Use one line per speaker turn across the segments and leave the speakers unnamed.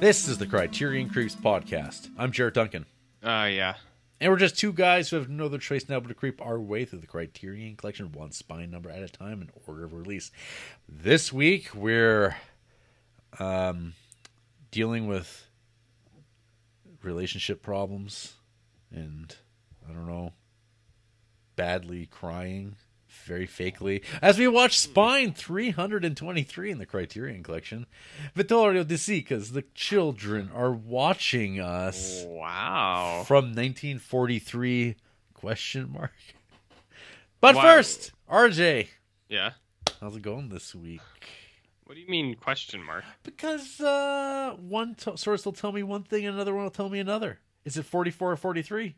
This is the Criterion Creeps podcast. I'm Jared Duncan,
Oh, yeah.
and we're just two guys who have no other choice now but to creep our way through the Criterion Collection, one spine number at a time, in order of release. This week we're um, dealing with relationship problems, and I don't know, badly crying. Very fakely, as we watch Spine 323 in the Criterion Collection, Vittorio De Sica's The Children are watching us
Wow.
from 1943 question mark but
Wow.
first rj
Yeah.
how's it going this week
What do you mean question mark?
because uh one t- source will tell me one thing and another one will tell me another is it 44 or 43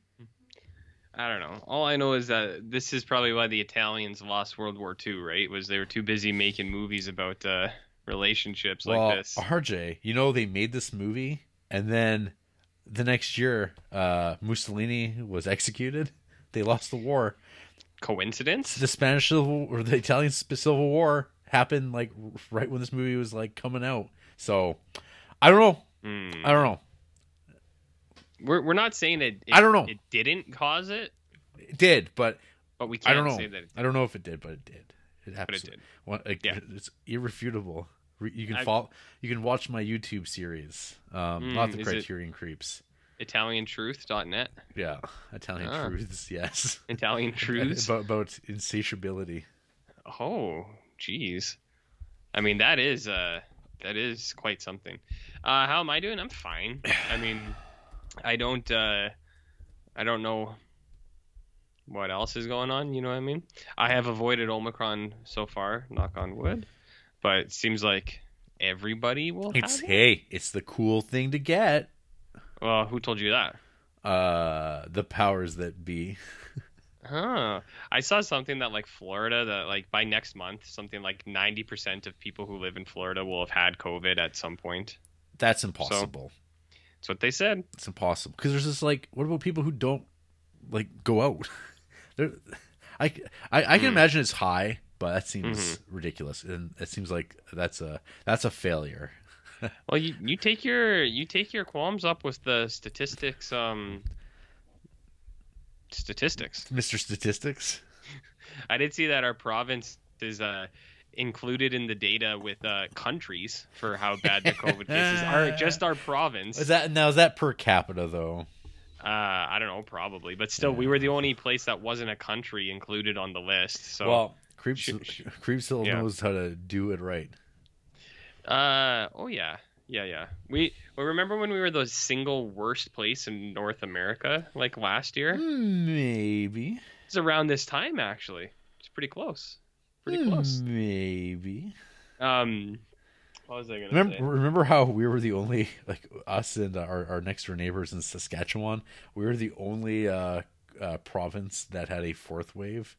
I don't know. All I know is that this is probably why the Italians lost World War II, right? Was they were too busy making movies about uh, relationships
well uh,
like this.
rj you know they made this movie and then the next year uh mussolini was executed they lost the war
Coincidence?
the Spanish Civil or the Italian Sp- Civil War happened like r- right when this movie was like coming out. So I don't know. I don't know.
Hmm. We're, we're not saying that it,
I don't know.
it didn't cause it,
It did, but
but we
I
can't
don't know.
say that it
I don't know if it did, but it did. It
it
happened.
did. Yeah.
It's irrefutable. Re- You can
I-
follow. You can watch my YouTube series. Um,
Mm,
not the
is it-
Criterion Creeps.
Italiantruth.net.
Yeah, Italian
Ah.
truths. Yes,
Italian Truths.
about, about insatiability.
Oh, jeez. I mean, that is uh, that is quite something. Uh, how am I doing? I'm fine. I mean, I don't uh, I don't know what else is going on. You know what I mean? I have avoided Omicron so far, knock on wood, but it seems like everybody will.
It's
have it?
hey, it's the cool thing to get.
Well, who told you that?
Uh, the powers that be.
Huh. I saw something that like Florida that like by next month something like 90% of people who live in Florida will have had COVID at some point.
That's impossible.
That's what they said.
It's impossible because there's this like, what about people who don't like go out? There, I, I I
Hmm.
can imagine it's high, but that seems
Mm-hmm.
ridiculous, and it seems like that's a that's a failure.
Well, you, you take your you take your qualms up with the statistics. Um, statistics.
Mr. Statistics,
I did see that our province is uh, included in the data with uh, countries for how bad the COVID cases are. Just our province.
is that now is that per capita though?
uh, I don't know, probably, but still, we were the only place that wasn't a country included on the list. So,
well, Creeps
sh- sh-
Creepsill
yeah.
knows how to do it right.
uh, oh yeah. Yeah, yeah. We well, remember when we were the single worst place in North America, like last year.
Maybe,
It's around this time actually. It's pretty close. Pretty
Hmm.
close.
Maybe.
Um, what was I gonna
Remember,
say?
remember how we were the only like us and our, our next door neighbors in Saskatchewan. We were the only uh, uh, province that had a fourth wave.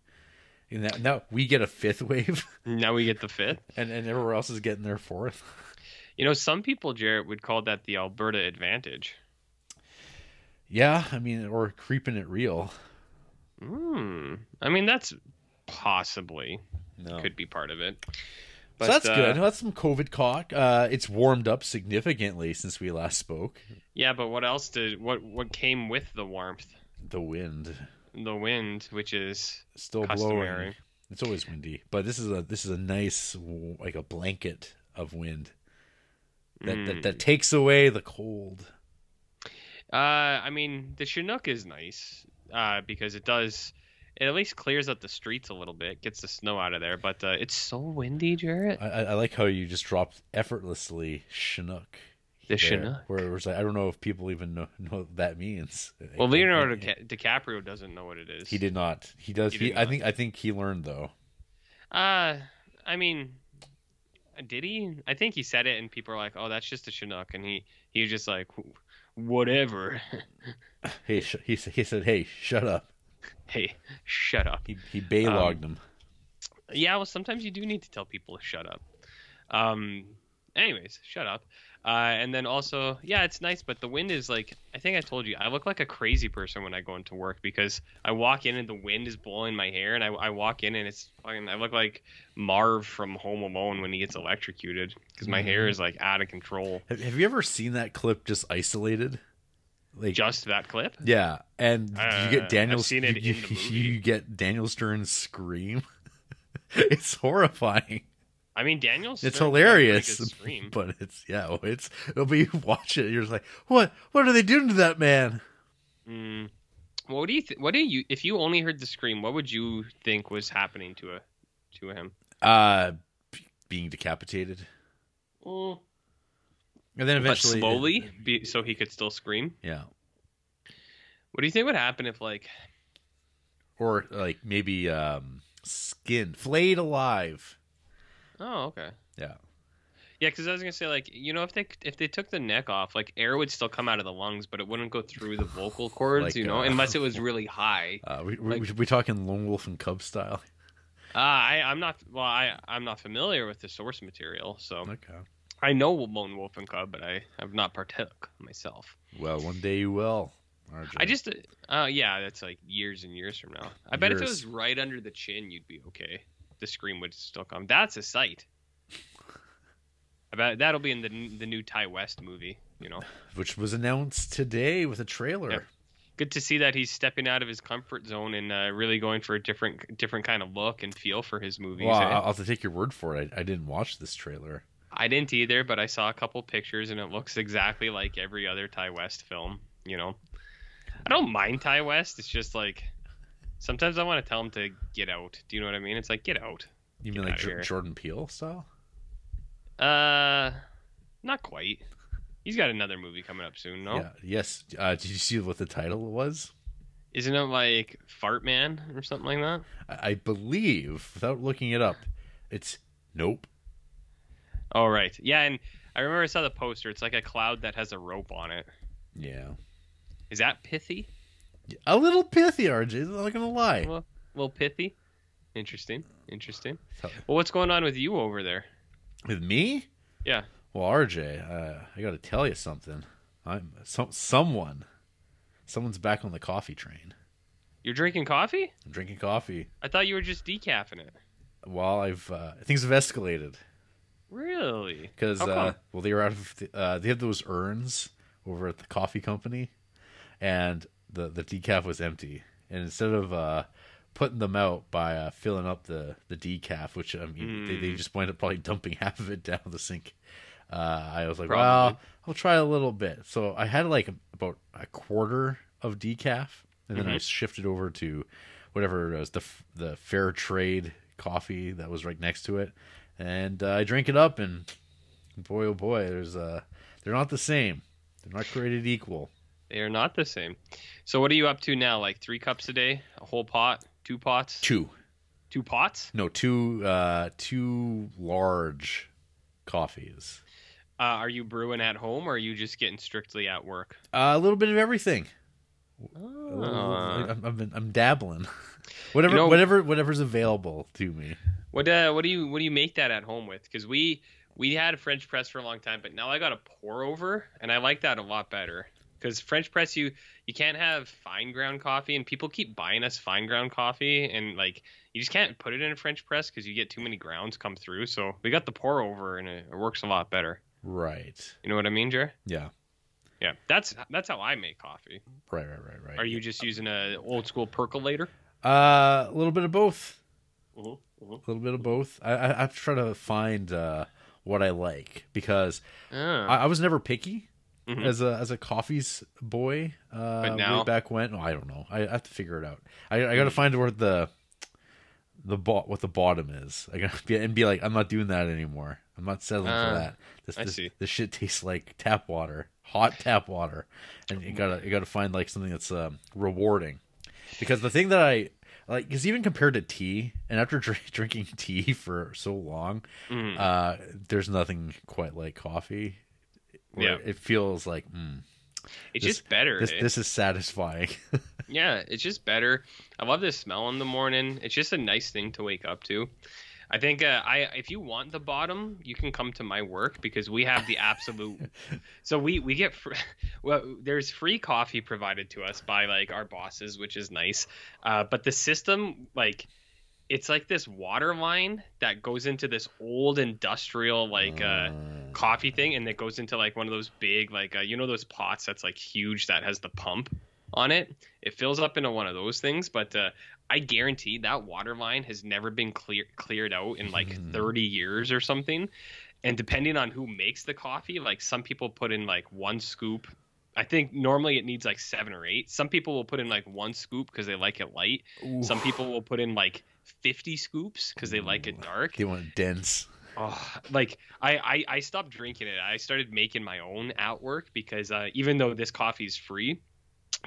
And that, now we get a fifth wave,
Now we get the fifth.
and, and everywhere else is getting their fourth.
You know, some people, Jarrett, would call that the Alberta advantage.
Yeah, I mean, or creeping it real.
Hmm. I mean, that's possibly
No,
could be part of it.
Oh. so that's
uh,
good. That's some COVID cock. Uh, it's warmed up significantly since we last spoke.
Yeah, but what else did what what came with the warmth?
The wind
The wind, which is
still blowing.
Customary.
It's always windy, but this is a this is a nice w- like a blanket of wind that that,
Mm.
that takes away the cold.
Uh, I mean, the Chinook is nice uh, because it does. It at least clears up the streets a little bit, gets the snow out of there. But uh, it's so windy, Jarrett.
I, I I like how you just dropped effortlessly Chinook.
The Chinook.
Where it was like, I don't know if people even know, know what that means.
Well,
Like,
Leonardo
he-
Ca- DiCaprio doesn't know what it is.
He did not. He does.
He
He,
did
I
not.
think. I think he learned though.
Uh, I mean, did he? I think he said it, and people are like, "Oh, that's just a Chinook," and he he was just like, "Whatever."
Hey, sh- he s- he said, "Hey, shut up."
hey, shut up.
He he baylogged him.
Yeah, well, sometimes you do need to tell people to shut up. Um, Anyways, shut up. Uh, and then also, yeah, it's nice, but the wind is like I think I told you I look like a crazy person when I go into work because I walk in and the wind is blowing my hair, and I, I walk in and it's fucking I look like Marv from Home Alone when he gets electrocuted because my
Mm-hmm.
hair is like out of control.
Have, have you ever seen that clip just isolated? Like
Just that clip.
yeah, and
Uh,
you get Daniel.
I've seen it
you,
in the movie.
you get Daniel Stern's scream. it's horrifying.
I mean, Daniel's
It's
Stern had a pretty
hilarious,
good scream.
but it's yeah, oh, it's it'll be you watch it. You're just like, what? What are they doing to that man?
Mm. What do you? Th- what do you? If you only heard the scream, what would you think was happening to a, to him?
Uh, b- being decapitated,
Mm.
and then
but
eventually
slowly, be, so he could still scream.
yeah,
What do you think would happen if like?
or like maybe um, skinned, flayed alive.
Oh, okay.
Yeah.
Yeah, because I was gonna say like you know if they if they took the neck off, like air would still come out of the lungs, but it wouldn't go through the vocal cords,
Like,
you know,
uh,
unless it was really high.
Uh, we we, we we talking lone wolf and cub style.
Uh, I I'm not well I I'm not familiar with the source material, so
Okay.
I know Lone Wolf and Cub, but I have not partook myself.
Well, one day you will. RJ.
I just, uh, yeah, that's like years and years from now. I bet if it
Years.
was right under the chin, you'd be okay. The scream would still come. That's a sight. I bet that'll be in the the new Ty West movie. You know,
which was announced today with a trailer.
Yep. good to see that he's stepping out of his comfort zone and uh, really going for a different different kind of look and feel for his movies.
Well,
eh?
I'll I'll have to take your word for it. I, I didn't watch this trailer.
I didn't either, but I saw a couple pictures and it looks exactly like every other Ty West film, you know. I don't mind Ty West, it's just like sometimes I want to tell him to get out. Do you know what I mean? It's like get out.
You
Get
mean like
outta
Jor-
here.
Jordan Peele style?
Uh not quite. He's got another movie coming up soon, no?
Yeah. Yes. Uh, did you see what the title was?
Isn't it like Fart Man or something like that?
I, I believe, without looking it up, it's nope.
Oh right. Yeah, and I remember I saw the poster. It's like a cloud that has a rope on it.
Yeah.
Is that pithy?
A little pithy, RJ. I'm not gonna lie.
Well, a little pithy. Interesting. Interesting.
So-
Well, what's going on with you over there?
With me?
Yeah.
Well, RJ, uh, I got to tell you something. I'm some someone, someone's back on the coffee train.
You're drinking coffee?
I'm drinking coffee.
I thought you were just decaffing it.
While I've uh, things have escalated
Really?
because
How
uh,
come?
well they were out of the, uh, they have those urns over at the coffee company, and the the decaf was empty. And instead of uh, putting them out by uh, filling up the the decaf, which I mean they, they just wind up probably dumping half of it down the sink. Uh, I was like, well,
Probably.
I'll try a little bit. So I had like about a quarter of decaf, and then I shifted over to whatever it was the f- the fair trade coffee that was right next to it, and uh, I drank it up, and boy oh boy, there's uh they're not the same. They're not created equal.
They are not the same. So what are you up to now? Like three cups a day, a whole pot, two pots,
Two,
two pots?
no, two uh two large coffees.
Uh, are you brewing at home, or are you just getting strictly at work?
Uh, a little bit of everything. A little-
Uh,
I'm, I'm, I'm dabbling. whatever,
You know-
whatever, whatever's available to me.
what uh, what do you what do you make that at home with? Because we we had a French press for a long time, but now I got a pour over, and I like that a lot better. Because French press, you you can't have fine ground coffee, and people keep buying us fine ground coffee, and like you just can't put it in a French press because you get too many grounds come through. So we got the pour over, and it, it works a lot better.
Right.
You know what I mean, Jer?
Yeah.
Yeah, that's that's how I make coffee.
Right. Right. Right. Right.
Are you just using a old school percolator?
Uh, a little bit of both.
Mm-hmm.
A little bit of both. I, I, I'm trying to find uh, what I like because
Oh,
I, I was never picky
Mhm.
as a as a coffees boy. Uh,
But now- Hmm.
way back when, oh, I don't know. I, I have to figure it out. I, I got to find where the the bot what the bottom is. I got to be and be like, I'm not doing that anymore. I'm not settling
Ah,
for that. This
I
this,
see.
this shit tastes like tap water, hot tap water, and you gotta you gotta find like something that's um, rewarding. Because the thing that I like, because even compared to tea, and after drink, drinking tea for so long,
Mm.
uh, there's nothing quite like coffee. where
Yeah.
it feels like mm,
it's
this-
just better.
this
eh?
this is satisfying.
Yeah, it's just better. I love the smell in the morning. It's just a nice thing to wake up to. I think uh, I if you want the bottom, you can come to my work because we have the absolute. so we we get fr- well, there's free coffee provided to us by like our bosses, which is nice. Uh, but the system like it's like this water line that goes into this old industrial like uh, coffee thing, and it goes into like one of those big like uh, you know those pots that's like huge that has the pump on it. It fills up into one of those things, but uh, I guarantee that water line has never been clear cleared out in like 30 years or something. And depending on who makes the coffee, like some people put in like one scoop. I think normally it needs like seven or eight. Some people will put in like one scoop because they like it light. Some people will put in like 50 scoops because they like it dark.
They want dense.
Oh, like I, I, I stopped drinking it. I started making my own at work because uh, even though this coffee is free,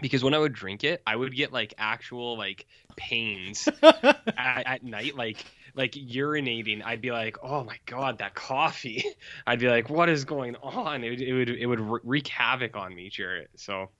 because when I would drink it, I would get like actual like pains at, at night, like like urinating. I'd be like, oh my god, that coffee. I'd be like, what is going on? It, would- it would it would wreak havoc on me, Jarrett. So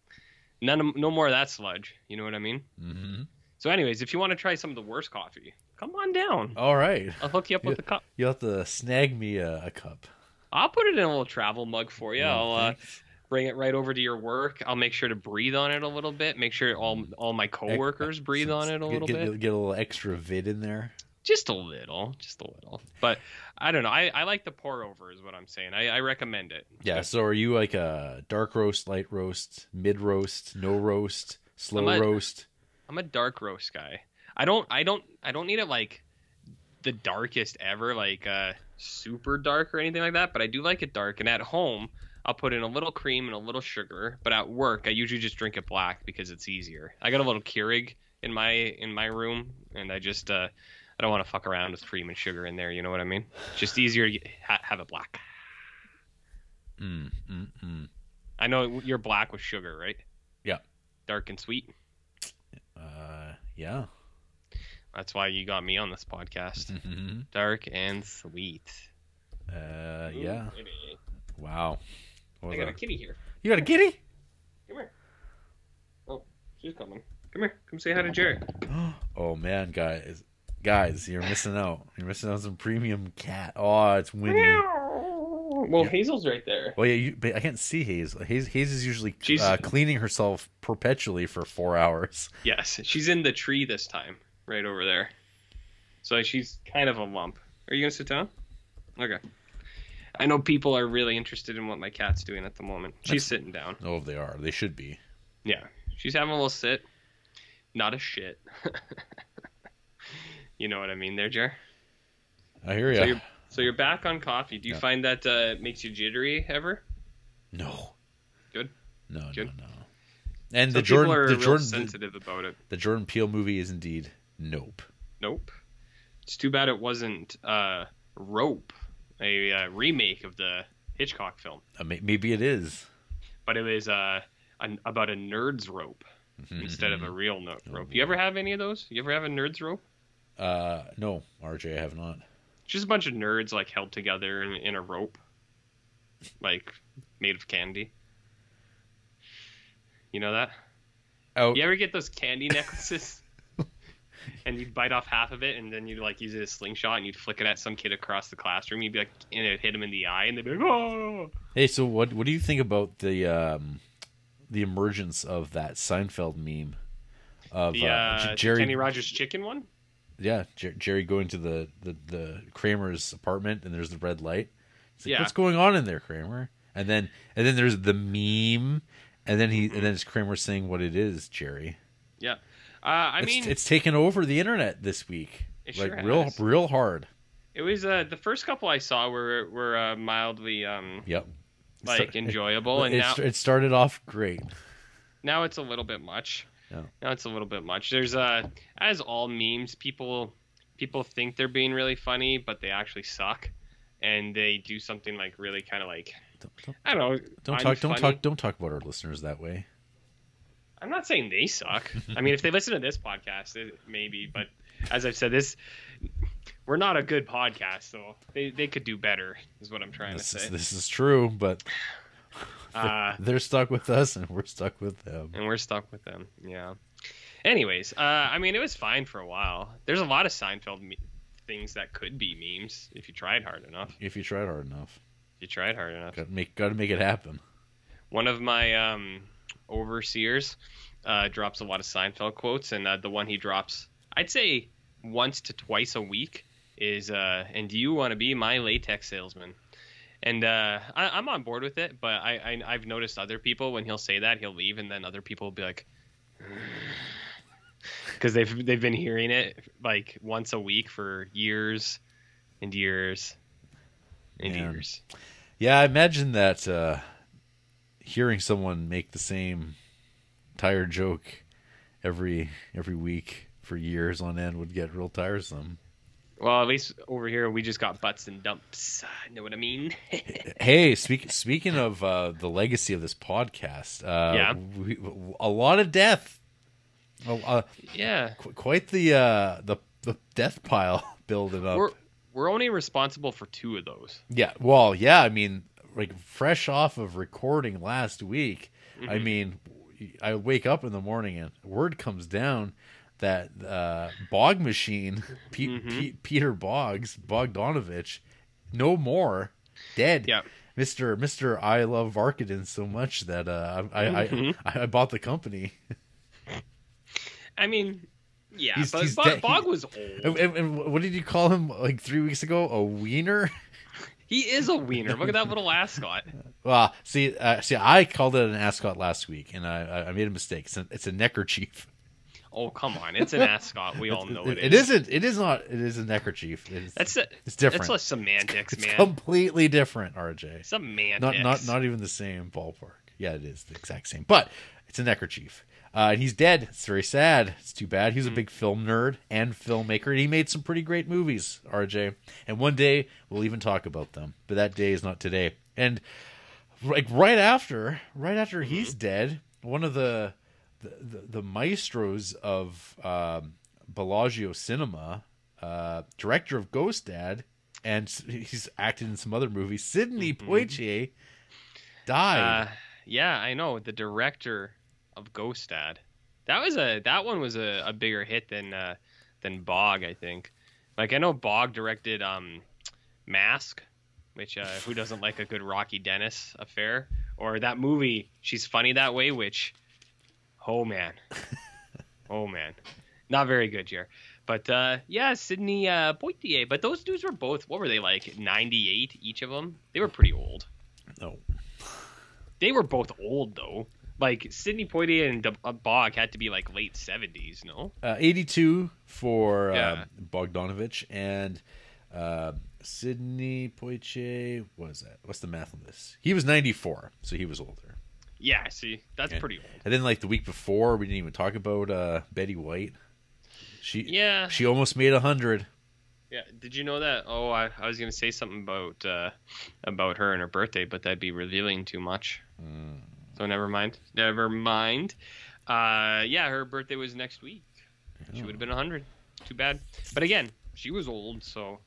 none of, no more of that sludge. You know what I mean?
hmm
So, anyways, if you want to try some of the worst coffee, come on down.
All right.
I'll hook you up with a cup.
You'll have to snag me a, a cup.
I'll put it in a little travel mug for you.
Yeah,
I'll uh,
thanks.
bring it right over to your work. I'll make sure to breathe on it a little bit. Make sure all all my coworkers breathe on it a
uh, Get-
little
get,
bit.
Get a little extra vid in there.
just a little, just a little. But I don't know. I, I like the pour over is what I'm saying. I, I recommend it.
Yeah. So are you like a dark roast, light roast, mid roast, no roast, slow
I'm a-
roast?
I'm a dark roast guy. I don't I don't I don't need it like the darkest ever, like uh super dark or anything like that, but I do like it dark and at home I'll put in a little cream and a little sugar, but at work I usually just drink it black because it's easier. I got a little Keurig in my in my room and I just uh I don't want to fuck around with cream and sugar in there, you know what I mean? It's just easier to get- ha- have it black.
Mm, mm, mm.
I know you're black with sugar, right?
Yeah.
Dark and sweet.
Uh, yeah.
That's why you got me on this podcast.
Mhm.
Dark and sweet.
Uh, yeah.
Ooh, baby.
Wow. What
Hmm, I
was
got a
that?
kitty here.
You got a kitty?
Come here. Oh, she's coming. Come here. Come say hi to Jared.
oh man, guys, guys, you're missing out. You're missing out on some premium cat. Oh, it's windy. Oh,
Well, Hazel's right there.
Well, yeah, you, but I can't see Hayes. Hayes, Hayes is usually
She's-
uh, cleaning herself perpetually for four hours.
Yes, she's in the tree this time, right over there. So she's kind of a lump. Are you gonna sit down? Okay. I know people are really interested in what my cat's doing at the moment. She's sitting down.
Oh, they are. They should be.
Yeah, she's having a little sit. Not a shit. you know what I mean there, Jer?
I hear
So,
ya.
you're, so you're back on coffee. Do you
Yeah.
find that uh, makes you jittery ever?
No.
Good.
No,
Good.
no, no. And
Some
the Jordan,
people are
the
real
Jordan,
sensitive about it.
the Jordan Peele movie is indeed nope.
Nope. It's too bad it wasn't uh, Rope, a uh, remake of the Hitchcock film,
Uh, may- maybe it is.
but it was uh, an, about a nerd's rope instead
Mm-hmm.
of a real no-
Oh,
rope. You ever have any of those? You ever have a nerd's rope?
Uh, no, RJ, I have not.
just a bunch of nerds like held together in, in a rope, like made of candy. You know that?
Oh,
You ever get those candy necklaces? and you'd bite off half of it, and then you'd like use it as a slingshot, and you'd flick it at some kid across the classroom. You'd be like, and it'd hit him in the eye, and they'd be like, oh.
Hey, so what what do you think about the um, the emergence of that Seinfeld meme of
The
uh,
uh,
J- Jerry?
Kenny Rogers chicken one.
yeah, Jer- Jerry going to the, the the Kramer's apartment, and there's the red light. It's like,
Yeah.
what's going on in there, Kramer? And then and then there's the meme, and then he and then it's Kramer saying what it is, Jerry.
Yeah, uh, I
It's,
mean,
it's taken over the internet this week,
It
like
sure
real
has.
real hard.
it was uh, the first couple I saw were were uh, mildly um,
Yep.
like
It-
enjoyable, and
it,
now
it started off great.
now it's a little bit much.
Yeah.
Now it's a little bit much. There's uh as all memes, people people think they're being really funny, but they actually suck, and they do something like really kind of like
Don't, don't,
I don't know.
don't talk don't talk don't talk about our listeners that way.
I'm not saying they suck. I mean, if they listen to this podcast, it, maybe. But as I've said, this we're not a good podcast, so they they could do better. Is what I'm trying
This
to
is,
say.
this is true, but
Uh,
they're stuck with us and we're stuck with them.
and we're stuck with them. Yeah. Anyways, uh, I mean, it was fine for a while. There's a lot of Seinfeld me- things that could be memes if you tried hard enough.
If you tried hard enough,
If you tried hard enough.
got to make got to make it happen.
One of my um, overseers uh, drops a lot of Seinfeld quotes, and uh, the one he drops, I'd say once to twice a week, is uh, "And do you want to be my latex salesman?" And uh, I, I'm on board with it, but I, I I've noticed other people when he'll say that he'll leave, and then other people will be like. Because they've they've been hearing it like once a week for years, and years, and
Man.
years.
Yeah, I imagine that uh, hearing someone make the same tired joke every every week for years on end would get real tiresome.
Well, at least over here we just got butts and dumps. Know what I mean?
Hey, speak, speaking of uh, the legacy of this podcast, uh,
Yeah.
we, a lot of death, a, a,
yeah,
qu- quite the uh, the the death pile building up.
we're we're only responsible for two of those.
Yeah, well, yeah, I mean, like fresh off of recording last week, I mean, I wake up in the morning and word comes down that uh, Bog Machine, Pe- Pe- Peter Boggs, Bogdanovich, no more, dead.
Yeah.
Mister Mister, I love Varkadin so much that uh, I, I, I I bought the company.
I mean, yeah,
He's-
but
he's
Bo-
dead.
Bog was
And,
old.
and- and what did you call him like three weeks ago? A wiener.
He is a wiener. Look at that little ascot.
Well, see, uh, see, I called it an ascot last week, and I, I- I made a mistake. It's, an, it's a neckerchief.
Oh come on, it's an ascot. We all know Oh, it is.
it isn't. It is not. It is a neckerchief. It is,
That's a,
It's different.
That's a semantics,
it's
man.
completely different, RJ.
semantics.
Not not not even the same ballpark. Yeah, it is the exact same, but it's a neckerchief. Uh, and he's dead. It's very sad. It's too bad.
Mm.
He was a big film nerd and filmmaker, and he made some pretty great movies, RJ. And one day we'll even talk about them, but that day is not today. And like right after right after
Mm-hmm.
he's dead one of the the, the, the maestros of um, Bellagio cinema uh, director of Ghost Dad and s- he's acted in some other movies Sidney Poitier died
Mm-hmm. Uh, yeah, I know the director of Ghost Dad. That was a that one was a, a bigger hit than uh, than Bog, I think. Like I know Bog directed um, Mask, which uh, who doesn't like a good Rocky Dennis affair? Or that movie, She's Funny That Way, which, oh man, oh man, not very good year. But uh, yeah, Sydney uh, Poitier. But those dudes were both what were they like ninety eight each of them? They were pretty old
no
they were both old though. Like Sidney Poitier and De- uh, Bog had to be like late seventies, no?
uh, 82 for
Yeah.
um Bogdanovich and uh, Sidney Poitier what is that what's the math on this he was 94 so he was older
Yeah, see, that's
Yeah.
pretty old.
And then like the week before, we didn't even talk about uh, Betty White. She
Yeah.
she almost made a hundred.
Yeah. Did you know that? Oh, I, I was gonna say something about uh, about her and her birthday, but that'd be revealing too much. So never mind. Never mind. Uh, yeah, her birthday was next week. She would have been hundred. Too bad. But again, she was old, so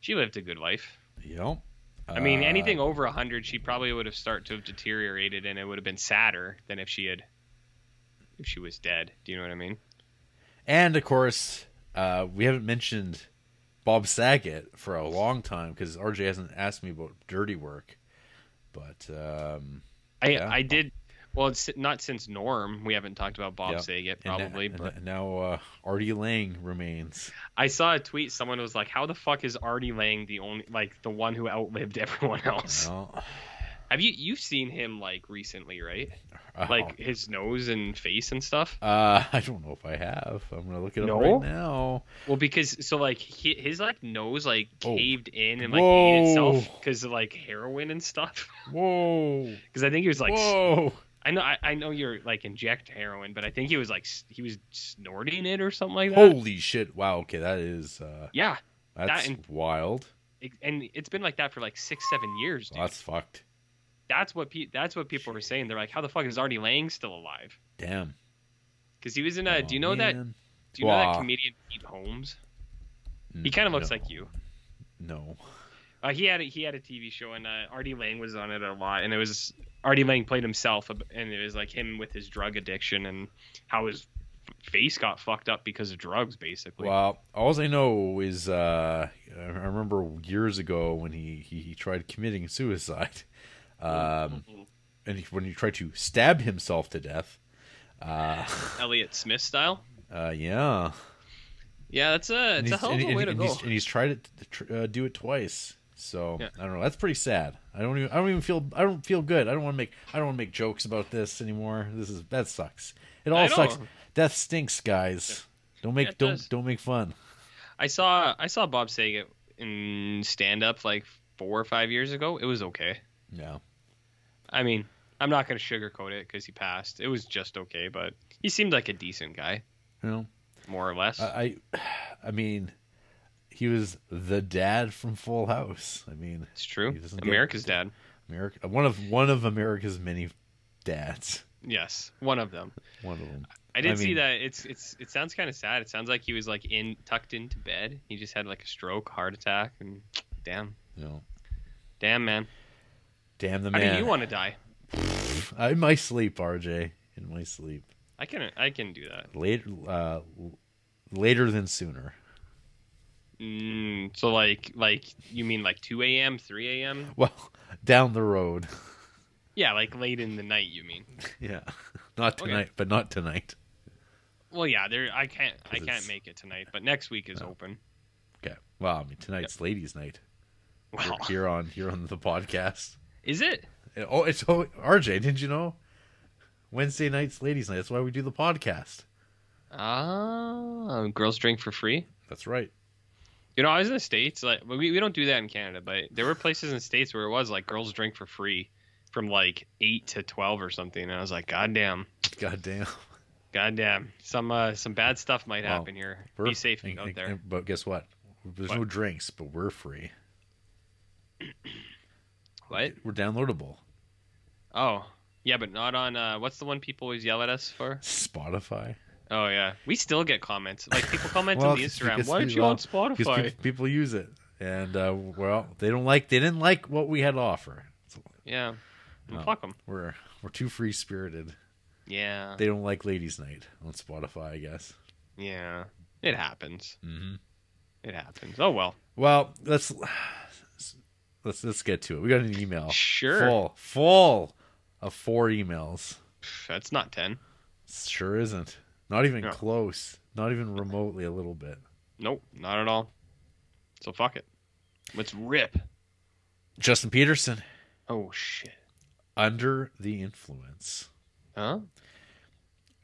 she lived a good life.
Yep.
I mean,
Uh,
anything over 100, she probably would have started to have deteriorated, and it would have been sadder than if she had, if she was dead. Do you know what I mean?
And of course, uh, we haven't mentioned Bob Saget for a long time because RJ hasn't asked me about Dirty Work. But um,
I
Yeah.
I did. Well, it's not since Norm. We haven't talked about Bob
yeah.
Saget
And na-
probably,
and
but
na- now uh, Artie Lang remains.
I saw a tweet. Someone was like, "How the fuck is Artie Lang the only like the one who outlived everyone else?"
Well,
Have you you've seen him like recently, right?
uh,
Like his nose and face and stuff.
uh, I don't know if I have. I'm gonna look it up
No?
right now.
Well, because so like hi- his like nose like
Oh.
caved in and like ate itself
Whoa.
because of like heroin and stuff.
Whoa!
Because I think he was like,
Whoa!
I know, I, I know you're like inject heroin, but I think he was like, s- he was snorting it or something like that.
Holy shit! Wow. Okay, that is uh,
Yeah,
that's
and-
wild.
It- and it's been like that for like six, seven years. Dude.
Well, that's fucked.
that's what pe- that's what people were saying. They're like, how the fuck is Artie Lang still alive?
Damn.
Because he was in a. do you know that?
Oh, man.
Do you know
Wow.
that comedian Pete Holmes? He kind of
Mm,
looks
No.
like you.
No.
Uh, he had a, he had a TV show and uh, Artie Lang was on it a lot, and it was Artie Lang played himself, ab- and it was like him with his drug addiction and how his face got fucked up because of drugs, basically.
Well, all I know is uh, I remember years ago when he, he, he tried committing suicide,
Mm-hmm.
um, and he, when he tried to stab himself to death. Uh,
Elliot Smith style.
uh, yeah,
Yeah, that's a
and
it's a hell of a
and-
way
and-
to
and
go.
he's- and he's tried it to tr- uh, do it twice. So
Yeah.
I don't know. That's pretty sad. I don't even. I don't even feel. I don't feel good. I don't want to make. I don't want to make jokes about this anymore. This is that sucks. It all
I
sucks.
know.
Death stinks, guys. Don't make
Yeah, it
don't
does.
don't make fun.
I saw I saw Bob Saget in stand up like four or five years ago. It was okay.
No.
I mean, I'm not gonna sugarcoat it because he passed. It was just okay, but he seemed like a decent guy,
You know.
more or less.
I, I- I mean, he was the dad from Full House. I mean,
it's true.
he doesn't get-
America's dad.
America, one of one of America's many dads.
Yes, one of them.
One of them.
I did
I
see
mean-
that. It's it's it sounds kind of sad. It sounds like he was like in tucked into bed. He just had like a stroke, heart attack, and damn,
You know,
damn man.
damn the
How
man.
do you want to die?
I, in my sleep, RJ, in my sleep.
I can I can do that.
Later, uh, later than sooner.
Mm, so like like you mean like 2 a.m. 3 a.m.
Well, down the road.
Yeah, like late in the night. You mean?
yeah, not
Okay.
tonight, but not tonight.
Well, yeah. There I can't I
'Cause it's-
can't make it tonight, but next week is open.
Okay. Well, I mean, tonight's ladies' night.
Wow,
Here on here on the podcast.
is it?
And- Oh, it's oh, RJ. Didn't you know? Wednesday nights, ladies' night. That's why we do the podcast.
Ah, girls drink for free.
That's right.
You know, I was in the states. Like, we we don't do that in Canada, but there were places in states where it was like girls drink for free from like eight to twelve or something, and I was like, goddamn,
Goddamn.
goddamn, some uh, some bad stuff might
Well,
happen here. Be safe
and-
out
and-
there.
and- but guess what? There's
What?
no drinks, but we're free.
what?
We're downloadable.
Oh, yeah, but not on. Uh, what's the one people always yell at us for?
Spotify.
Oh yeah, we still get comments. Like people comment
Well,
on the
it's
Instagram.
because
Why aren't
we-
you
well,
on
Because
Spotify?
pe- people use it, and uh, well, they don't like. They didn't like what we had to offer. So
Yeah, Well,
No.
fuck them.
we're we're too free spirited.
Yeah,
They don't like ladies' night on Spotify. I guess.
yeah, it happens.
Mm-hmm.
It happens. Oh well.
Well, let's let's let's get to it. We got an email.
Sure.
Full full of four emails.
Pff, That's not ten.
Sure isn't. Not even
No.
close. Not even remotely a little bit.
Nope, not at all. So fuck it. Let's rip.
Justin Peterson,
Oh shit.
under the influence.
Huh?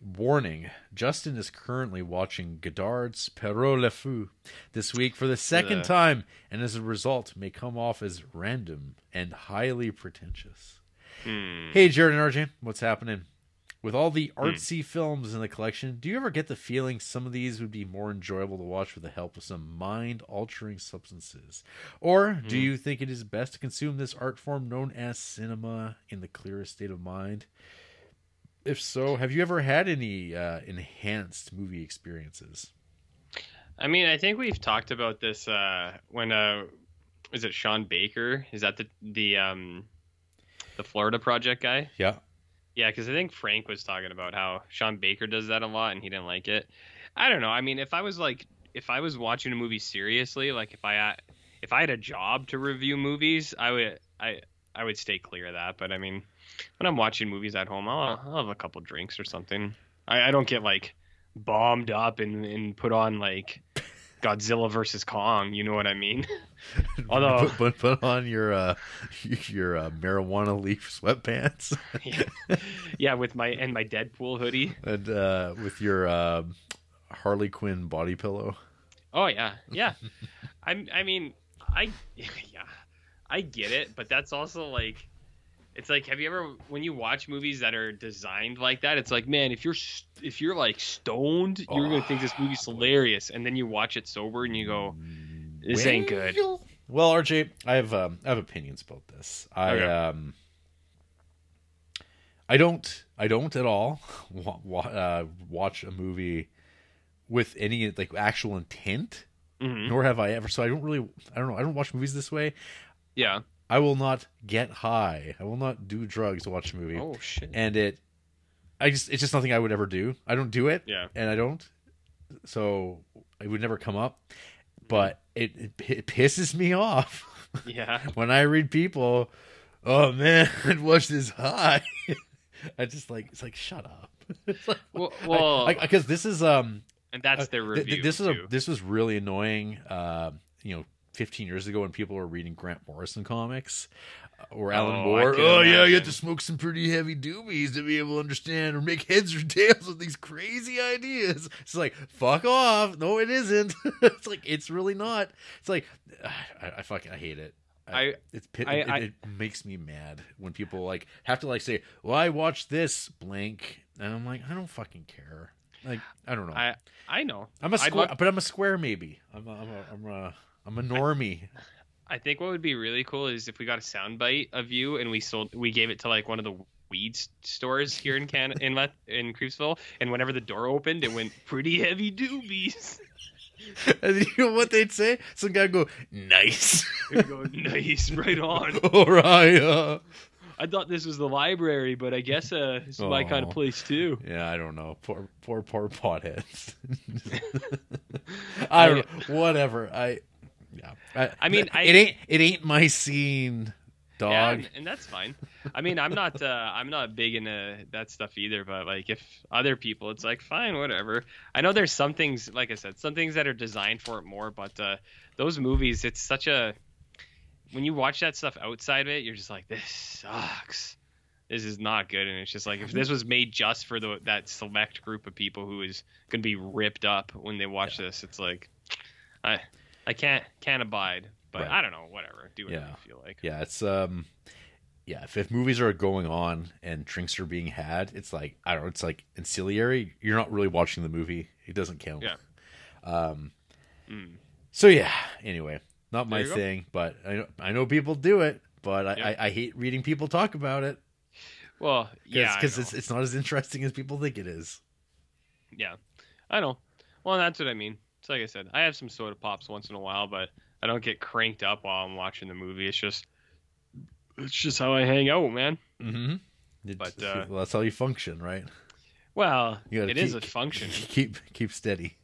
Warning Justin is currently watching Godard's Perrault Le Fou this week for the second
Ugh.
time, and as a result, may come off as random and highly pretentious.
Hmm.
Hey, Jared and RJ, what's happening? With all the artsy films in the collection, do you ever get the feeling some of these would be more enjoyable to watch with the help of some mind altering substances? Or do you think it is best to consume this art form known as cinema in the clearest state of mind? If so, have you ever had any uh, enhanced movie experiences?
I mean, I think we've talked about this uh when uh is it Sean Baker? Is that the the um the Florida Project guy?
Yeah.
Yeah, because I think Frank was talking about how Sean Baker does that a lot and he didn't like it. I don't know. I mean, if I was like, if I was watching a movie seriously, like if I, uh, if I had a job to review movies, I would, I, I would stay clear of that. But I mean, when I'm watching movies at home, I'll, I'll have a couple drinks or something. I, I don't get like bombed up and and put on like Godzilla versus Kong. You know what I mean? Although-
put, put, put on your uh, your uh, marijuana leaf sweatpants
yeah. yeah, with my and my Deadpool hoodie.
and uh, with your uh, Harley Quinn body pillow.
Oh yeah, yeah. I I mean I yeah I get it, but that's also like it's like have you ever when you watch movies that are designed like that? It's like man, if you're s- if you're like stoned, you're gonna think this movie's
Oh.
hilarious, and then you watch it sober and you go, this ain't good.
Well, RJ, I have um, I have opinions about this. I
Okay.
um, I don't I don't at all wa- wa- uh, watch a movie with any like actual intent.
hmm
Nor have I ever. So I don't really I don't know. I don't watch movies this way.
Yeah.
I will not get high. I will not do drugs to watch a movie.
Oh shit.
And it I just it's just nothing I would ever do. I don't do it,
Yeah.
and I don't, so it would never come up. But it it, pi- it pisses me off
Yeah.
when I read people. Oh man, what's this high? I just like it's like shut up. It's like,
Well, well
because this is um
and that's their
Th-
review.
th- this is a,
too.
this was really annoying. Uh, you know, 15 years ago when people were reading Grant Morrison comics uh, or Alan
Oh, I
Moore.
can
Oh yeah, you
imagine.
had to smoke some pretty heavy doobies to be able to understand or make heads or tails of these crazy ideas. It's like fuck off. No, it isn't. it's like it's really not. It's like I, I fucking I hate it.
I-
it's pit,
I-
it,
I-
it makes me mad when people like have to like say, "Well, I watched this blank," and I'm like, I don't fucking care. Like I don't know.
I I know.
I'm a
I'd
square,
love-
but I'm a square maybe. I'm a, I'm a, I'm a, I'm a normie.
I think what would be really cool is if we got a soundbite of you and we sold we gave it to like one of the weed s- stores here in Can in Le- in Creepsville and whenever the door opened it went pretty heavy doobies.
and you know what they'd say? Some guy would go, nice.
It would go, nice, right on.
or I, uh...
I thought this was the library, but I guess uh it's my kind
Aw.
of place too.
Yeah, I don't know. Poor, poor, poor potheads. I don't know. Whatever. I, yeah. I,
I mean,
it
I-
ain't, it ain't my scene,
Yeah,
dog.
and, and that's fine. I mean, I'm not uh, I'm not big into that stuff either. But like, if other people, it's like fine, whatever. I know there's some things, like I said, some things that are designed for it more. But uh, those movies, it's such a when you watch that stuff outside of it, you're just like, this sucks. This is not good. And it's just like if this was made just for the that select group of people who is gonna be ripped up when they watch this, it's like I I can't can't abide. But
Right.
I don't know, whatever. Do whatever
Yeah.
you feel like.
Yeah, it's, um, yeah, if, if movies are going on and drinks are being had, it's like, I don't know, it's like ancillary. You're not really watching the movie. It doesn't count.
Yeah.
Um,
Mm.
So yeah. Anyway, not
There
my
you go.
thing, but I know, I know people do it, but I,
Yeah.
I, I hate reading people talk about it
Well, yeah, I
because
know.
it's it's not as interesting as people think it is.
yeah, I know. Well, that's what I mean. It's like I said, I have some soda pops once in a while, but I don't get cranked up while I'm watching the movie. It's just, it's just how I hang out, man.
Mm-hmm.
But, uh,
well, that's how you function, right?
Well,
You
it is a
keep-
function.
Keep keep steady.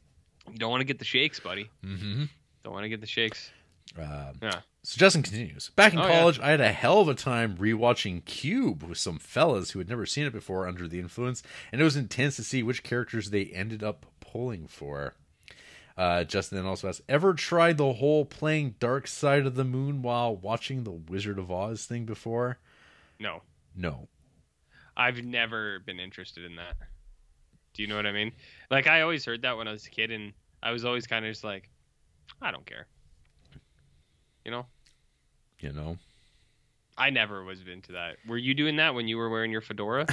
You don't want to get the shakes, buddy.
Mm-hmm.
Don't want to get the shakes.
Um,
Yeah.
So Justin continues. Back in
Oh, yeah.
college, I had a hell of a time rewatching Cube with some fellas who had never seen it before under the influence, and it was intense to see which characters they ended up pulling for. Uh, Justin then also asks, "Ever tried the whole playing Dark Side of the Moon while watching the Wizard of Oz thing before?"
No,
No.
I've never been interested in that. Do you know what I mean? Like I always heard that when I was a kid, and I was always kind of just like, I don't care. You know,
You know,
I never was into that. Were you doing that when you were wearing your fedora?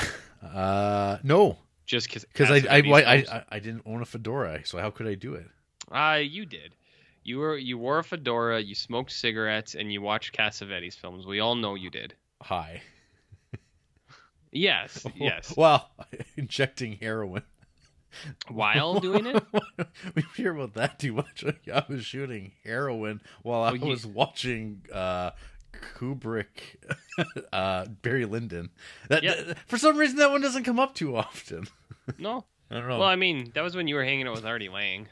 uh, no,
just because
because I I, I, I I didn't own a fedora, so how could I do it?
I uh, you did you were you wore a fedora you smoked cigarettes and you watched cassavetes films we all know you did
Hi.
yes yes
Well, injecting heroin.
while doing it
we hear about that too much. I was shooting heroin while I
Well, Oh, you-
was watching uh, Kubrick, uh, Barry Lyndon. That,
Yeah.
that- for some reason, that one doesn't come up too often.
no
I don't know.
well i mean that was when you were hanging out with artie lang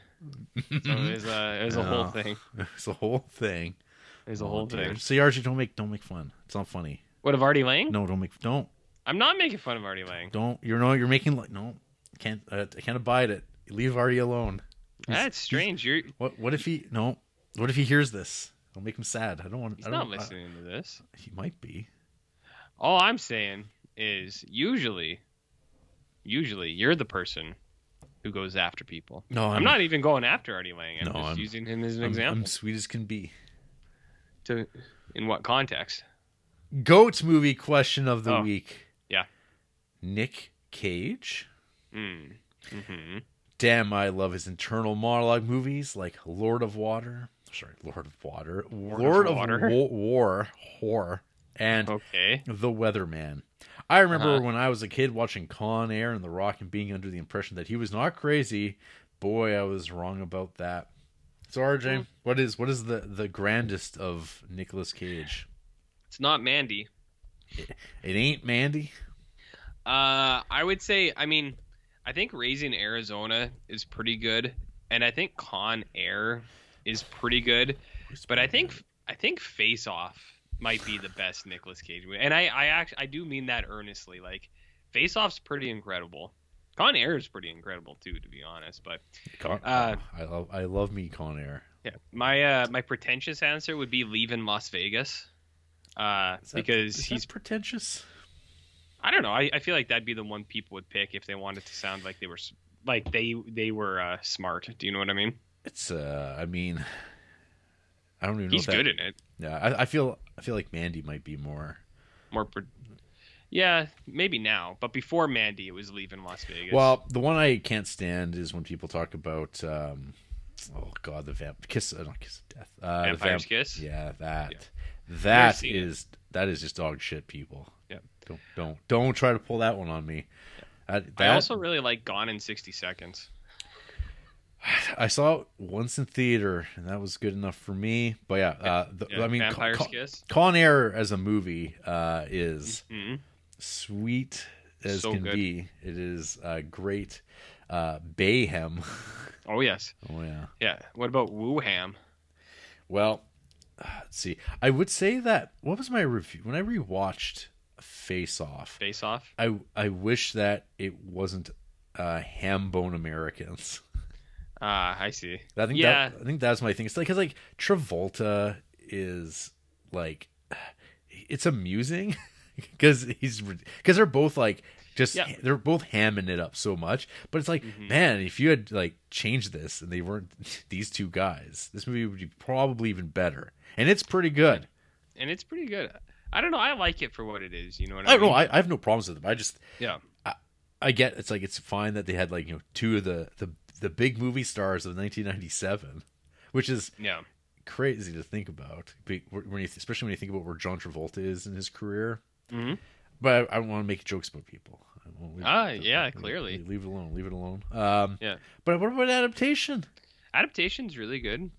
so it was, uh, it was a whole
No.
thing
it's a whole thing.
it was a
Oh,
whole
dear.
thing
So, Archie, don't make don't make fun. It's not funny.
what of artie lang
No, don't make don't
i'm not making fun of artie lang
don't. You're no. You're making like no. Can't uh, I can't abide it. Leave Artie alone. He's-
that's strange you're
What what if he no? What if he hears this? It'll make him sad. I don't want.
he's
I don't,
not
I-
listening to this
he might be.
All I'm saying is usually, usually you're the person who goes after people.
No,
I'm,
I'm-
not even going after Artie Lang. I'm
No,
just
I'm-
using him as an
I'm-
example.
I'm sweet as can be.
To, in what context?
Goats movie question of the
Oh,
week.
yeah.
Nick Cage.
Mm. hmm
Damn, I love his internal monologue movies like Lord of Water. Sorry, Lord of Water. Oh. Lord, of,
Water.
Wa- War. Horror. And
Okay.
The Weatherman. I remember
Uh-huh.
when I was a kid watching Con Air and The Rock and being under the impression that he was not crazy. Boy, I was wrong about that. So RJ, what is what is the the grandest of Nicolas Cage?
It's not Mandy.
It ain't Mandy.
Uh, I would say, I mean, I think Raising Arizona is pretty good, and I think Con Air is pretty good, but I think I think Face Off might be the best Nicolas Cage movie, and I I actually I do mean that earnestly. Like Face Off's pretty incredible. Con Air is pretty incredible too, to be honest. But
Con- oh,
uh,
I love I love me Con Air.
yeah, my uh, my pretentious answer would be Leaving Las Vegas, uh,
Is that- is
because
that
he's
pretentious.
I don't know. I, I feel like that'd be the one people would pick if they wanted to sound like they were s- like they they were uh, smart. Do you know what I mean?
It's uh, I mean, I don't even know.
He's
if that,
good in it.
Yeah, I, I feel I feel like Mandy might be more.
More, pro- yeah, maybe now, but before Mandy, it was leaving Las Vegas.
Well, the one I can't stand is when people talk about, um, oh god, the vamp kiss, uh, not kiss of death, uh, the
Vampire's
vamp-
Kiss?
Yeah, that
Yeah. Never
that
seen it.
is that is just dog shit, people.
Yeah.
don't don't don't try to pull that one on me. That,
I
that-
also really like Gone in sixty seconds.
I saw it once in theater, and that was good enough for me. But yeah, uh, the,
Yeah,
I mean,
Vampire's
Con,
Kiss.
Con Air as a movie uh, is
hmm
sweet as
So
can
good.
be. It is uh, great. Uh, Bayhem.
Oh yes,
oh yeah.
yeah. What about Wuham?
Well, uh, let's see. I would say that what was my review when I rewatched Face Off.
Face Off.
I I wish that it wasn't uh, ham bone Americans.
Ah, I see.
I think
yeah,
that I think that's my thing. It's like because like Travolta is like it's amusing because he's because they're both like just
Yeah. Mm-hmm.
they're both hamming it up so much. But it's like man, if you had like changed this and they weren't these two guys, this movie would be probably even better. And it's pretty good.
and it's pretty good. I don't know. I like it for what it is. You know what I,
I don't
mean?
know. I, I have no problems with them. I just
yeah.
I get it's like it's fine that they had like you know two of the the the big movie stars of 1997, which is
Yeah.
crazy to think about. be- When you, especially when you think about where John Travolta is in his career.
Mhm.
But I, I don't want to make jokes about people. I won't leave-
Ah, yeah, clearly.
leave, it alone. Leave it alone. Um,
Yeah.
But what about adaptation?
Adaptation's really good,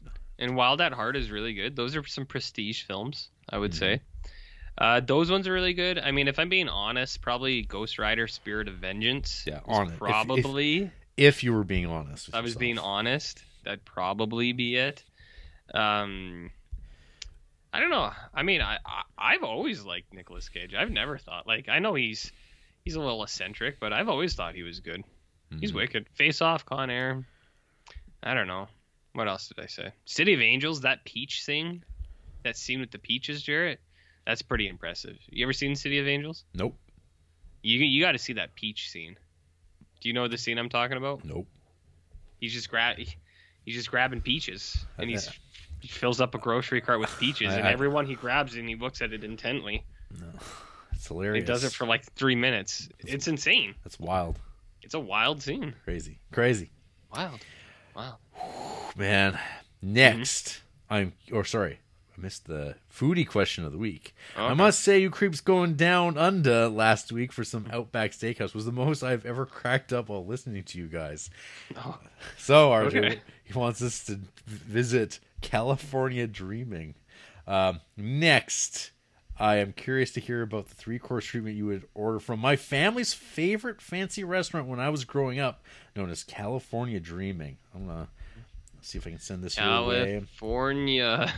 and Wild at Heart is really good. Those are some prestige films, I
Mm-hmm.
would say. Uh, those ones are really good. I mean, if I'm being honest, probably Ghost Rider: Spirit of Vengeance.
Yeah,
is
honest. If- if-
Probably,
If you were being honest, with
I was
yourself.
being honest. That'd probably be it. Um, I don't know. I mean, I, I I've always liked Nicolas Cage. I've never thought like I know he's he's a little eccentric, but I've always thought he was good. He's
Mhm.
wicked. Face off, Con Air. I don't know. What else did I say? City of Angels, that peach thing, that scene with the peaches, Jarrett. That's pretty impressive. You ever seen City of Angels?
Nope.
You you got to see that peach scene. Do you know the scene I'm talking about?
Nope.
He's just grab, he's just grabbing peaches, and
Okay.
he's he fills up a grocery cart with peaches,
I-
and
I-
everyone he grabs and he looks at it intently.
It's
He
hilarious.
does it for like three minutes. It's insane.
That's wild.
It's a wild scene.
Crazy. Crazy.
Wild, wild.
Man. Next,
Mm-hmm.
I'm or sorry, I missed the foodie question of the week. I
Okay.
must say, you creeps going down under last week for some Outback Steakhouse was the most I've ever cracked up while listening to you guys.
Oh.
So RJ,
Okay.
he wants us to v- visit California Dreaming. Um, next, I am curious to hear about the three course treatment you would order from my family's favorite fancy restaurant when I was growing up, known as California Dreaming. I'm gonna see if I can send this your way
California.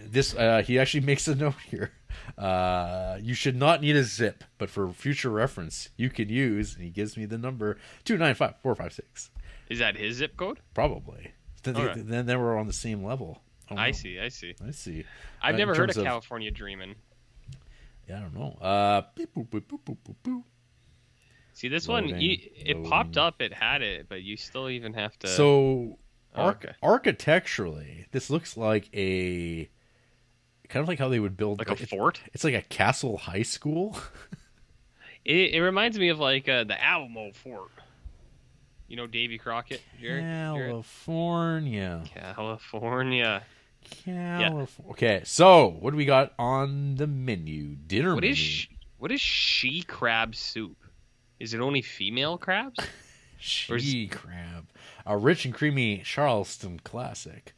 this uh, he actually makes a note here. Uh, you should not need a zip, but for future reference, you can use. And he gives me the number two nine five four five six.
Is that his zip code?
Probably. Then,
All right.
then then we're on the same level. don't
I
know.
see, I see.
I see. Uh,
I've
Uh-huh. in
never heard
terms
of,
of-
California Dreamin'.
Yeah, I don't know. Uh, beep, boop, boop, boop, boop, boop, boop.
See, this
Loading,
one, you, it
loading.
popped up, it had it, but you still even have to.
So
Oh,
arch-
okay.
architecturally, this looks like a kind of like how they would build
like a fort?
It's like a castle high school.
It, it reminds me of, like, uh, the Alamo Fort. You know Davy Crockett? Jared? Jared?
California.
California.
California. Okay, so what do we got on the menu? Dinner
What
menu.
is, sh- what is she crab soup? Is it only female crabs? or is-
she crab? A rich and creamy Charleston classic.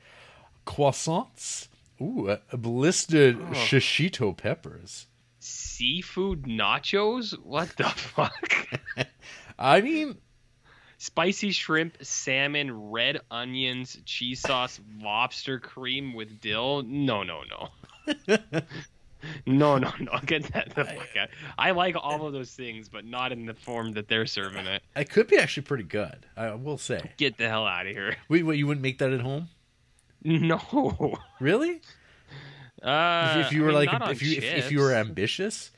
Oh.
Croissants. Ooh, uh, blistered shishito peppers.
seafood nachos? What the fuck?
I mean,
Spicy shrimp, salmon, red onions, cheese sauce, lobster cream with dill. No, no, no. no, no, no. Get that the fuck out. I like all of those things, but not in the form that they're serving it.
it could be actually pretty good. I will say.
Get the hell out of here.
Wait, what? You wouldn't make that at home?
No.
Really?
Uh,
if, if you were
I mean, not
like,
on
if you if, if you were
chips.
ambitious,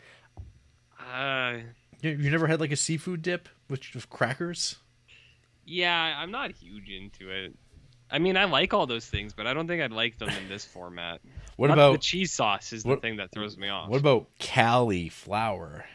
Uh,
you, you never had like a seafood dip with, with crackers.
yeah, I'm not huge into it. I mean, I like all those things, but I don't think I'd like them in this format.
What
Not- the
about
cheese sauce? Is the
what-
thing that throws me off.
what about Cali flour,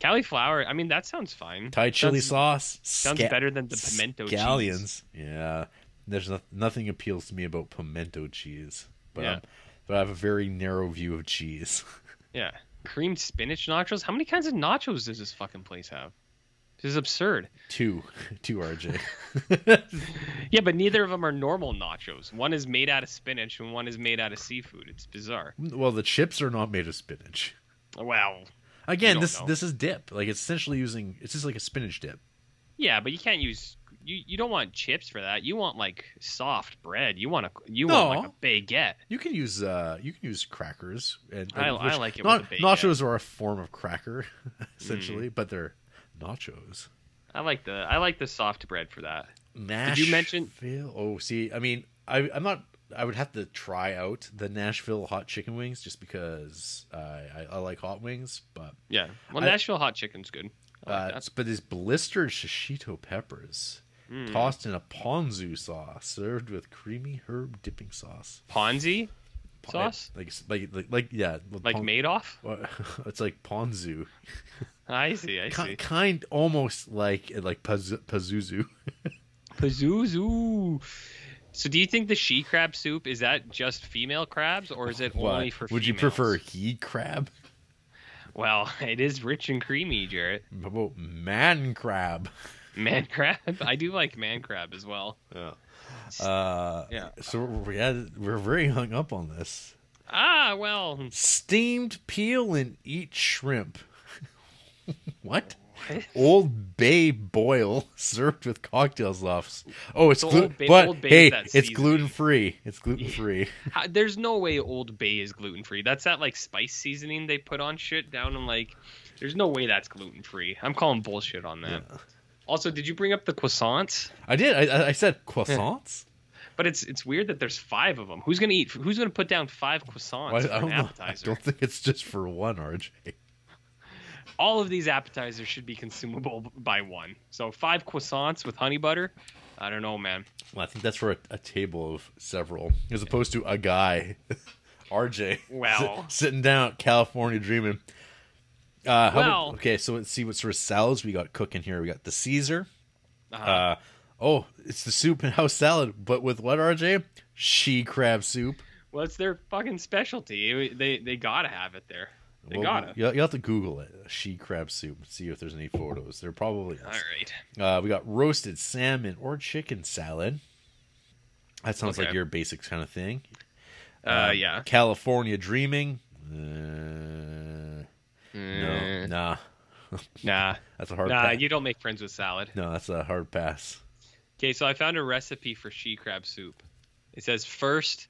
Cauliflower. I mean, that sounds fine.
Thai chili
Sounds-
sauce?
Sounds
sca-
better than the pimento cheese.
scallions. Yeah, there's no, nothing appeals to me about pimento cheese, but
Yeah.
I'm- but I have a very narrow view of cheese.
Yeah. Creamed spinach nachos. How many kinds of nachos does this fucking place have? This is absurd.
two, two RJ.
Yeah, but neither of them are normal nachos. One is made out of spinach and one is made out of seafood. It's bizarre.
well, the chips are not made of spinach.
Wow.
Again,
don't
this
know.
this is dip. Like it's essentially using it's just like a spinach dip.
Yeah, but you can't use you, you don't want chips for that. You want like soft bread. You want a you
No.
want like a baguette.
You can use uh you can use crackers and,
I-
and
I like it with a bacon. Mm.
nachos are a form of cracker essentially, but they're nachos.
I like the I like the soft bread for that.
Nashville.
you mention-
Oh, see, I mean, I, I'm not. I would have to try out the Nashville hot chicken wings just because uh, I, I like hot wings, but
Yeah. Well,
I-
Nashville hot chicken's good. I like
uh,
that.
but these blistered shishito peppers
Mm.
tossed in a ponzu sauce, served with creamy herb dipping sauce.
Ponzi
Po-
sauce?
like like like, like yeah, well,
Like
pon-
Madoff?
well, it's like ponzu,
I see, I
Ki-
see.
kind almost like like paz- pazuzu.
Pazuzu. So do you think the she crab soup is that just female crabs or is it only
Why?
for
Would you
females?
prefer he crab?
Well, it is rich and creamy, Jarrett.
How about man crab?
Man crab. I do like man crab as well.
Yeah. Uh,
Yeah.
So we're, yeah, we're very hung up on this.
Ah, well.
Steamed peel and eat shrimp. what? Old Bay boil served with cocktail sauce. Oh, it's
So
gluten.
Old Bay-
but
Old Bay is
hey,
that
it's
seasoning.
gluten free. It's gluten free.
How, there's no way Old Bay is gluten free. That's that like spice seasoning they put on shit down in like. There's no way that's gluten free. I'm calling bullshit on that. Also, did you bring up the croissants?
I did. I- I, I said croissants.
But it's it's weird that there's five of them. Who's gonna eat? Who's gonna put down five croissants
Why-
for
I,
an
don't know. I
appetizer?
don't think it's just for one, RJ.
All of these appetizers should be consumable by one. So five croissants with honey butter. I don't know, man.
Well, I think that's for a, a table of several, as opposed to a guy, RJ,
Well.
sit- sitting down, at California dreaming. Uh, how about-
Well.
okay, so let's see what sort of salads we got cooking here. We got the Caesar.
Uh-huh.
Uh, oh, it's the soup and house salad, but with what, RJ? She crab soup.
well, it's their fucking specialty. They they gotta have it there. They
Well,
gotta.
You'll, you'll have to Google it. She crab soup. See if there's any photos. There probably is.
All right.
Uh, we got roasted salmon or chicken salad. That sounds like
Okay.
your basics kind of thing.
Uh, yeah.
California Dreaming. Uh, no,
Mm,
nah,
Nah.
that's a hard
Nah,
pass.
you don't make friends with salad.
No, that's a hard pass.
Okay, so I found a recipe for she crab soup. It says first,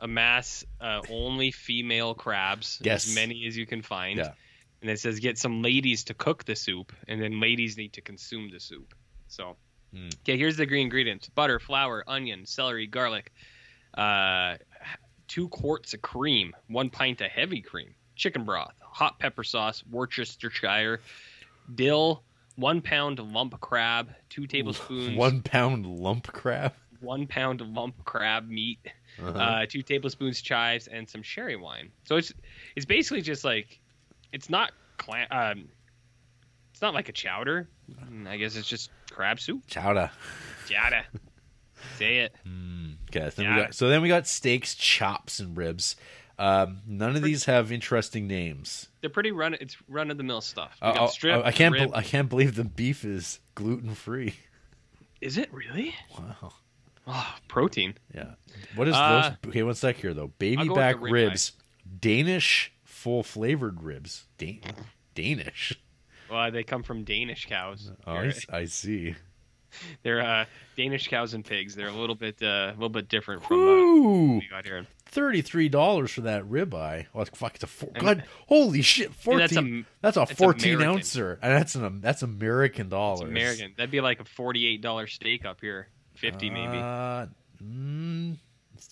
amass uh, only female crabs,
Yes.
as many as you can find.
Yeah.
And it says get some ladies to cook the soup, and then ladies need to consume the soup. So,
Mm.
okay, here's the green ingredients: butter, flour, onion, celery, garlic, uh, two quarts of cream, one pint of heavy cream, chicken broth, hot pepper sauce, Worcestershire, dill. One pound lump crab, two tablespoons
One pound lump crab.
one pound of lump crab meat,
Uh-huh.
uh, two tablespoons chives, and some sherry wine. So it's it's basically just like it's not clam, um, it's not like a chowder. Mm, I guess it's just crab soup.
Chowder.
Chowder. Say it.
Okay, then we
Yeah.
got, so then we got steaks, chops, and ribs. Um, none of these have interesting names.
They're pretty run. It's run of the mill stuff. We
Uh,
got
oh,
strip,
I can't.
rib-
bel I can't believe the beef is gluten free.
Is it really?
Wow.
Oh, protein.
Yeah. What is
Uh,
those? Okay, one sec here though. Baby
go with
back
the ribeye.
ribs, Danish full flavored ribs. Dan- Danish.
Well, they come from Danish cows.
Oh, I,
They're,
s- I see.
they're, uh, Danish cows and pigs. They're a little bit uh, a little bit different from uh,
Woo!
what we got here.
Thirty-three dollars for that ribeye. Well, fuck, it's a four,
And-
God, holy shit,
And
fourteen.
that's a
That's a
It's
fourteen
American.
ouncer, and that's an um, that's American dollars.
it's American. That'd be like a forty-eight dollar steak up here, fifty maybe.
Uh, mm,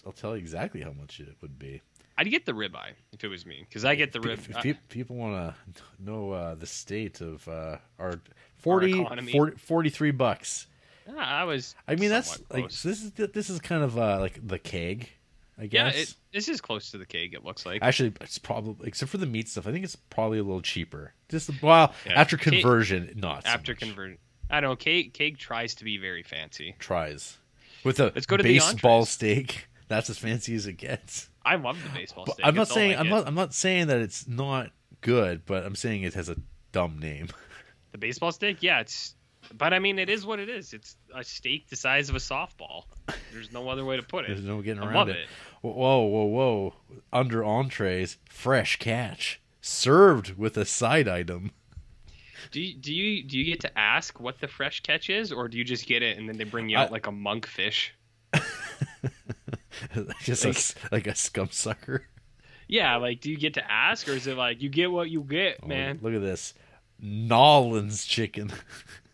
I'll tell you exactly how much it would be.
I'd get the ribeye if it was me, because I get the
Pe-
rib. uh,
If,
I-
pe- people want to know uh, the state of uh, our 40,
economy.
40 43 bucks.
I, was.
I mean, that's
somewhat
like
close.
so this is this is kind of uh, like the keg, I
yeah.
guess.
It, this is close to the keg. It looks like.
Actually, it's probably except for the meat stuff. I think it's probably a little cheaper. Just well
Yeah.
after
Keg-
conversion, not so
after
much.
conversion. I don't know. Cake cake tries to be very fancy.
tries with a
Let's go to the
baseball
entrees.
steak. That's as fancy as it gets.
I love the baseball
But
steak.
I'm not
It's all
saying
I
I'm
get.
not I'm not saying that it's not good, but I'm saying it has a dumb name.
the baseball steak. Yeah, it's. But I mean, it is what it is. It's a steak the size of a softball. There's no other way to put
There's
it.
no getting
I
around
love
it.
it.
Whoa, whoa, whoa! Under entrees, fresh catch served with a side item.
Do you, do you do you get to ask what the fresh catch is, or do you just get it and then they bring you out
I-
like a monkfish?
Just like, like a scum sucker.
Yeah, like do you get to ask, or is it like you get what you get,
Oh,
man?
look at this, Nollins chicken.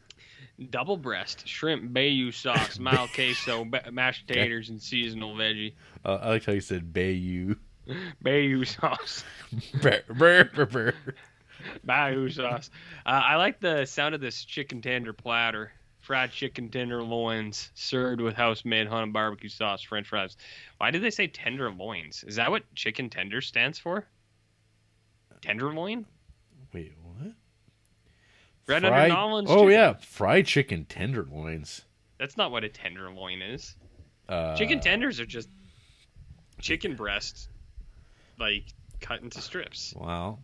Double breast, shrimp, bayou sauce, mild queso, ba- mashed
Okay.
taters, and seasonal veggie.
Uh, I like how you said Bayou.
Bayou sauce.
Brr, brr, brr, brr.
Bayou sauce. Uh, I like the sound of this chicken tender platter. Fried chicken tenderloins served with house-made honey barbecue sauce, French fries. Why did they say tenderloins? Is that what chicken tender stands for? Tenderloin?
Wait, what?
Right under
Fried-
Nolan's
Oh
chicken.
yeah, fried chicken tenderloins.
That's not what a tenderloin is.
Uh,
Chicken tenders are just chicken breasts, like cut into strips.
Wow.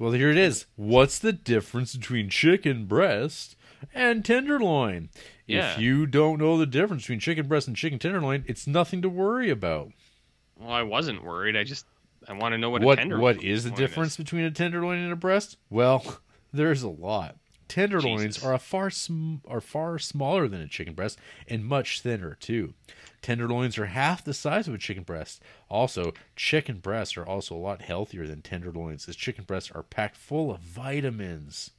Well, here it is. What's the difference between chicken breast and tenderloin?
Yeah.
If you don't know the difference between chicken breast and chicken tenderloin, it's nothing to worry about.
Well, I wasn't worried. I just I want to know what, a
What
tenderloin
what is the difference
Is.
between a tenderloin and a breast? Well, there's a lot. Tenderloins
Jesus.
are a far sm- are far smaller than a chicken breast and much thinner too. Tenderloins are half the size of a chicken breast. Also, chicken breasts are also a lot healthier than tenderloins, as chicken breasts are packed full of vitamins.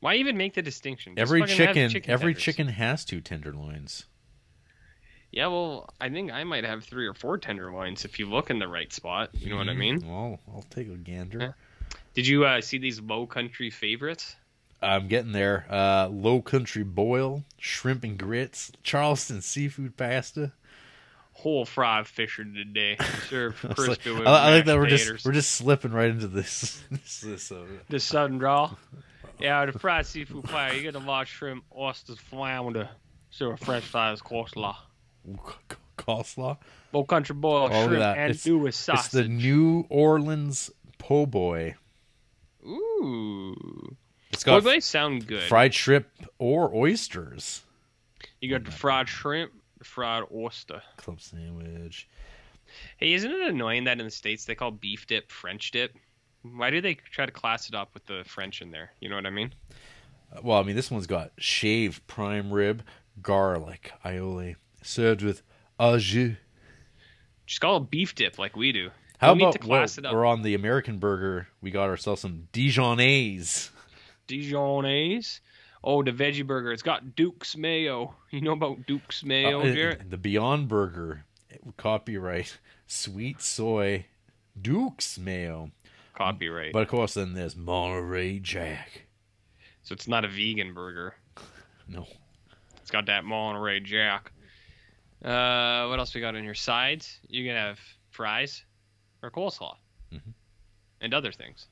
Why even make the distinction? Just
every
fucking have
chicken, every
tenders.
chicken has two tenderloins.
Yeah, well, I think I might have three or four tenderloins if you look in the right spot. You know what I
Mm-hmm.
mean?
Mm, Well, I'll take a gander.
Yeah. Did you uh, see these low country favorites?
I'm getting there. Uh, low country boil, shrimp and grits, Charleston seafood pasta.
Whole fried fisher today, served
It's
crispy
like-
with
I, I like
mashed
that we're
taters.
just we're just slipping right into this this, this uh,
the sudden draw. Yeah, the fried seafood platter. You get a large shrimp, oysters, flounder, serve with French fries, coleslaw,
c- coleslaw.
low country boiled
Oh, look at
shrimp,
that.
and
It's-
do with
It's the
sausage.
New Orleans po' boy.
Ooh,
It's
well,
got
they sound good.
fried shrimp or oysters,
you got the fried shrimp, the fried oyster.
club sandwich.
Hey, isn't it annoying that in the states they call beef dip French dip? Why do they try to class it up with the French in there? You know what I mean?
Uh, Well, I mean, this one's got shaved prime rib, garlic aioli, served with au jus.
Just call it beef dip like we do.
How
we
about
need to class
well,
it up.
we're on the American burger? We got ourselves some Dijonnaise.
Dijonnaise. Oh, the veggie burger. It's got Duke's mayo. You know about Duke's mayo,
Uh, and-
Jarrett?
and the Beyond Burger, copyright sweet soy, Duke's mayo.
Copyright.
But of course, then there's Monterey Jack.
so it's not a vegan burger.
No,
It's got that Monterey Jack. Uh, what else we got on your sides? You can have fries or coleslaw
Mhm.
and other things.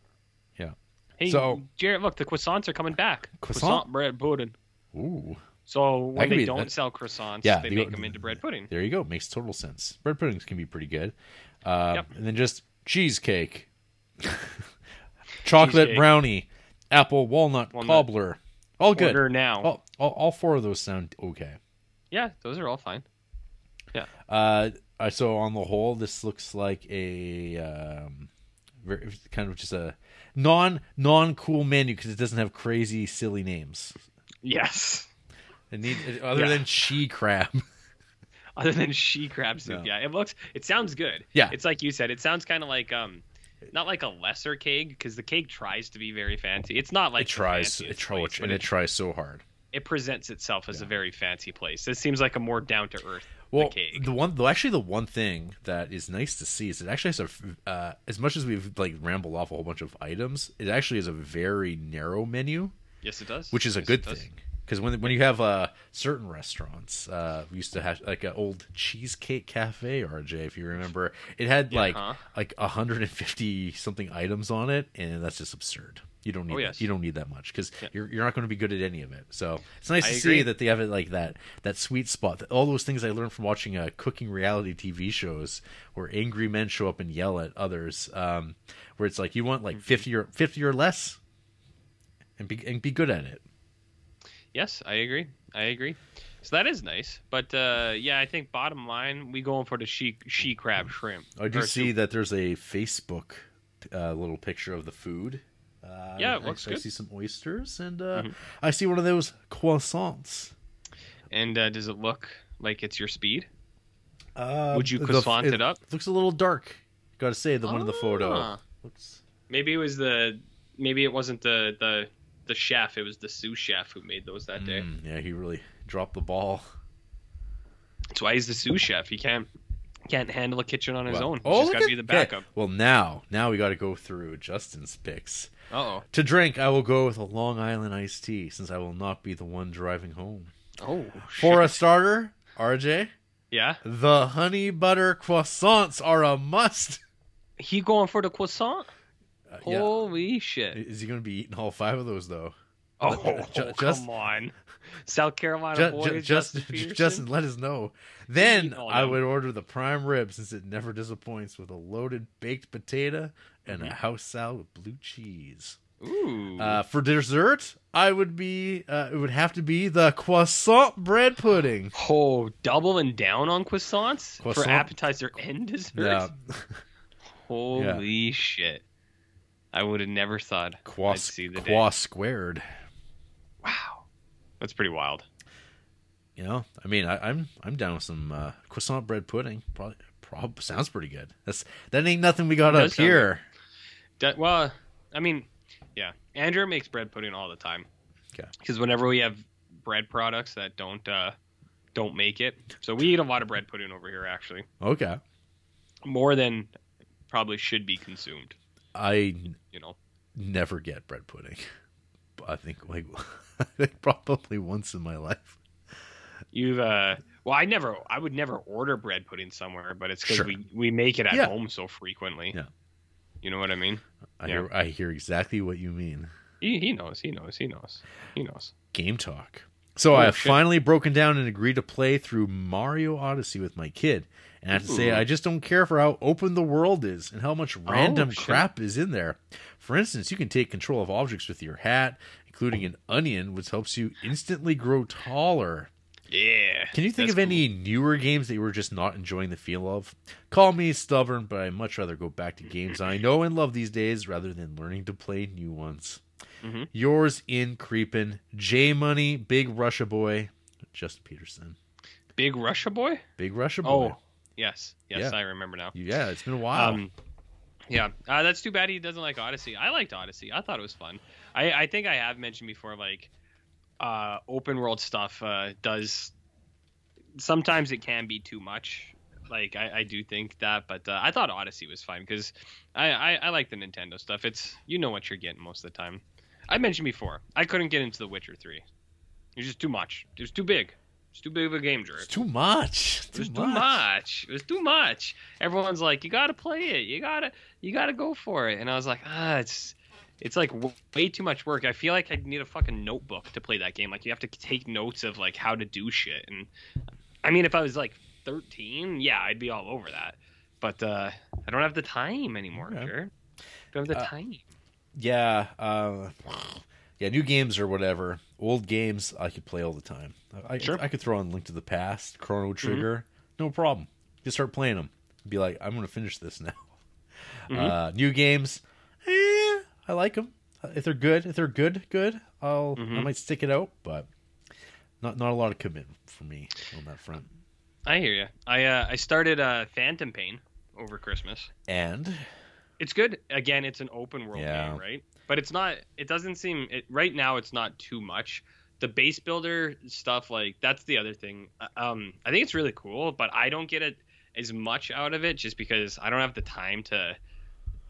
Yeah.
Hey,
So-
Jarrett, look, the croissants are coming back.
Croissant?
bread pudding.
ooh,
So
That
when
could
they
be-
don't
that-
sell croissants,
Yeah,
they
they
make
go-
them into bread pudding.
there you go. Makes total sense. Bread puddings can be pretty good. Uh,
Yep.
And then just cheesecake, chocolate
Cheesecake.
brownie, apple walnut,
Walnut.
cobbler. All good. Oh.
Order now.
All, all, all four of those sound okay.
Yeah, those are all fine. Yeah.
Uh, I- so on the whole, this looks like a um, ver- kind of just a non non cool menu because it doesn't have crazy silly names.
Yes.
It needs other
Yeah.
than she crab.
Other than she crab soup,
No.
yeah, it looks, it sounds good.
Yeah.
It's like you said, it sounds kind of like um, not like a lesser keg because the keg tries to be very fancy. It's not like
it tries
the
it
fanciest
tries
place, but
and it tries so hard.
it presents itself as
Yeah.
a very fancy place. This seems like a more down to earth
Well,
cake.
the one, though, actually, the one thing that is nice to see is it actually has a, uh, as much as we've like rambled off a whole bunch of items, it actually is a very narrow menu,
Yes, it does.
which is a
Yes,
good
it does.
thing. Because when when you have uh, certain restaurants, uh, we used to have like an old cheesecake cafe, RJ, if you remember, it had like
huh.
like 150 something items on it, and that's just absurd. You don't need
Oh,
that-
yes.
you don't need that much because
Yeah.
you're you're not going to be good at any of it. So it's nice
I
to
agree.
see that they have it like that that sweet spot. That- all those things I learned from watching uh, cooking reality TV shows where angry men show up and yell at others, um, where it's like you want
Mm-hmm.
like 50 or 50 or less, and be and be good at it.
Yes, I agree. I agree. So that is nice, but uh, yeah, I think bottom line, we going for the she she crab shrimp.
Mm-hmm. I do
Or
see that there's a Facebook uh, little picture of the food. Uh,
Yeah, it
I-
looks
I
good. Mm-hmm.
see some oysters, and uh, I see one of those croissants.
soup. And uh, does it look like it's your speed?
Uh,
Would you croissant it up?
Looks a little dark. Got to say, the one in the photo
Ah.
looks.
Maybe it was the maybe it wasn't the the the chef. It was the sous chef who made those that day.
Mm, yeah, he really dropped the ball.
That's why he's the sous chef. He can't can't handle a kitchen on his
Well- oh,
own. He's just
look
got to
at-
be the
okay,
backup.
Well, now, now we got to go through Justin's picks.
Uh
To drink, I will go with a Long Island iced tea, since I will not be the one driving home.
oh. Oh.
For a
shit.
starter, RJ,
Yeah.
the honey butter croissants are a must.
He going for the croissant?
Uh, yeah.
Holy shit!
Is he going to be eating all five of those though?
Oh,
Ju- just-
come on, South Carolina
Ju-
boys.
ju-
Justin,
just,
Peterson.
Justin, let us know. Then
all
I
them.
would order the prime rib since it never disappoints with a loaded baked potato and
Mm-hmm.
a house salad with blue cheese.
Ooh,
Uh, for dessert, I would be uh, it would have to be the croissant bread pudding.
oh, doubling down on croissants
Croissant.
for appetizer and dessert.
Yeah,
Holy shit! I would have never thought. I'd
quas,
see the day.
quas squared.
Wow, that's pretty wild.
You know, I mean, I, I'm I'm down with some uh, croissant bread pudding. Probably, prob sounds pretty good. That's that ain't nothing we got
It
up
does sound
here.
D- well, I mean, yeah, Andrew makes bread pudding all the time.
Okay.
Because whenever we have bread products that don't uh, don't make it, so we eat a lot of bread pudding over here. Actually,
Okay,
more than probably should be consumed.
I
You know.
never get bread pudding. I think like I think probably once in my life.
You've uh well I never I would never order bread pudding somewhere, but it's because
Sure.
we, we make it at
Yeah.
home so frequently.
Yeah.
You know what I mean?
I
Yeah.
hear I hear exactly what you mean.
He, he knows, he knows, he knows. He knows.
Game talk. So I
Oh,
have
shit.
finally broken down and agreed to play through Mario Odyssey with my kid. And I have to say,
Ooh. Oh,
I just don't care for how open the world is and how much random
shit.
crap is in there. For instance, you can take control of objects with your hat, including an onion, which helps you instantly grow taller.
Yeah.
Can you think
that's
of any newer games that you were just not enjoying the feel of? Call me stubborn, but I'd much rather go back to games I know and love these days rather than learning to play new ones.
Mhm.
Yours in creepin', J Money, Big Russia Boy, Justin Peterson,
cool. Big Russia boy?
Big Russia Boy.
Oh. Yes. Yes,
Yeah.
I remember now.
yeah, it's been a while.
Um yeah, uh, that's too bad he doesn't like Odyssey. I liked Odyssey. I thought it was fun. I, I think I have mentioned before, like uh, open world stuff uh, does sometimes it can be too much. Like I, I do think that, but uh, I thought Odyssey was fun because I, I I like the Nintendo stuff. It's you know what you're getting most of the time. I mentioned before I couldn't get into The Witcher Three. It was just too much. It was too big. It's too big of a game, jerk.
it's too much.
It was too much. It was too much. Everyone's like, you gotta play it. You gotta, you gotta go for it. And I was like, ah, it's, it's like w- way too much work. I feel like I need a fucking notebook to play that game. Like you have to take notes of like how to do shit. And I mean, if I was like 13, yeah, I'd be all over that. But uh, I don't have the time anymore.
Okay.
Jared. Don't have the
Uh,
time.
Yeah, uh, yeah, new games or whatever. Old games I could play all the time. I,
Sure. Mm-hmm.
I could throw on Link to the Past, Chrono Trigger. No problem. Just start playing them. Be like, I'm gonna finish this now.
Mm-hmm.
Uh, new games, eh, I like them. If they're good, if they're good, good. I'll I
Mhm.
might stick it out, but not not a lot of commitment for me on that front.
I hear you. I uh, I started uh, Phantom Pain over Christmas.
And
It's good. Again, it's an open world
Yeah.
game, right? But it's not. It doesn't seem it, right now. It's not too much. The base builder stuff, like that's the other thing. Uh, Um, I think it's really cool, but I don't get it as much out of it just because I don't have the time to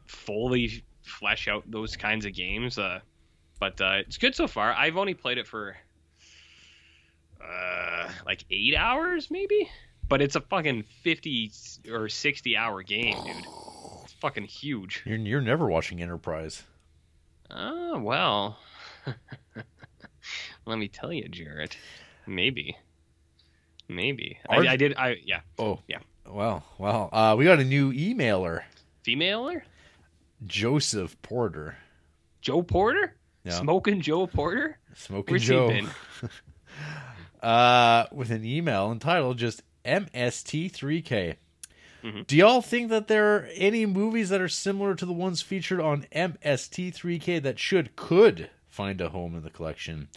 fully flesh out those kinds of games. Uh, but uh, it's good so far. I've only played it for uh, like eight hours, maybe. But it's a fucking fifty or sixty hour game, dude. It's fucking huge.
you're you're never watching Enterprise.
Oh, well. Let me tell you, Jarrett. Maybe. Maybe. I,
Are-
I did. I Yeah.
Oh
Yeah.
Wow, wow. Uh, we got a new emailer,
Femaler?
Joseph Porter.
Joe Porter?
Yeah.
Smoking Joe Porter?
Smoking
Where's he
Joe.
been?
uh, with an email entitled just MST3K.
Mhm.
Do y'all think that there are any movies that are similar to the ones featured on MST3K that should could find a home in the collection?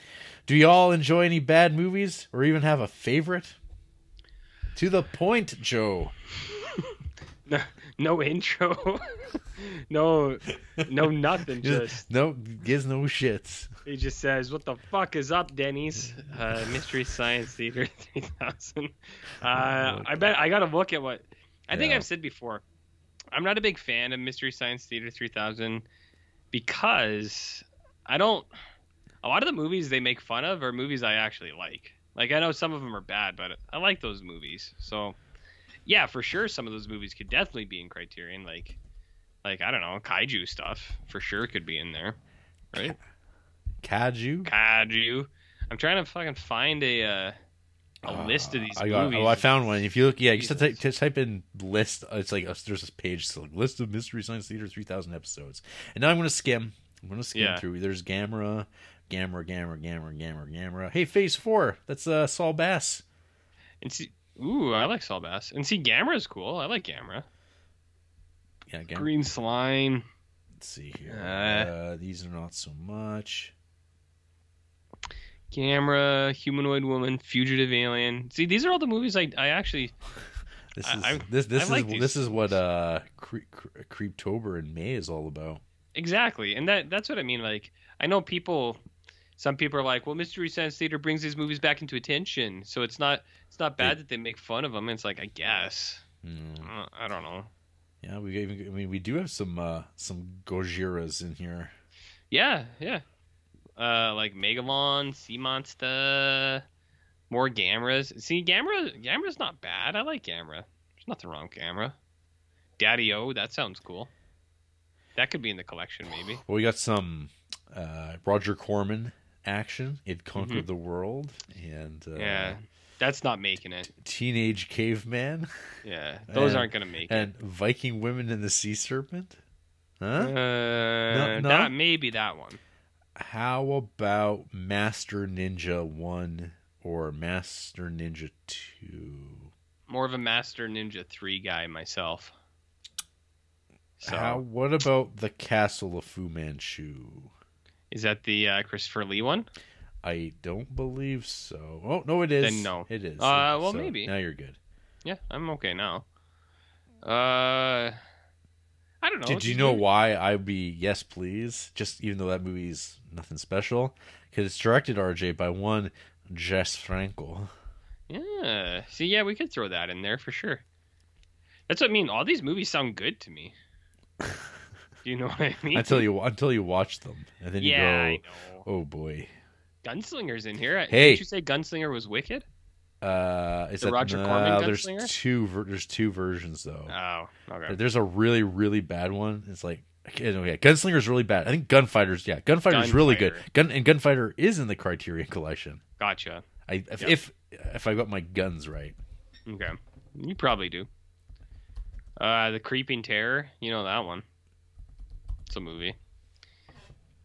Do y'all enjoy any bad movies or even have a favorite? To the point, Joe.
No, no intro. no, no nothing. Just
no gives no shits.
he just says, "What the fuck is up, Denny's uh, Mystery Science Theater 3000?" Uh, I bet I gotta look at what. I think
Yeah.
I've said before. I'm not a big fan of Mystery Science Theater 3000 because I don't. A lot of the movies they make fun of are movies I actually like. Like I know some of them are bad, but I like those movies. So, yeah, for sure, some of those movies could definitely be in Criterion. Like, like I don't know, kaiju stuff for sure could be in there, right?
Kaju.
Kaiju. I'm trying to fucking find a uh, a
Uh,
list of these
I got,
movies.
Oh, I found one. If you look, yeah, you just type,
Jesus.
just type in list. It's like uh, there's this page, it's like list of Mystery Science Theater 3000 episodes. And now I'm gonna skim. I'm gonna skim
Yeah.
through. There's Gamera, Gamera, Gamera, Gamera, Gamera, Gamera. Hey, Phase Four. That's uh, Saul Bass.
And see, ooh, I like Saul Bass. And see, Gamera's cool. I like Gamera.
Yeah, Gamera.
Green Slime.
Let's see here.
Uh.
Uh, these are not so much.
Gamera, Humanoid Woman, Fugitive Alien. See, these are all the movies I, I actually.
This
I-
is
I-
this this
I
is
like these.
this is what uh Cre- Cre- Creeptober in May is all about.
Exactly. And that that's what I mean. Like, I know people. Some people are like, well, Mystery Science Theater brings these movies back into attention. So it's not it's not bad that they make fun of them. It's like, I guess.
Mm.
Uh, I don't know.
Yeah, we even I mean we do have some uh some Gojiras in here.
Yeah, yeah. Uh, like Megalon, Sea Monster, more Gamras. See, Gamera, Gamera's not bad. I like Gamera. There's nothing wrong with Gamera. Daddy O, that sounds cool. That could be in the collection, maybe.
Well, we got some uh, Roger Corman action. It conquered the world, and uh,
Mm-hmm. yeah, that's not making it.
teenage caveman
Yeah, those
And-
aren't gonna make it.
and Viking women and the sea serpent.
Uh,
Huh? no?
That maybe that one.
How about Master Ninja One or Master Ninja Two?
More of a Master Ninja Three guy myself. So
How? What about the Castle of Fu Manchu?
is that the uh, Christopher Lee one?
I don't believe so. Oh no, it is.
Then no.
it is.
Uh,
Okay,
well,
so
maybe.
now you're good.
Yeah, I'm okay now. Uh, I don't know.
Did you know why I'd be yes please? Just even though that movie's nothing special, because it's directed RJ by one Jess Franco.
Yeah. See, yeah, we could throw that in there for sure. That's what I mean. All these movies sound good to me. Do you know what I mean?
Until you until you watch them, and then
yeah,
you
I
go,
know.
oh boy.
Gunslinger's in here.
Hey.
Did you say Gunslinger was wicked?
Uh, is
The
that,
Roger
no,
Corman
There's
Gunslinger?
two. Ver- there's two versions though.
Oh, okay.
There's a really really bad one. It's like. Okay, okay, Gunslinger's really bad. I think Gunfighter's yeah, Gunfighter's really good.
Gunfighter.
Gun and Gunfighter is in the Criterion Collection.
Gotcha.
I if
Yep.
if, if I got my guns right.
Okay. You probably do. Uh, The Creeping Terror. You know that one. It's a movie.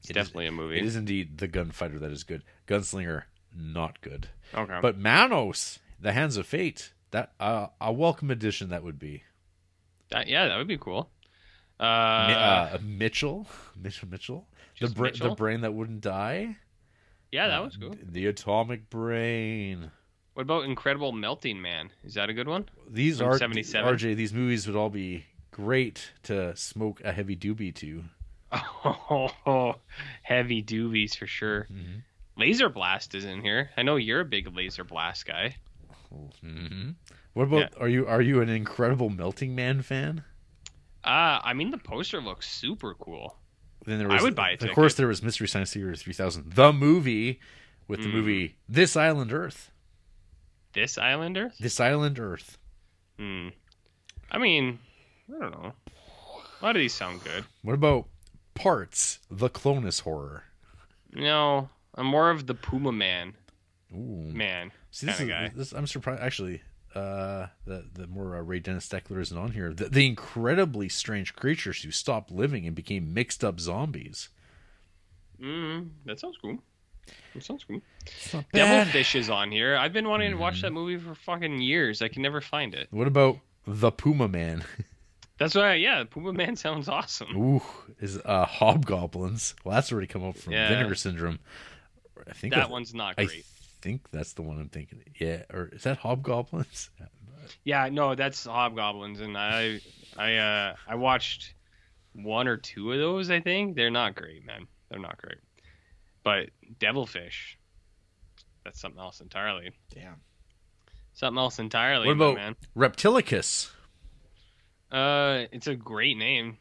It's
It is-
definitely a movie.
It is indeed the gunfighter that is good. Gunslinger, not good.
Okay.
But Manos, the hands of fate, That uh, a welcome addition that would be.
That, yeah, that would be cool. Uh,
Mi- uh, Mitchell, Mitchell, Mitchell, the
just
bra- the
Mitchell?
brain that wouldn't die.
yeah, that
Uh,
was cool.
The atomic brain.
What about Incredible Melting Man? Is that a good one?
These
From
are
77?
RJ. These movies would all be great to smoke a heavy doobie to.
Oh, heavy doobies for sure.
Mm-hmm.
Laser Blast is in here. I know you're a big Laser Blast guy.
Mm-hmm. What about are you are you an incredible Melting Man fan?
Uh, I mean, the poster looks super cool.
Then there
I
was,
would buy a
Of
ticket.
course, there was Mystery Science Theater 3000, the movie, with the
Mm.
movie This Island Earth.
This Islander?
This Island Earth.
Hmm. I mean, I don't know. A lot of these sound good.
What about Parts, the Clonus Horror?
No, I'm more of the Puma Man.
Ooh.
Man.
Hmm. See, this is,
Hmm. kinda guy.
this, I'm surprised. Actually, uh, the the more uh, Ray Dennis Steckler isn't on here. The, the incredibly strange creatures who stopped living and became mixed up zombies.
Mm, that sounds cool. That sounds cool.
It's not bad. Mm.
Devilfish is on here. I've been wanting to watch that movie for fucking years. I can never find it.
What about the Puma Man?
That's why, yeah, Puma Man sounds awesome.
Ooh, is uh, hobgoblins. Well, that's already come up from
Yeah.
Vinegar Syndrome. I think
That
that's-
one's not
I
great.
think that's the one I'm thinking. Yeah, or is that hobgoblins?
Yeah, no, that's Hobgoblins, and I, I, uh, I watched one or two of those. I think they're not great, man. They're not great. But Devilfish, that's something else entirely.
Damn.
Something else entirely.
What
my
about
man?
Reptilicus?
Uh, it's a great name.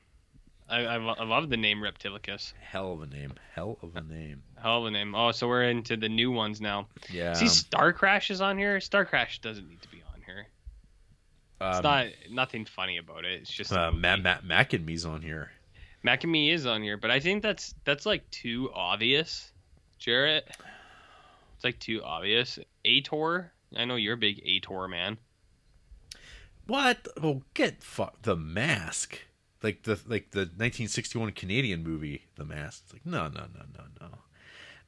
I, I, lo- I love the name Reptilicus.
Hell of a name. Hell of a name.
Hell of a name. Oh, so we're into the new ones now.
Yeah.
See, Star Crash is on here. Star Crash doesn't need to be on here. It's
um,
not nothing funny about it. It's just a
uh,
movie.
Matt, Matt, Mac and me's on here.
Macamee is on here, but I think that's that's like too obvious, Jarrett. It's like too obvious. Ator, I know you're a big Ator man.
What? Oh, get fu- the mask. Like the like the 1961 Canadian movie, The Mask. It's like no, no, no, no, no,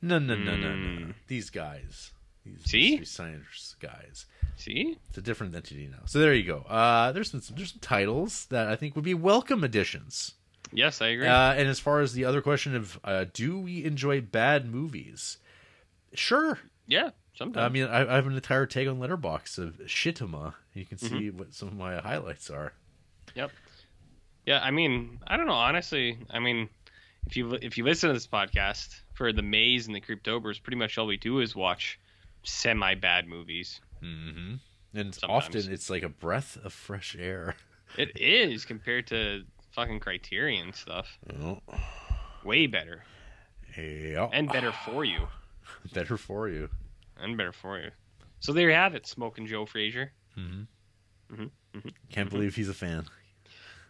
no, no, no, no, no. These guys, these
Hmm. See?
mystery science guys.
See,
It's a different entity now. So there you go. Uh, there's been some, there's some titles that I think would be welcome additions.
yes, I agree.
Uh, and as far as the other question of uh, do we enjoy bad movies? Sure.
yeah,
I
sometimes.
mean, I, I have an entire tag on Letterbox of Shitima. You can see
Mm-hmm.
what some of my highlights are.
yep. Yeah, I mean, I don't know. Honestly, I mean, if you if you listen to this podcast for the Maze and the Cryptobers, pretty much all we do is watch semi bad movies.
Mm-hmm. And
Sometimes.
often it's like a breath of fresh air.
It is compared to fucking Criterion stuff,
Oh,
way better
yeah.
and better for you.
better for you.
And better for you. So there you have it, smoking Joe Frazier.
Can't
Mm-hmm.
believe he's a fan.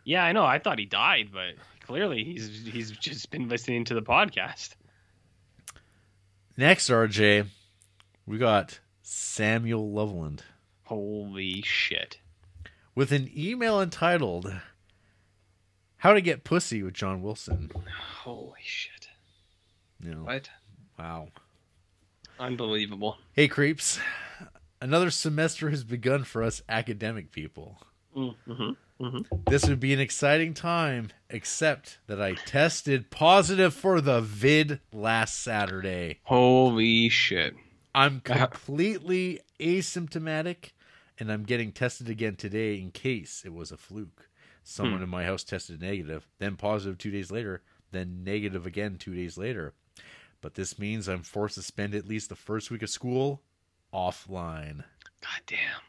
Yeah, I know. I thought he died, but clearly he's he's just been listening to the podcast.
Next, RJ, we got Samuel Loveland.
Holy shit!
with an email entitled "How to Get Pussy with John Wilson."
Holy shit!
You know,
What?
wow.
Unbelievable.
Hey, creeps! Another semester has begun for us academic people.
Mm-hmm.
This would be an exciting time, except that I tested positive for the vid last Saturday.
Holy shit!
I'm completely asymptomatic, and I'm getting tested again today in case it was a fluke. Someone in my house tested negative, then positive two days later, then negative again two days later. But this means I'm forced to spend at least the first week of school offline.
God damn!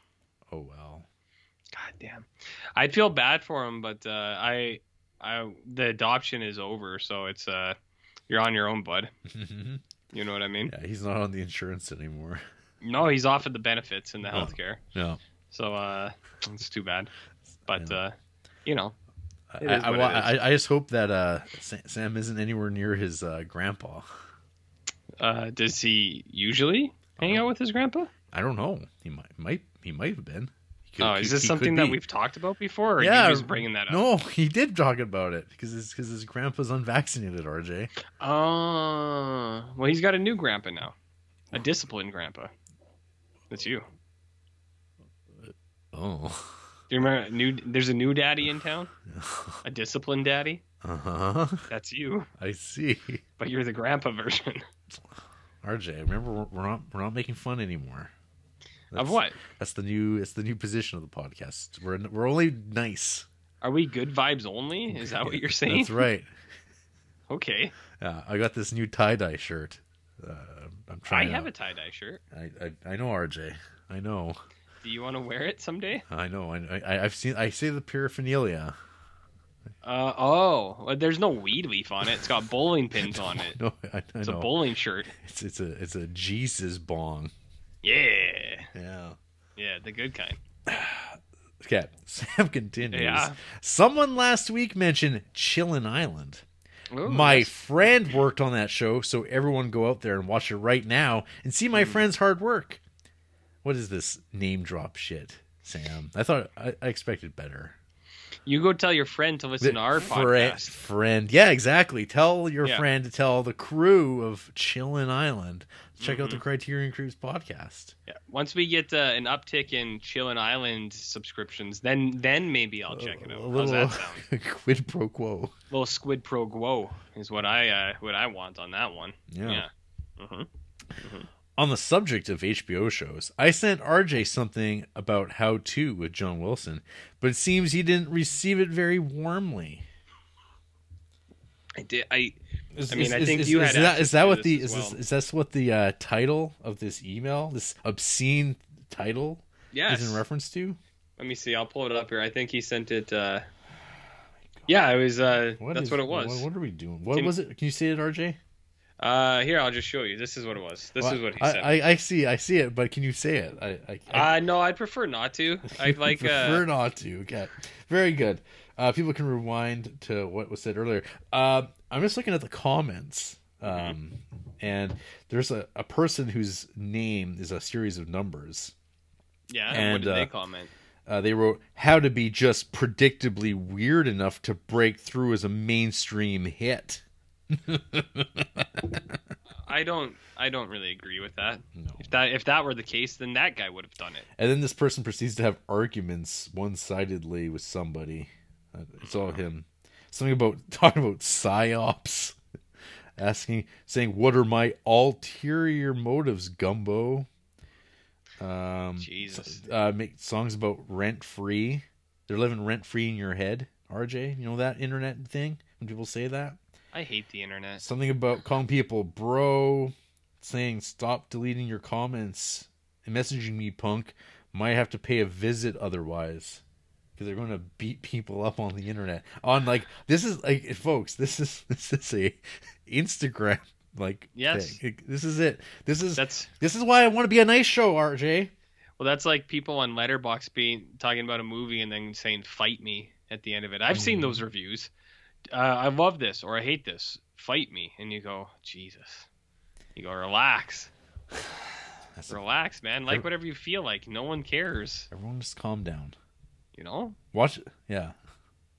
Oh well.
God damn! I feel bad for him, but uh, I, I the adoption is over, so it's uh, you're on your own, bud.
yeah,
You know what I mean?
he's not on the insurance anymore.
No, he's off of the benefits and the
No.
healthcare,
No.
so uh, it's too bad. But uh, you know,
I,
It is
I,
what
well,
it is.
I, I just hope that uh, Sa- Sam isn't anywhere near his uh, grandpa.
Uh, does he usually
Uh-huh.
hang out with his grandpa?
I don't know. He might, might, he might have been. He could-
oh,
he-
is this
he could
something that
be.
we've talked about before? Or
Yeah,
he was bringing that up.
No, he did talk about it because his, cause his grandpa's unvaccinated, RJ.
Oh, well, he's got a new grandpa now, a disciplined grandpa. That's you.
Oh.
Do you remember new? There's a new daddy in town, a disciplined daddy.
Uh huh.
That's you,
I see.
but you're the grandpa version
RJ, remember we're- we're not we're not making fun anymore.
of
That's-
what?
That's the new. It's the new position of the podcast. We're we're only nice.
Are we good vibes only? Is that what you're saying?
That's right.
Okay,
Uh, I got this new tie dye shirt. Uh, I'm
I
trying.
have a
out.
tie dye shirt.
I, I I know RJ. I know.
Do you want to wear it someday?
I know. I, I I've seen. I see the paraphernalia.
Uh oh, well, there's no weed leaf on it. It's got bowling pins on it.
No, I, I
It's a
know.
bowling shirt.
It's it's a it's a Jesus bong.
Yeah,
Yeah.
yeah, the good kind.
Okay. Sam continues.
Yeah.
Someone last week mentioned Chillin Island.
Ooh,
my
that's-
friend worked on that show, so everyone go out there and watch it right now and see
Hmm.
my friend's hard work. What is this name drop shit, Sam? I thought I, I expected better.
you go tell your friend to listen to our
Fri-
podcast.
friend, yeah, exactly. Tell your
Yeah.
friend to tell the crew of Chillin Island. Check
Mm-hmm.
out the Criterion Cruise podcast.
Yeah. Once we get uh, an uptick in Chillin Island subscriptions, then then maybe I'll check it out.
A Uh,
How's
little
that sound?
quid pro quo.
little squid pro guo is what I uh, what I want on that one.
Yeah.
hmm
On the subject of HBO shows, I sent RJ something about How To with John Wilson, but it seems he didn't receive it very warmly.
I did. I
Is,
I mean,
is-
I
is-
think
is,
you
is
had
that,
access
is that
to
what
this
the
as
is, this,
well.
is that what the uh, title of this email, this obscene title,
yes.
is in reference to?
Let me see. I'll pull it up here. I think he sent it. Uh... Yeah, it was. Uh, that's
is-
what it was.
What, what are we doing? What
Can-
was it? Can you see it, RJ?
Uh, here I'll just show you. This is what it was. This
Well,
is what he
I,
sent.
I, I see, I see it, but can you say it? I, I, I
uh, no, I'd prefer not to. I'd like.
prefer
Uh,
not to. Okay, very good. Uh, people can rewind to what was said earlier. Uh, I'm just looking at the comments,
Mm-hmm.
um, and there's a, a person whose name is a series of numbers.
yeah.
and,
what did
uh,
they comment?
Uh, they wrote how to be just predictably weird enough to break through as a mainstream hit.
I don't. I don't really agree with that.
No.
If that if that were the case, then that guy would have done it.
And then this person proceeds to have arguments one-sidedly with somebody. Uh, It's all him. Something about talking about psyops, asking, saying, "What are my ulterior motives, Gumbo?" Um,
Jesus.
uh, make songs about rent free. They're living rent free in your head, RJ. You know that internet thing when people say that.
I hate the internet.
Something about calling people bro, saying stop deleting your comments and messaging me, punk. Might have to pay a visit otherwise. Because they're going to beat people up on the internet. On like this is like eh, folks, this is this is a Instagram like
Yes.
thing. This is it. This is
That's
this is why I want to be a nice show, RJ.
Well, that's like people on Letterbox being talking about a movie and then saying "fight me" at the end of it. I've
Mm-hmm.
seen those reviews. Uh, I love this or I hate this. Fight me, and you go, Jesus. You go, relax,
That's-
relax, man. Like whatever you feel like. No one cares.
Everyone just calm down.
You know,
Watch it. Yeah.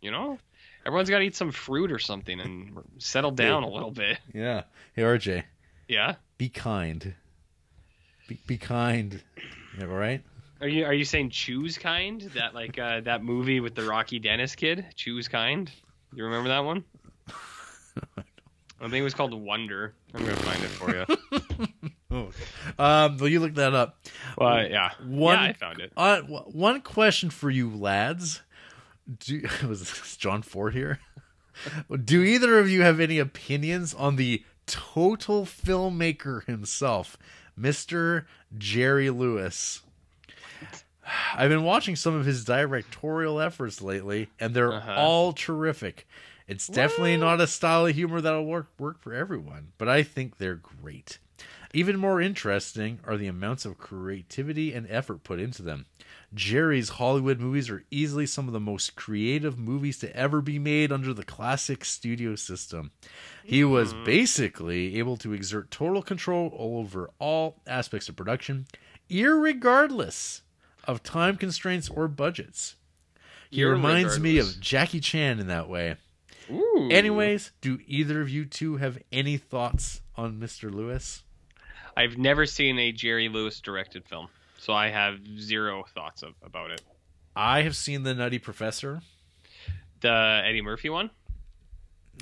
you know. Everyone's got to eat some fruit or something and settle down a little bit.
Yeah. Hey RJ,
Yeah.
be kind. Be, be kind. Yeah, all right?
Are you are you saying choose kind? That like uh, that movie with the Rocky Dennis kid, choose kind. You remember that one? I think it was called Wonder. I'm gonna find it for you.
Oh, um, well, you look that up.
Well, yeah,
One-
yeah, I found it.
Uh, w- one question for you lads: Do was this John Ford here? Do either of you have any opinions on the total filmmaker himself, Mister Jerry Lewis? I've been watching some of his directorial efforts lately, and they're
Uh-huh.
all terrific. It's definitely not a style of humor that'll work work for everyone, but I think they're great. Even more interesting are the amounts of creativity and effort put into them. Jerry's Hollywood movies are easily some of the most creative movies to ever be made under the classic studio system. He was basically able to exert total control over all aspects of production, irregardless of time constraints or budgets. He reminds me of Jackie Chan in that way.
Ooh.
Anyways, do either of you two have any thoughts on Mr. Lewis?
I've never seen a Jerry Lewis directed film, so I have zero thoughts of, about it.
I have seen the Nutty Professor
The Eddie Murphy one.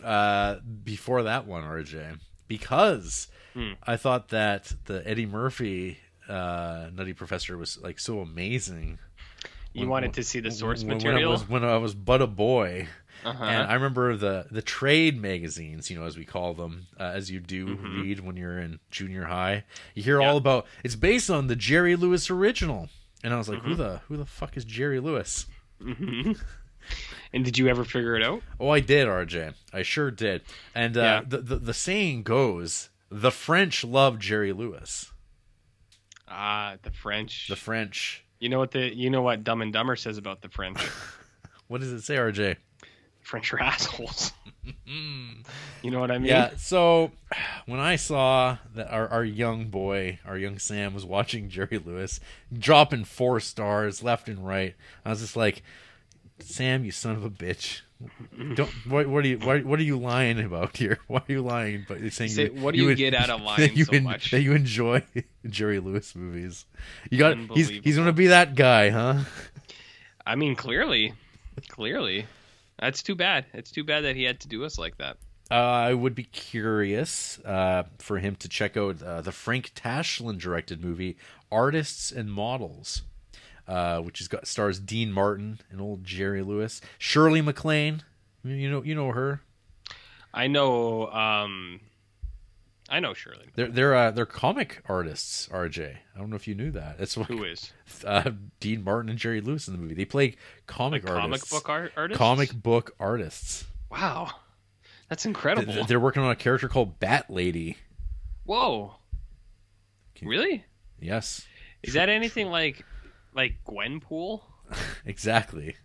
uh, before that one, RJ, because
Hmm.
I thought that the Eddie Murphy uh, Nutty Professor was like so amazing.
You
When-
wanted to see the source
when-
material.
when I was when I was but a boy.
uh-huh.
And I remember the the trade magazines, you know, as we call them, uh, as you do
Mhm.
read when you're in junior high. You hear
Yeah.
all about it's based on the Jerry Lewis original, and I was like, who
Mm-hmm.
the who the fuck is Jerry Lewis?
hmm And did you ever figure it out?
Oh, I did, RJ. I sure did. And uh,
Yeah.
the, the the saying goes, the French love Jerry Lewis.
Ah, the French.
The French.
you know what the you know what Dumb and Dumber says about the French.
What does it say, RJ?
French are assholes. You know what I mean?
Yeah. So when I saw that our, our young boy, our young Sam, was watching Jerry Lewis dropping four stars left and right, I was just like, Sam, you son of a bitch. Don't what, what are you what, what are you lying about here? Why are you lying? But you're saying
Say,
you-
what do you
en-
get out of lying
that you
so
en-
much?
that you enjoy Jerry Lewis movies? You got he's he's
Unbelievable.
gonna be that guy, huh?
I mean, clearly, clearly, that's too bad. It's too bad that he had to do us like that.
Uh, I would be curious uh, for him to check out uh, the Frank Tashlin directed movie "Artists and Models," uh, which has got stars Dean Martin and old Jerry Lewis, Shirley MacLaine. You- You know, you know her.
I know. Um, I know Shirley.
They're they're uh, they're comic artists. RJ, I don't know if you knew that. That's why
Who is
uh, Dean Martin and Jerry Lewis in the movie. They play comic
comic
artists.
book art artist?
comic book artists.
Wow, that's
Th-
incredible.
th- They're working on a character called Bat Lady.
Whoa,
Can-
really?
Yes,
Is that anything like like Gwenpool?
Exactly.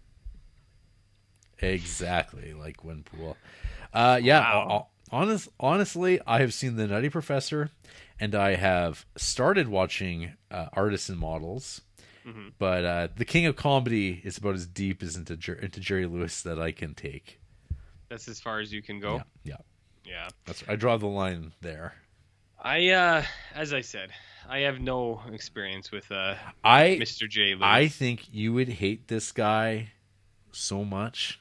Exactly, like Gwenpool. Uh, yeah,
Wow.
o- o- honest, honestly, I have seen The Nutty Professor, and I have started watching uh, Artists and Models.
Mhm.
But uh, the King of Comedy is about as deep as into Jer- into Jerry Lewis that I can take.
That's as far as you can go.
Yeah, yeah,
yeah.
that's I draw the line there.
I uh as I said, I have no experience with uh
I
Mr. J. Lewis.
I think you would hate this guy so much.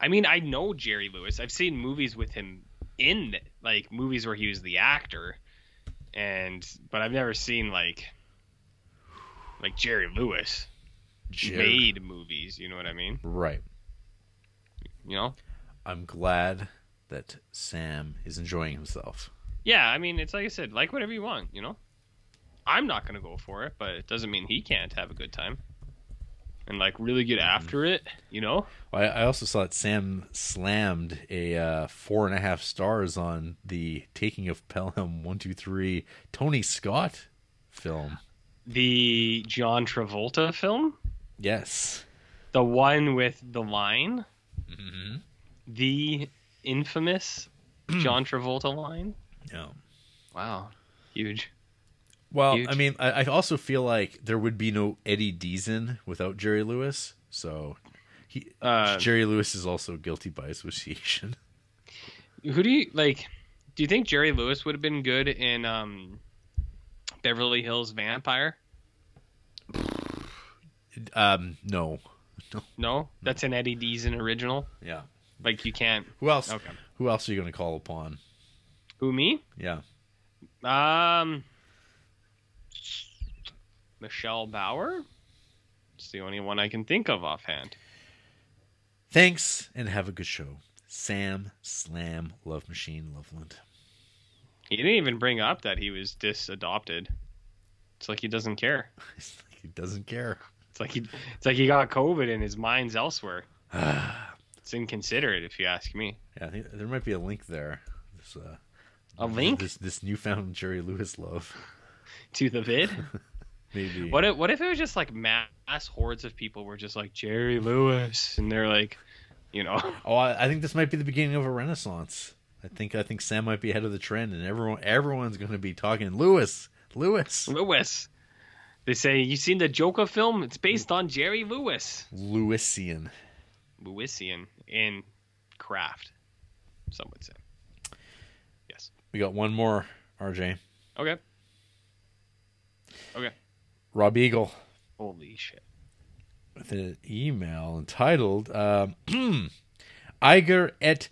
I mean, I know Jerry Lewis. I've seen movies with him in like movies where he was the actor and but I've never seen like like Jerry Lewis
Jer-
made movies, you know what I mean?
Right.
You know?
I'm glad that Sam is enjoying himself.
Yeah, I mean, it's like I said, like whatever you want, you know? I'm not going to go for it, but it doesn't mean he can't have a good time and like really get after it, you know?
I, I also saw that Sam slammed a uh, four and a half stars on the Taking of Pelham One Two Three Tony Scott film.
The John Travolta film?
Yes,
The one with the line,
mm-hmm.
the infamous John Travolta line.
yeah.
Wow, huge.
Well,
Huge.
I mean, I, I also feel like there would be no Eddie Deason without Jerry Lewis. So he,
Uh,
Jerry Lewis is also guilty by association.
Who do you like? Do you think Jerry Lewis would have been good in um, Beverly Hills Vampire?
Um, no,
No, that's an Eddie Deason original.
yeah.
Like you can't.
Who else?
Okay.
Who else are you going to call upon?
Who me?
Yeah.
Um, Michelle Bauer. It's the only one I can think of offhand.
Thanks and have a good show. Sam Slam Love Machine Loveland.
He didn't even bring up that he was disadopted. It's like he doesn't care.
It's like he doesn't care.
It's like he it's like he got COVID and his mind's elsewhere. It's inconsiderate if you ask me.
Yeah, I think there might be a link there. This, uh,
A link
This, this newfound Jerry Lewis love.
to the vid.
Maybe.
What if what if it was just like mass hordes of people were just like Jerry Lewis and they're like, you know,
Oh, I, I think this might be the beginning of a renaissance. I think I think Sam might be ahead of the trend, and everyone everyone's going to be talking Lewis, Lewis,
Lewis. They say you seen the Joker film? It's based on Jerry Lewis,
Lewisian.
Lewisian in craft. Some would say. Yes.
We got one more, RJ.
Okay.
Rob Eagle.
Holy shit.
with an email entitled um, Iger et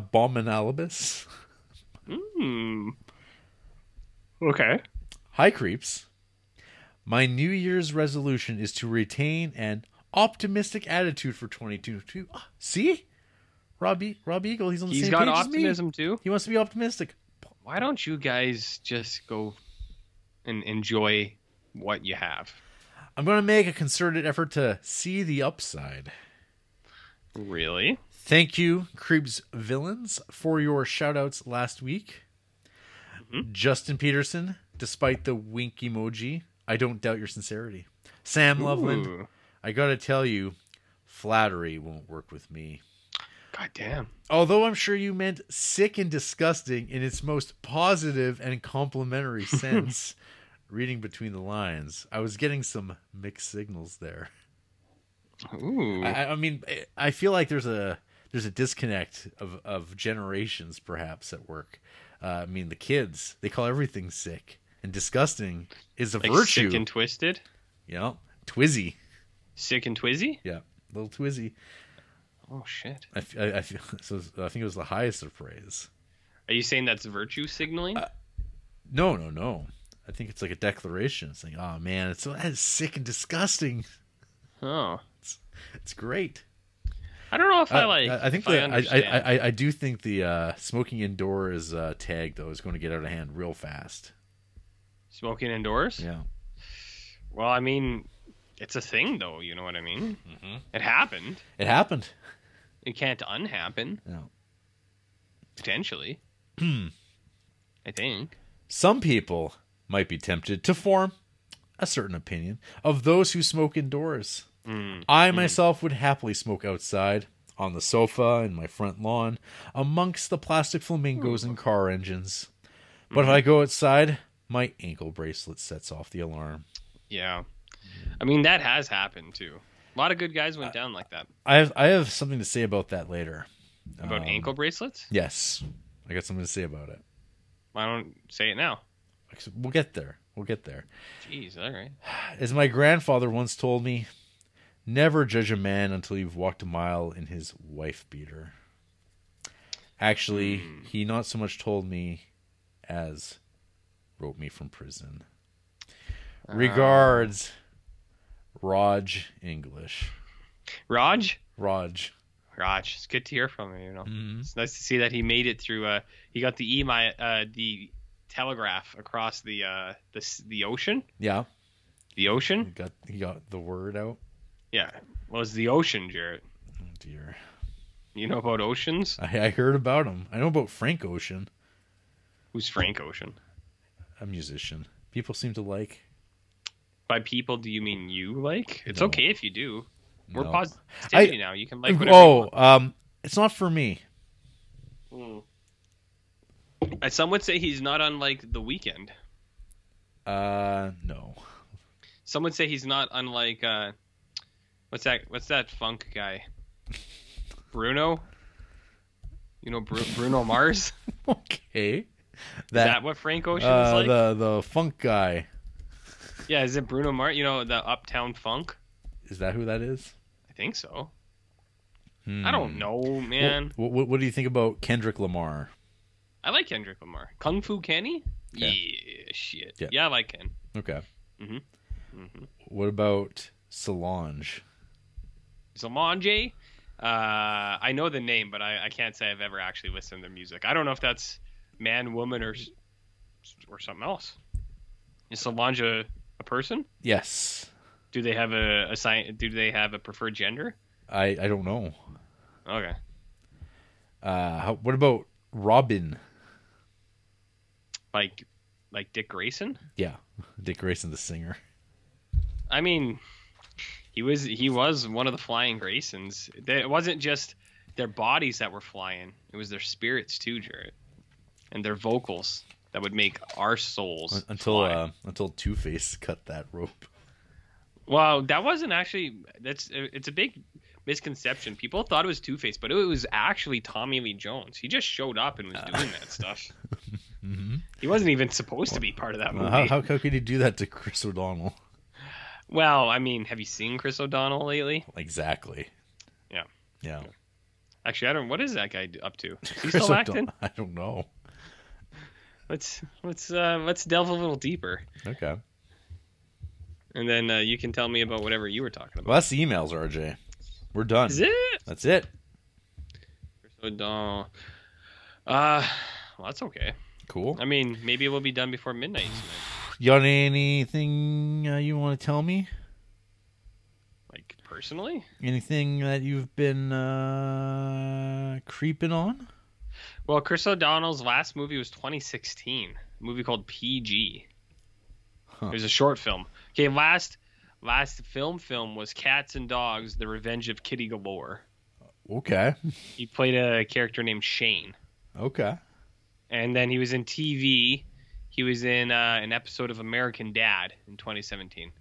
Abominalibus.
Hmm. Okay.
Hi, creeps. My New Year's resolution is to retain an optimistic attitude for 22. Two- ah, See? Robbie, Rob Eagle, he's on the
He's
same
got
page as me.
optimism too.
He wants to be optimistic.
Why don't you guys just go and enjoy what you have?
I'm going to make a concerted effort to see the upside.
Really?
Thank you, Creeps Villains, for your shout outs last week. Justin Peterson, despite the wink emoji, I don't doubt your sincerity. Sam Loveland,
Ooh.
I gotta tell you, flattery won't work with me.
God damn.
Although I'm sure you meant sick and disgusting in its most positive and complimentary sense, reading between the lines, I was getting some mixed signals there.
Ooh.
I, I mean, I- I feel like there's a there's a disconnect of of generations, perhaps at work. Uh, I mean, the kids they call everything sick and disgusting is a
like
virtue.
sick and twisted.
you know, twizzy,
Sick and twizzy?
yeah, little twizzy.
Oh shit.
I, f- I- I feel so. I think it was the highest of praise.
Are you saying that's virtue signaling?
Uh, No, no, no. I think it's like a declaration. It's like, oh man, it's so that is sick and disgusting.
oh.
It's great.
I don't know if I
Uh,
like
I think
if I
the, I,
understand.
I, I, I do think the uh, smoking indoors uh, tag though is going to get out of hand real fast.
Smoking indoors?
Yeah.
Well, I mean, it's a thing though, you know what I mean?
Mm-hmm.
It happened.
It happened.
It can't unhappen,
No.
potentially.
Hmm.
I think.
Some people might be tempted to form a certain opinion of those who smoke indoors. I myself would happily smoke outside, on the sofa, in my front lawn, amongst the plastic flamingos and car engines. But if I go outside, my ankle bracelet sets off the alarm.
Yeah. I mean, that has happened too. A lot of good guys
Uh,
went down like that.
I have I have something to say about that later.
About
Um,
ankle bracelets?
Yes, I got something to say about it.
Why don't say it now?
We'll get there. We'll get there.
Jeez, all right.
As my grandfather once told me, never judge a man until you've walked a mile in his wife beater. Actually,
Hmm.
he not so much told me as wrote me from prison.
Ah.
Regards, Raj English.
Raj?
Raj.
Raj, it's good to hear from him. You know,
Hmm.
it's nice to see that he made it through. Uh, he got the email, uh, the telegraph across the uh, the s- the ocean.
Yeah,
The ocean?
he got he got the word out.
Yeah, well, it's the ocean, Jarrett.
Oh dear,
You know about oceans?
I, I heard about him. I know about Frank Ocean,
Who's Frank Ocean?
a musician. People seem to like.
By people, do you mean you like? It's
No.
okay if you do. We're
No. I-
positivity now. You can like whatever. you
oh, um, it's not for me.
want. Uh, Some would say he's not unlike The Weekend.
Uh, no.
Some would say he's not unlike uh, what's that? What's that funk guy? Bruno. You know Bru- Bruno Mars.
Okay.
Is
That,
that what Frank Ocean is
uh,
like?
the the funk guy
Yeah, is it Bruno Mars? You know the Uptown Funk.
is that who that is? Hmm.
I think so. I don't know, man.
What, what what do you think about Kendrick Lamar?
I like Kendrick Lamar. Kung Fu Kenny.
Yeah.
Yeah, shit.
Yeah.
Yeah. I like Ken.
Okay.
Mhm.
What about Solange?
Solange. Uh, I know the name, but I, I can't say I've ever actually listened to their music. I don't know if that's man, woman, or s- or something else. Is Solange a, a person?
Yes.
Do they have a, a sign? Do they have a preferred gender?
I I don't know.
Okay.
Uh, how, what about Robin?
Like like Dick Grayson.
Yeah, Dick Grayson, the singer.
I mean, he was he was one of the flying Graysons. They- It wasn't just their bodies that were flying; it was their spirits too, Jarrett, and their vocals that would make our souls
Until
fly.
uh, until Two Face cut that rope.
Well, that wasn't actually that's it's a big misconception. People thought it was Two Face, but it was actually Tommy Lee Jones. He just showed up and was doing that stuff. He wasn't even supposed to be part of that movie.
Uh, how, how how could he do that to Chris O'Donnell?
Well, I mean, have you seen Chris O'Donnell lately?
Exactly.
Yeah.
Yeah.
Actually, I don't. What is that guy up to? Is he
Chris
still acting?
O'Donnell- I don't know.
Let's let's uh, let's delve a little deeper,
Okay.
and then uh, you can tell me about whatever you were talking about.
Well, that's the emails, RJ. We're done.
Is it?
That's it.
Chris O'Donnell. Uh, well, that's okay.
Cool.
I mean, maybe we'll be done before midnight tonight.
You got anything uh, you want to tell me?
Like personally,
Anything that you've been uh, creeping on?
well, Chris O'Donnell's last movie was 2016, a movie called PG.
Huh.
It was a short film. Okay, last last film film was Cats and Dogs: The Revenge of Kitty Galore.
Okay.
He played a character named Shane.
Okay.
and then he was in TV. He was in uh, an episode of American Dad in 2017.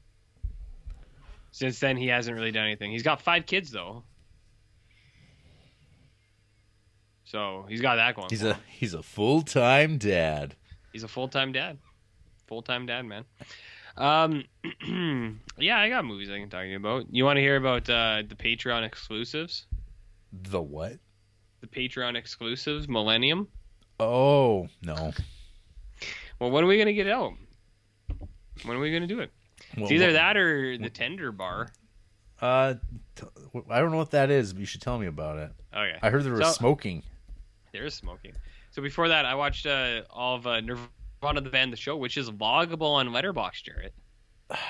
Since then, he hasn't really done anything. He's got five kids though, so he's got that going.
He's
for
a
him.
he's a full time dad.
he's a full time dad, full time dad man. Um, yeah, I got movies I can talk to you about. You want to hear about uh, the Patreon exclusives?
The what?
The Patreon exclusives, Millennium.
Oh no.
Well, when are we gonna get out? When are we gonna do it?
Well,
It's either that or the Tender Bar.
Uh, t- I don't know what that is, but you should tell me about it.
Okay.
I heard there was
So-
smoking.
There is Oh, smoking. So before that, I watched uh, all of uh, Nirvana the band, the show, which is loggable on Letterboxd, Jarrett.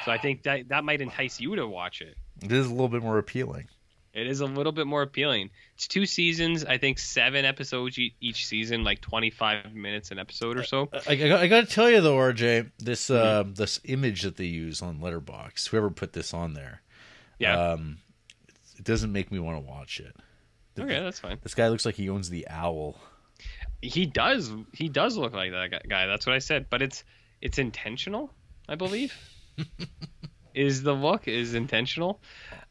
So I think that that might entice you to watch it.
This is a little bit more appealing.
It is a little bit more appealing. It's two seasons, I think seven episodes e- each season, like 25 minutes an episode or so.
I, I, got, I got to tell you though, RJ, this uh, this image that they use on Letterbox, whoever put this on there,
Yeah.
um, it doesn't make me want to watch it.
okay, that's fine.
This guy looks like he owns the owl.
He does he does look like that gu- guy. That's what I said, but it's it's intentional, I believe. is the look is intentional?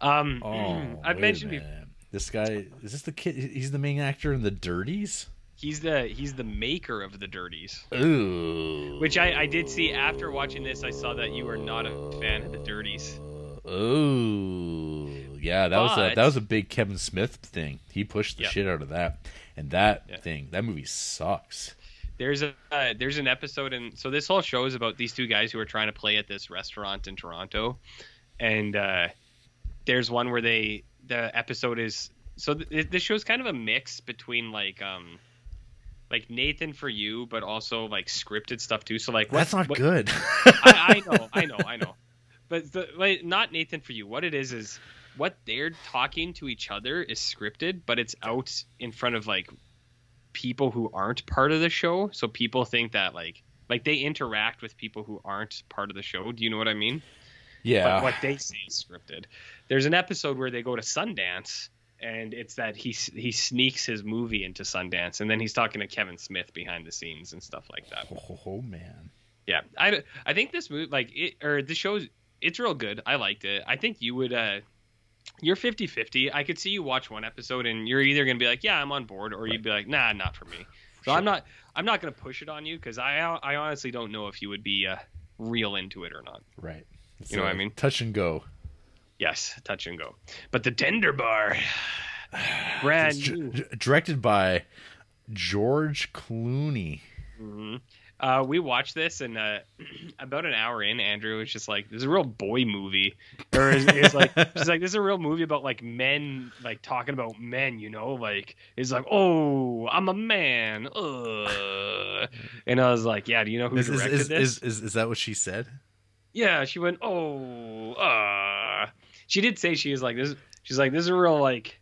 Um
Oh, wait a
I've mentioned before.
minute. This guy is this the kid? He's the main actor in The Dirties.
He's the he's the maker of the dirties,
Ooh,
which I, I did see after watching this. I saw that you are not a fan of the dirties.
ooh, yeah. That was a
But-
that was a big Kevin Smith thing. He pushed the
Yeah.
shit out of that, and that
Yeah.
thing that movie sucks.
There's a uh, there's an episode, and so this whole show is about these two guys who are trying to play at this restaurant in Toronto, and uh, there's one where they the episode is so th- this show's kind of a mix between like um like Nathan for you, but also like scripted stuff too. So like what-
That's not
what-
good.
I, I know, I know, I know. But the, like, not Nathan for you. What it is is what they're talking to each other is scripted, but it's out in front of like people who aren't part of the show. So people think that like like they interact with people who aren't part of the show. Do you know what I mean?
yeah,
But what they say is scripted. There's an episode where they go to Sundance. And it's that he s- he sneaks his movie into Sundance, and then he's talking to Kevin Smith behind the scenes and stuff like that.
oh, oh, man,
Yeah, I, I think this movie, like it or the show's, it's real good. I liked it. I think you would. uh You're 50-50. I could see you watch one episode and you're either gonna be like, yeah, I'm on board, or you'd be like, nah, not for me. So I'm not. I'm not gonna push it on you because I I honestly don't know if you would be uh, real into it or not.
right. It's
You know what I
like
mean?
Touch and go.
Yes, touch and go. But the tender bar, brand
It's
new.
d- d- directed by George Clooney.
Mhm. Uh, we watched this, and uh, about an hour in, Andrew was just like, "This is a real boy movie," or is, is like, "She's like, this is a real movie about like men, like talking about men, you know, like it's like, oh, I'm a man," Ugh. and I was like, "Yeah, do you know who
Is, is,
directed
is,
this?"
is, is, is that what she said?
yeah, she went, "Oh, uh," she did say she was like, "This," she's like, "This is a real like."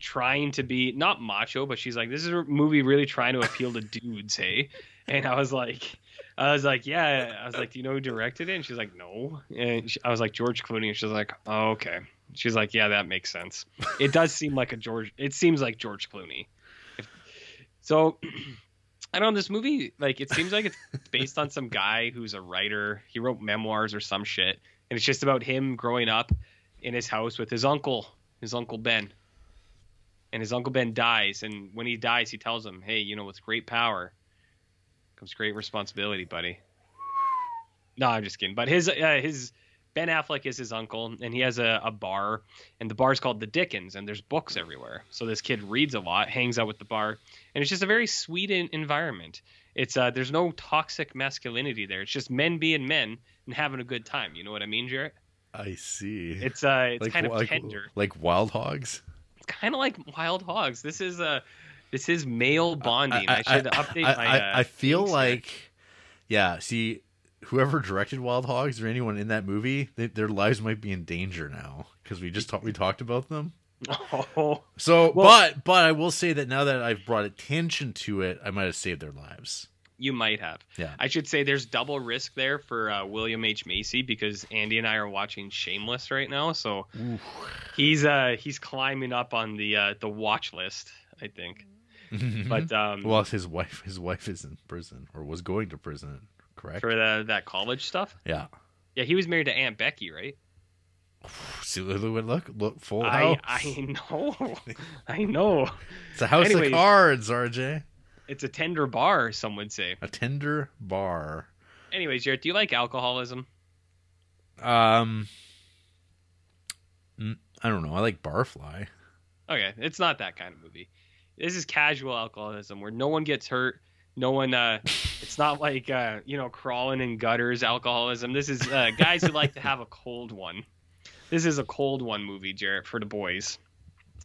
trying to be not macho but she's like this is a movie really trying to appeal to dudes hey and i was like i was like yeah i was like do you know who directed it and she's like no and she, i was like george clooney and she's like oh, okay she's like yeah that makes sense it does seem like a george it seems like george clooney If- so i don't know this movie like it seems like it's based on some guy who's a writer he wrote memoirs or some shit and it's just about him growing up in his house with his uncle his uncle ben and his uncle Ben dies, and when he dies, he tells him, "Hey, you know, with great power comes great responsibility, buddy." No, I'm just kidding. But his uh, his Ben Affleck is his uncle, and he has a, a bar, and the bar's called the Dickens, and there's books everywhere. So this kid reads a lot, hangs out with the bar, and it's just a very sweet en- environment. It's uh, there's no toxic masculinity there. It's just men being men and having a good time. You know what I mean, Jarrett?
I see.
It's uh, it's
like,
kind of
like,
tender.
like wild hogs.
It's kind of like Wild Hogs. This is a this is male bonding. I, should update
I,
my.
I,
uh,
I feel
things here.
like, yeah. See, whoever directed Wild Hogs or anyone in that movie, they, their lives might be in danger now because we just talked. We talked about them.
Oh,
So,
Well-
but but I will say that now that I've brought attention to it, I might have saved their lives.
you might have.
Yeah.
I should say there's double risk there for uh, William H Macy because Andy and I are watching Shameless right now, so he's uh he's climbing up on the uh, the watch list, I think.
Mm-hmm.
But um,
well, his wife, his wife is in prison or was going to prison, correct?
for the, that college stuff,
Yeah.
yeah, he was married to Aunt Becky, right?
See, look, look, look, full house.
I I know, I know.
it's a house
anyways.
of cards, RJ.
It's a tender bar, some would say.
A tender bar.
Anyways, Jared, do you like alcoholism?
Um, mm, I don't know. I like Barfly.
Okay, it's not that kind of movie. This is casual alcoholism where no one gets hurt. No one. Uh, it's not like uh, you know crawling in gutters alcoholism. This is uh, guys who like to have a cold one. This is a cold one movie, Jarrett, for the boys.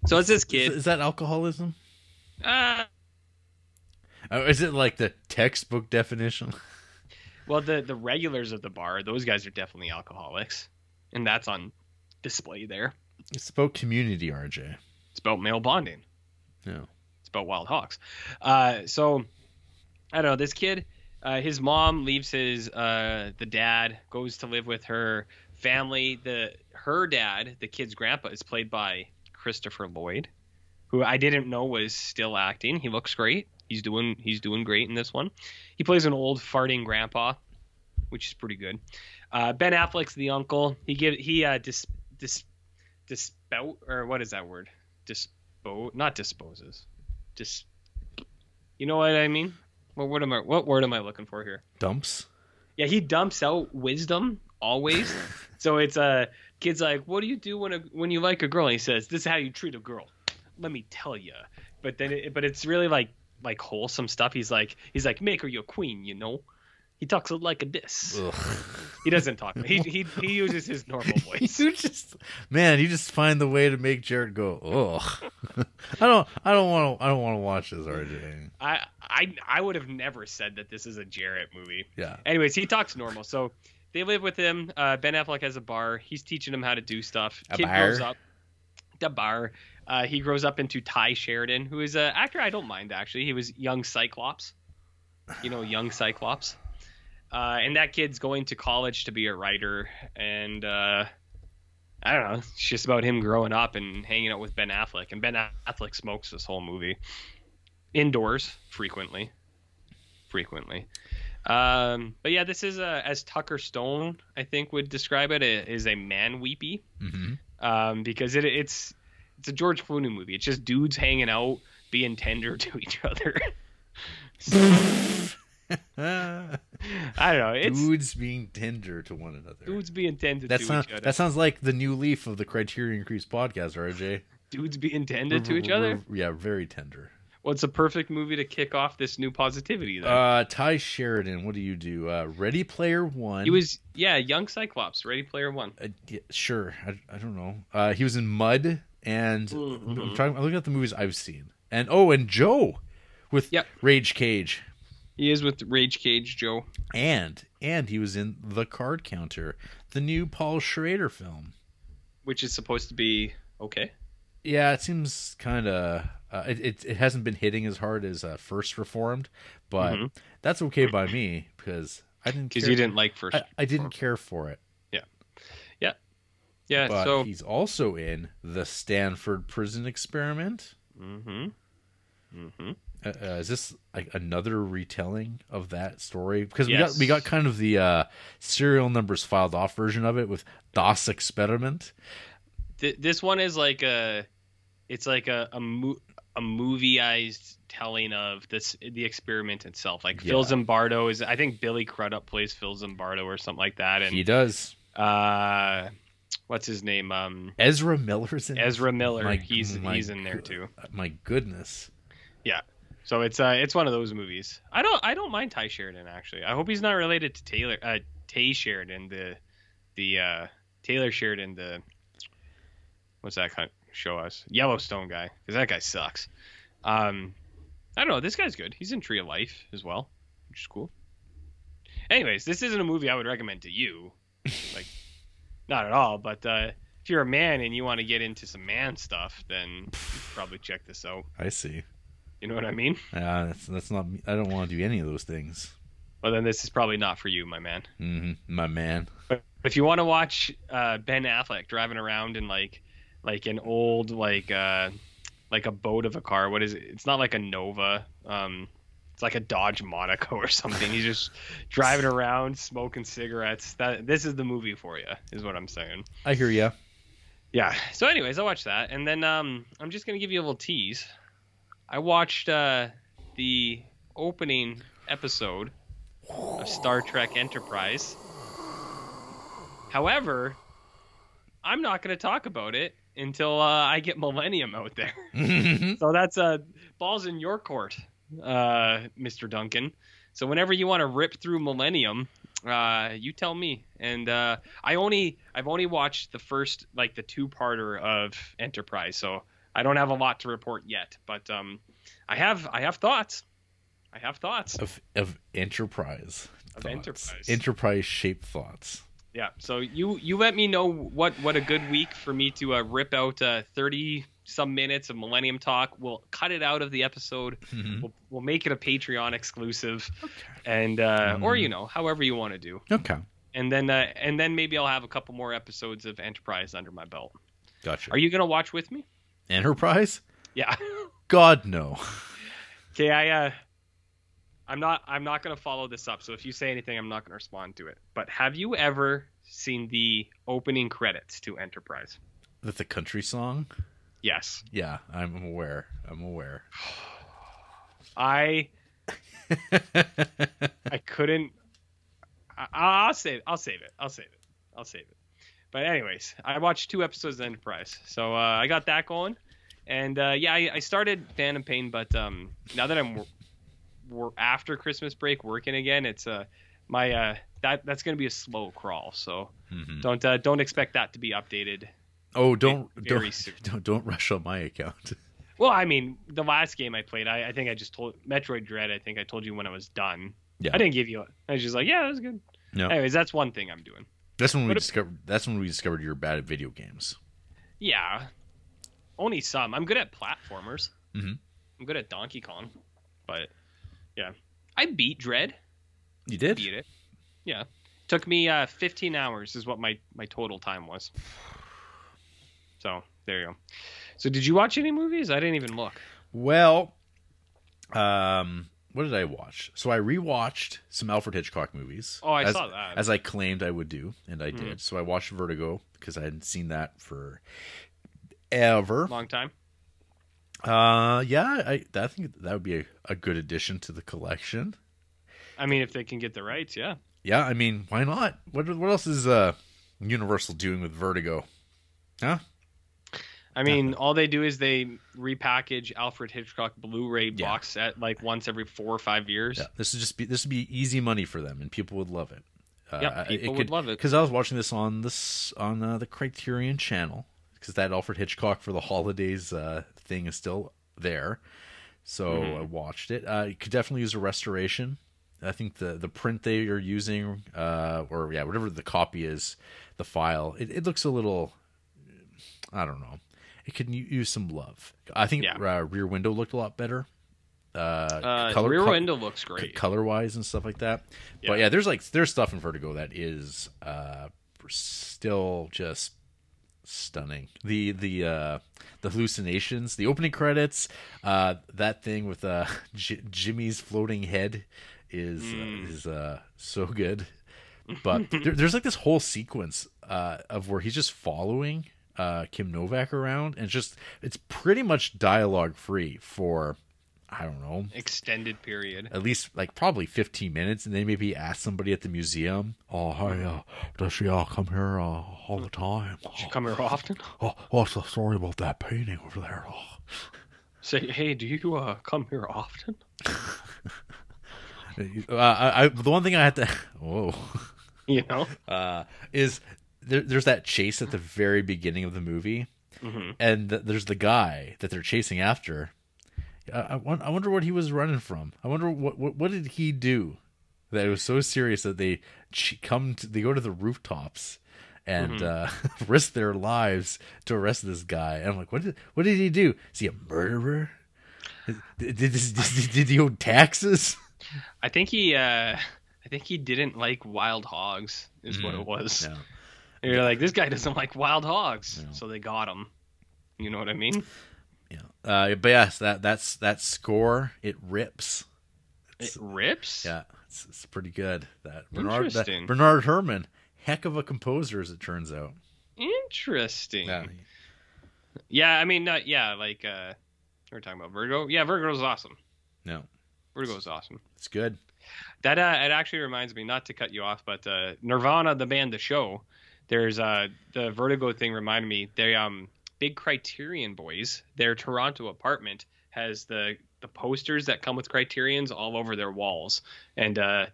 So it's this
Is,
kid.
is that alcoholism?
Uh,
Uh, Is it like the textbook definition?
well, the the regulars of the bar, those guys are definitely alcoholics, and that's on display there.
It's about community, RJ.
It's about male bonding.
No.
it's about wild hawks. Uh, so I don't know this kid. Uh, his mom leaves his uh, the dad goes to live with her family. The her dad, the kid's grandpa, is played by Christopher Lloyd, who I didn't know was still acting. He looks great. He's doing he's doing great in this one. He plays an old farting grandpa, which is pretty good. Uh, ben Affleck's the uncle. He give he uh, dis dis dispout or what is that word? Dispo not disposes. Dis you know what I mean? What word am I what word am I looking for here?
Dumps.
Yeah, he dumps out wisdom always. so it's uh, kid's like, "What do you do when a when you like a girl?" And he says, "This is how you treat a girl." Let me tell you. But then, it, but it's really like like wholesome stuff. He's like, he's like, make her your queen, you know. He talks like a this.
Ugh.
He doesn't talk. He he he uses his normal voice.
you just, man, you just find the way to make Jared go. Ugh. I don't. I don't want to. I don't want to watch this, RJ.
I I I would have never said that this is a Jarrett movie.
Yeah.
Anyways, he talks normal. So they live with him. Uh, ben Affleck has a bar. He's teaching him how to do stuff.
A
Kid
bar?
grows up. The bar. Uh, he grows up into Ty Sheridan, who is an actor I don't mind actually. He was young Cyclops. You know, young Cyclops. Uh, and that kid's going to college to be a writer. And uh, I don't know. It's just about him growing up and hanging out with Ben Affleck. And Ben Affleck smokes this whole movie indoors frequently. Frequently. Um, but yeah, this is a, as Tucker Stone I think would describe it, it is a man weepy
Mm-hmm.
um, because it it's it's a George Clooney movie. It's just dudes hanging out, being tender to each other. I don't know. It's dudes,
Mm-hmm. Dudes being tender to one another.
being tender
that
to
sounds.
each other.
That sounds like the new leaf of the Criterion Crease podcast, RJ.
dudes being tender to
We're-
each other.
we're- yeah, very tender.
Well, it's a perfect movie to kick off this new positivity. Though
Uh, Ty Sheridan, what do you do? Uh, Ready Player One.
he was yeah, young Cyclops, Ready Player One.
Uh, yeah, sure. I, I don't know. Uh, he was in Mud, and
Mm-hmm.
I'm, trying, I'm looking at the movies I've seen. And oh, and Joe with
Yep.
Rage Cage,
He is with Rage Cage Joe.
and and he was in The Card Counter, the new Paul Schrader film.
which is supposed to be okay.
Yeah, it seems kind of uh, it, it. It hasn't been hitting as hard as uh, First Reformed, but
Mm-hmm.
that's okay by me because I didn't
Because
care.
you didn't like first.
I, I didn't care for it.
yeah.
But
so
he's also in the Stanford Prison Experiment.
hmm hmm
Uh, uh, is this like another retelling of that story? Because we
Yes.
got we got kind of the uh, serial numbers filed off version of it with Das Experiment.
Th- this one is like a, it's like a a, mo- a movieized telling of this the experiment itself. Like Phil
Yeah.
Zimbardo is, I think Billy Crudup plays Phil Zimbardo or something like that, and
he does.
Uh, what's his name? Um,
Ezra Miller's in
Ezra Miller.
My-
he's
my
he's in there
go-
too.
My goodness.
So it's uh it's one of those movies. I don't I don't mind Ty Sheridan actually. I hope he's not related to Taylor uh Tay Sheridan the the uh Taylor Sheridan the what's that kind of show us Yellowstone guy because that guy sucks. Um, I don't know. This guy's good. He's in Tree of Life as well, which is cool. Anyways, this isn't a movie I would recommend to you, like not at all. But uh, if you're a man and you want to get into some man stuff, then you should probably check this out.
I see.
You know what I mean?
Uh, that's that's not. me. I don't want to do any of those things.
Well, then this is probably not for you, my man.
hmm My man.
But if you want to watch uh, Ben Affleck driving around in like like an old like uh, like a boat of a car, what is it? It's not like a Nova. Um, it's like a Dodge Monaco or something. He's just driving around smoking cigarettes. That this is the movie for you, is what I'm saying.
I hear ya.
Yeah. So, anyways, I watched that, and then um, I'm just gonna give you a little tease. I watched uh, the opening episode of Star Trek Enterprise. However, I'm not gonna talk about it until uh, I get Millennium out there. So that's uh, balls in your court, uh, Mr. Duncan. So whenever you want to rip through Millennium, uh, you tell me. And uh, I only I've only watched the first like the two parter of Enterprise, so I don't have a lot to report yet. But um, I have I have thoughts. I have thoughts.
of of enterprise.
Of
thoughts.
enterprise.
Enterprise shaped thoughts.
Yeah. So you you let me know what what a good week for me to uh, rip out uh, thirty some minutes of Millennium Talk. We'll cut it out of the episode.
Mm-hmm.
We'll, we'll make it a Patreon exclusive, and uh, or you know however you want to do.
Okay.
And then uh, and then maybe I'll have a couple more episodes of Enterprise under my belt.
Gotcha.
Are you gonna watch with me?
enterprise?
Yeah.
God no.
Okay. I uh, I'm not I'm not gonna follow this up. So if you say anything, I'm not gonna respond to it. But have you ever seen the opening credits to Enterprise?
That's a country song.
Yes.
Yeah, I'm aware. I'm aware.
I
Mm-hmm.
I couldn't. I, I'll save. I'll save it. I'll save it. I'll save it. But anyways, I watched two episodes of Enterprise, so uh, I got that going. And uh, yeah, I, I started Phantom Pain, but um, now that I'm we're after Christmas break working again, it's uh my uh that that's gonna be a slow crawl. So
Mhm.
don't uh, don't expect that to be updated.
Oh, don't
Very
don't,
soon.
don't don't rush on my account.
Well, I mean, the last game I played, I, I think I just told Metroid Dread. I think I told you when I was done.
Yeah.
I didn't give you. a- I was just like, yeah, that was good.
No.
Anyways, that's one thing I'm doing.
That's when we
What if-
discovered. That's when we discovered you're bad at video games.
Yeah, only some. I'm good at platformers.
Mhm.
I'm good at Donkey Kong, but yeah, I beat Dread.
You did.
Beat it. Yeah, took me uh, 15 hours is what my my total time was. So there you go. So did you watch any movies? I didn't even look.
Well, um, what did I watch? So I rewatched some Alfred Hitchcock movies.
Oh, I
as,
saw that.
as I claimed I would do, and I
Mm.
did. So I watched Vertigo because I hadn't seen that for ever.
Long time.
Uh, yeah, I, I think that would be a, a good addition to the collection.
I mean, if they can get the rights, yeah.
Yeah, I mean, why not? What what else is uh Universal doing with Vertigo?
I mean, all they do is they repackage Alfred Hitchcock Blu-ray
Yeah.
box set like once every four or five years.
Yeah, this would just be this would be easy money for them, and people would love it. Uh,
Yeah, people would love it.
because I was watching this on this on uh, the Criterion Channel because that Alfred Hitchcock for the holidays uh, thing is still there. So
Mm-hmm.
I watched it. Uh, it could definitely use a restoration. I think the the print they are using, uh, or yeah, whatever the copy is, the file it, it looks a little. I don't know. It could u- use some love. I think
Yeah.
uh, Rear Window looked a lot better. Uh,
Uh,
color,
Rear
co-
Window looks great.
color wise and stuff like that. But
Yeah.
yeah, there's like there's stuff in Vertigo that is uh still just stunning. The the uh the hallucinations, the opening credits, uh that thing with uh J- Jimmy's floating head is
Mm.
is uh so good. But there, there's like this whole sequence uh of where he's just following uh Kim Novak around and it's just it's pretty much dialogue free for I don't know,
extended period.
at least like probably 15 minutes and then maybe ask somebody at the museum oh hi uh, does she uh, come here uh, all the time
She
oh,
come here often.
oh, what's the story about that painting over there oh,
Say, hey, do you uh, come here often?
uh, I, I, the one thing i had to whoa
You know.
uh, is there, there's that chase at the very beginning of the movie
hmm
and th- there's the guy that they're chasing after I, I, won- I wonder what he was running from i wonder what, what, what did he do that it was so serious that they ch- come to, they go to the rooftops and uh, risk their lives to arrest this guy. And I'm like, what did what did he do? Is he a murderer? Did, did, did, did he owe taxes?
I think he. Uh, I think he didn't like wild hogs. Is what
Mhm.
it was.
No.
And you're like, this guy doesn't like wild hogs,
No.
so they got him. You know what I mean?
Yeah. Uh, but yes, that that's that score it rips.
It
It's-
rips.
Yeah, it's, it's pretty good. That Bernard that
Interesting.
Bernard Herman, heck of a composer as it turns out.
Interesting.
Yeah.
Yeah. I mean, not yeah, like uh, we we're talking about Virgo. Yeah, Virgo's awesome.
No,
Virgo's awesome.
it's good.
That uh, it actually reminds me, not to cut you off, but uh, Nirvana, the band, the show. There's uh, the Vertigo thing reminded me. They um, big Criterion boys. Their Toronto apartment has the the posters that come with Criterion's all over their walls, and uh,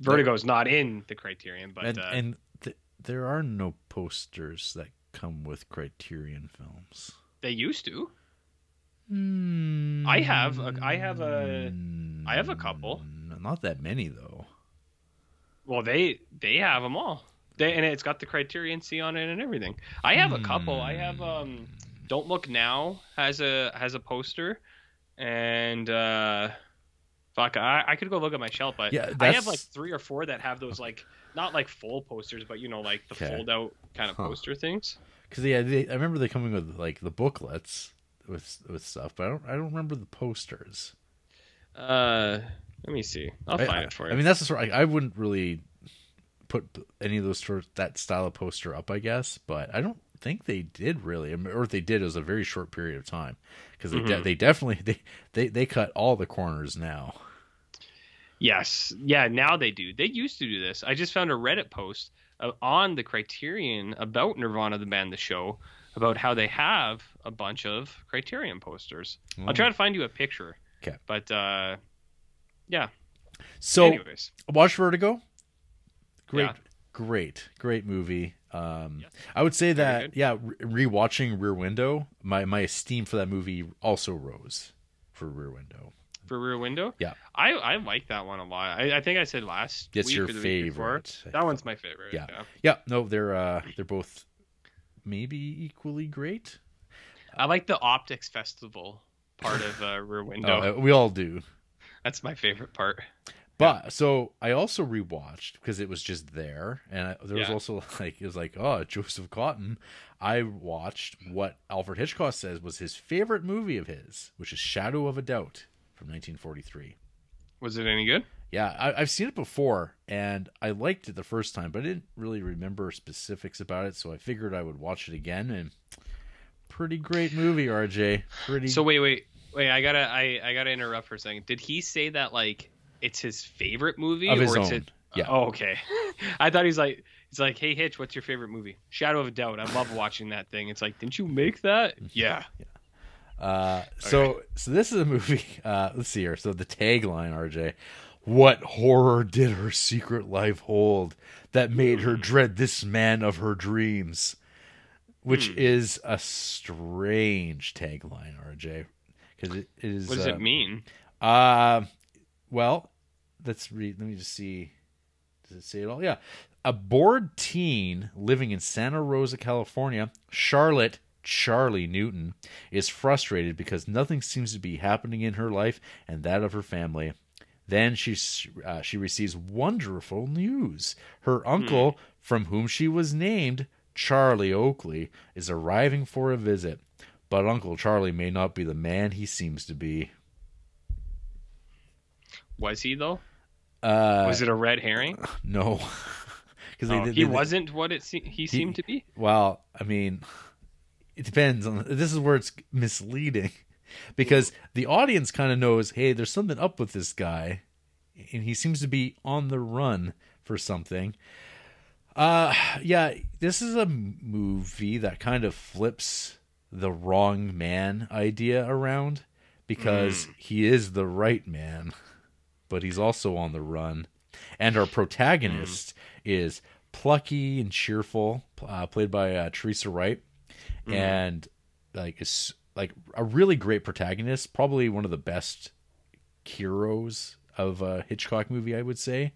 Vertigo's not in the Criterion, but
and
uh,
and th- there are no posters that come with Criterion films.
they used to. I have a- I have a- I have a couple.
Mm, Not that many though.
Well, they they have them all. They and it's got the Criterion C on it and everything. I have a couple. I
Hmm.
have um, Don't Look Now has a has a poster, and uh, fuck, I, I could go look at my shelf, but
Yeah,
I
that's-
have like three or four that have those like not like full posters, but you know like the
Okay.
fold out kind of
Huh.
poster things.
Because yeah, they, I remember they coming with like the booklets with with stuff, but I don't I don't remember the posters.
Uh, let me see. I'll
I-
find
I-
it for
I
you.
mean, that's the sort. I, I wouldn't really put p- any of those sort that style of poster up, I guess. But I don't think they did really, I mean, or if they did, it was a very short period of time because they de-
Mhm.
they definitely they, they they cut all the corners now.
Yes. Yeah, now they do. They used to do this. I just found a Reddit post uh, on the Criterion about Nirvana the band the show about how they have a bunch of Criterion posters.
Mm.
I'll try to find you a picture.
'Kay.
But uh
So
anyways.
watch Vertigo. Great,
Yeah.
great, great movie. Um,
Yes.
I would say
Very
that
good.
yeah, re- rewatching Rear Window, my my esteem for that movie also rose for Rear Window.
For Rear Window?
Yeah.
I I like that one a lot. I, I think I said last
It's
week
your
or the week before.
favorite.
That one's my favorite.
Yeah. Yeah, no, they're uh they're both maybe equally great.
I like the Optics Festival part of uh, Rear Window.
Uh, we all do.
That's my favorite part.
But so I also rewatched because it was just there, and I, there was
Yeah.
also like it was like oh Joseph Cotton. I watched what Alfred Hitchcock says was his favorite movie of his, which is Shadow of a Doubt from 1943.
Was it any good?
Yeah, I, I've seen it before, and I liked it the first time, but I didn't really remember specifics about it, so I figured I would watch it again. And pretty great movie, RJ. Pretty.
So wait, wait, wait. I gotta, I, I gotta interrupt for a second. Did he say that like it's his favorite movie
Of his
or it's
own,
it-
yeah.
Oh, okay. I thought he's like, he's like, hey Hitch, what's your favorite movie? Shadow of a Doubt. I love watching that thing. It's like, didn't you make that? Yeah.
Uh, so so this is a movie. Uh, let's see here. So the tagline, RJ, what horror did her secret life hold that made
Hmm.
her dread this man of her dreams? Which
Hmm.
is a strange tagline, RJ, because it is.
What does
uh,
it mean?
Uh, well, let's read. Let me just see. Does it say it all? Yeah. A bored teen living in Santa Rosa, California, Charlotte Charlie Newton is frustrated because nothing seems to be happening in her life and that of her family. Then she s- uh, she receives wonderful news. Her uncle, from whom she was named Charlie Oakley, is arriving for a visit. But Uncle Charlie may not be the man he seems to be.
Was he though?
Uh,
Was it a red herring?
No, because
No, he wasn't what it se- he seemed to be.
Well, I mean, it depends on. This is where it's misleading because the audience kind of knows, hey, there's something up with this guy, and he seems to be on the run for something. Uh, yeah, this is a movie that kind of flips the wrong man idea around because he is the right man, but he's also on the run. And our protagonist is plucky and cheerful, uh, played by uh, Teresa Wright, and like is like a really great protagonist, probably one of the best heroes of a Hitchcock movie, I would say.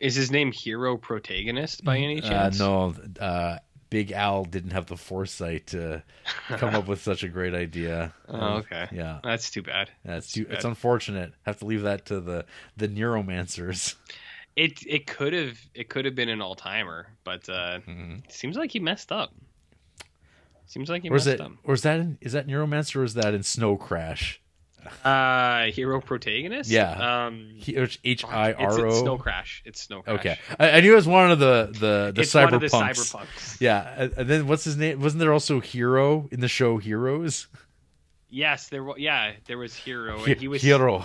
Is his name hero protagonist by any
Uh,
chance?
no, uh, Big Al didn't have the foresight to come up with such a great idea. Um,
Oh, okay.
Yeah,
That's too bad.
that's too, it's
bad.
unfortunate. Have to leave that to the the neuromancers.
It it could have it could have been an all timer, but uh,
Mhm.
it seems like he messed up. Seems like he
Or is
messed
it? Or is that? In, is that neuromancer? Or is that in Snow Crash?
up. Uh, hero protagonist.
Yeah.
Um,
H
fuck,
I
it's- it's
R
Snow
O.
Crash. It's Snow Crash.
Okay, I, I knew it was one of the the the
it's
cyberpunks.
one of the cyberpunks.
Yeah, and- and then what's his name? Wasn't there also Hero in the show Heroes?
Yes, there was. Yeah, there was hero, and Oh, he was
Hero.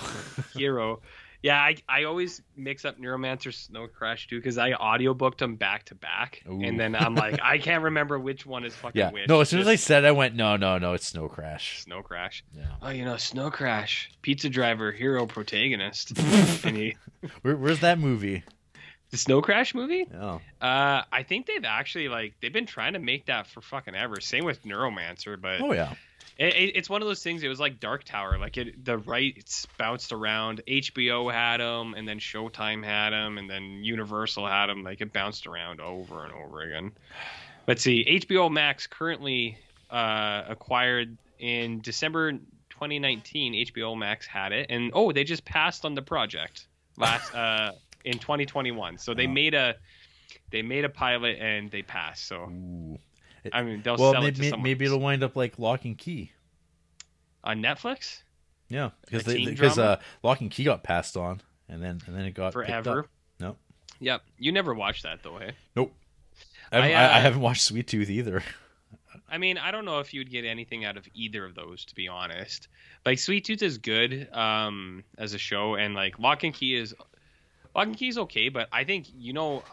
hero. Yeah, I, I always mix up Neuromancer Snow Crash too because I audiobooked them back to back,
Ooh.
and then I'm like, I can't remember which one is fucking
Yeah.
which.
No, as soon as I
Just
said, it, I went, no, no, no, it's Snow Crash.
Snow Crash.
Yeah.
Oh, you know, Snow Crash, pizza driver, hero protagonist. and he,
Where, where's that movie?
the Snow Crash movie?
Oh,
Uh, I think they've actually like they've been trying to make that for fucking ever. Same with Neuromancer, but
oh yeah.
It, it, it's one of those things. It was like Dark Tower. Like it, the rights bounced around. HBO had them, and then Showtime had them, and then Universal had them. Like it bounced around over and over again. Let's see. HBO Max currently uh, acquired in December 2019. HBO Max had it, and oh, they just passed on the project last uh, in 2021. So they
Oh.
made a they made a pilot and they passed. So
Ooh.
I mean, they'll
Well,
sell it to
maybe,
someone
maybe
else.
it'll wind up like Lock and Key.
on Netflix.
Yeah, because
A teen
because
drama?
uh, Lock and Key got passed on, and then and then it got uh, picked
forever.
up. Nope.
Yep. You never watched that though, eh? hey.
Nope. I, haven't- I,
I,
I
uh,
haven't watched Sweet Tooth either.
I mean, I don't know if you'd get anything out of either of those, to be honest. Like Sweet Tooth is good um, as a show, and like Lock and Key is Lock and Key is okay, but I think you know,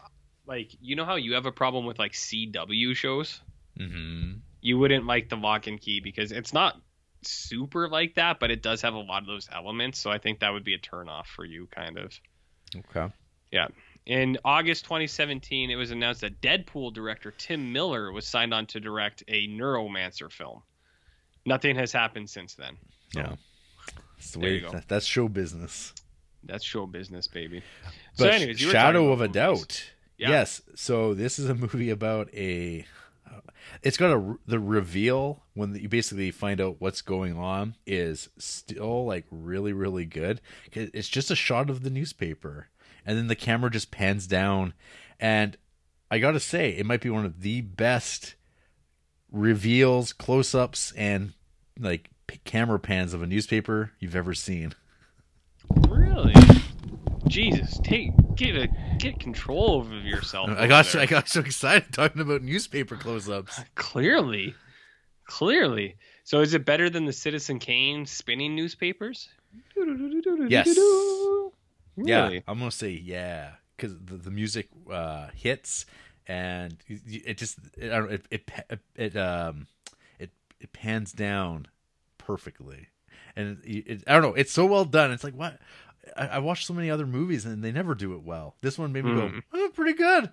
like you know how you have a problem with like CW shows.
Mm-hmm.
You wouldn't like the Lock and Key because it's not super like that, but it does have a lot of those elements. So I think that would be a turnoff for you, kind of.
Okay.
In August 2017, it was announced that Deadpool director Tim Miller was signed on to direct a Neuromancer film. Nothing has happened since then.
Yeah. That's the
There
way-
you go.
that- that's show business.
That's show business, baby.
But
so, anyways, you were
Shadow
talking
of a
about movies.
Doubt.
Yeah.
Yes. So this is a movie about a. It's got a the reveal when you basically find out what's going on is still like really really good. 'Cause It's just a shot of the newspaper, and then the camera just pans down, and I gotta say it might be one of the best reveals, close ups, and like p- camera pans of a newspaper you've ever seen.
Really? Jesus, take get a get control over yourself.
I got so, I got so excited talking about newspaper close ups.
clearly, clearly. So, is it better than the Citizen Kane spinning newspapers?
Yes.
Really?
Yeah, I'm gonna say yeah because the, the music uh, hits and y- y- it just it I don't, it, it pa- it um it it pans down perfectly, and it, it, I don't know it's so well done. It's like what I, I watched so many other movies and they never do it well. This one made me go
Hmm.
oh, pretty good.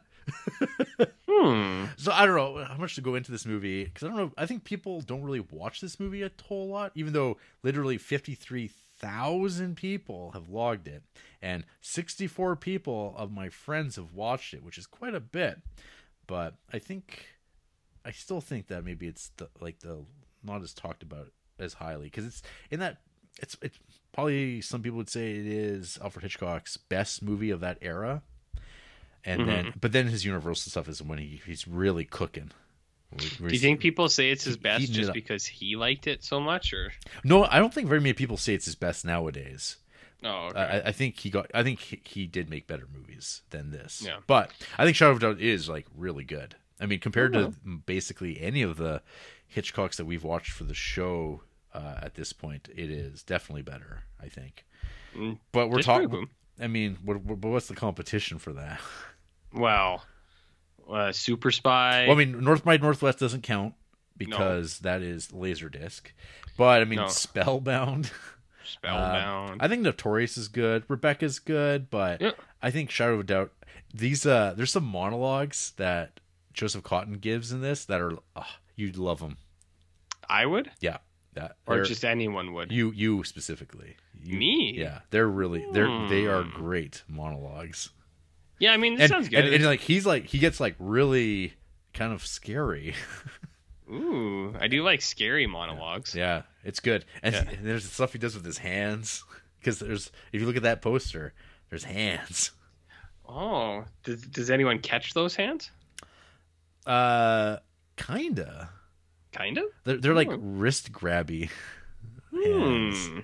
Hmm.
So I don't know how much to go into this movie because I don't know. I think people don't really watch this movie a whole lot, even though literally fifty three thousand people have logged it, and sixty four people of my friends have watched it, which is quite a bit. But I think I still think that maybe it's the, like the not as talked about as highly because it's in that it's it's probably some people would say it is Alfred Hitchcock's best movie of that era, and then
Mm-hmm.
but then his Universal stuff is when he, he's really cooking.
Do you think people say it's his
He-
best
heated it
just
up.
because he liked it so much, or
No, I don't think very many people say it's his best nowadays.
oh, okay.
Uh, I, I think he got. I think he, he did make better movies than this.
Yeah.
But I think Shadow of a Doubt is like really good.
Mm-hmm.
I mean, compared to basically any of the Hitchcocks that we've watched for the show, uh, at this point, it is definitely better. I think.
Mm,
But we're
There's three of
talking.
them.
I mean, what, what, but what's the competition for that?
Well, uh, Super Spy.
Well, I mean, North by Northwest doesn't count because that is Laserdisc. But I mean,
No.
Spellbound.
Spellbound.
I think Notorious is good. Rebecca's good, but
Yeah.
I think Shadow of a Doubt. These uh, there's some monologues that Joseph Cotton gives in this that are uh, you'd love them.
I would,
Yeah, that
or
they're-
just anyone would.
you you specifically. You,
Me?
Yeah, they're really they're they are
Hmm.
great monologues.
yeah, I mean, this
And,
sounds good.
and and like he's like he gets like really kind of scary.
Ooh, I do like scary monologues.
Yeah, it's good. And,
Yeah.
and there's the stuff he does with his hands because there's if you look at that poster, there's hands.
Oh, does, does anyone catch those hands?
Uh, kinda.
Kind of.
They're they're like
Oh.
wrist grabby. Hands.
Hmm.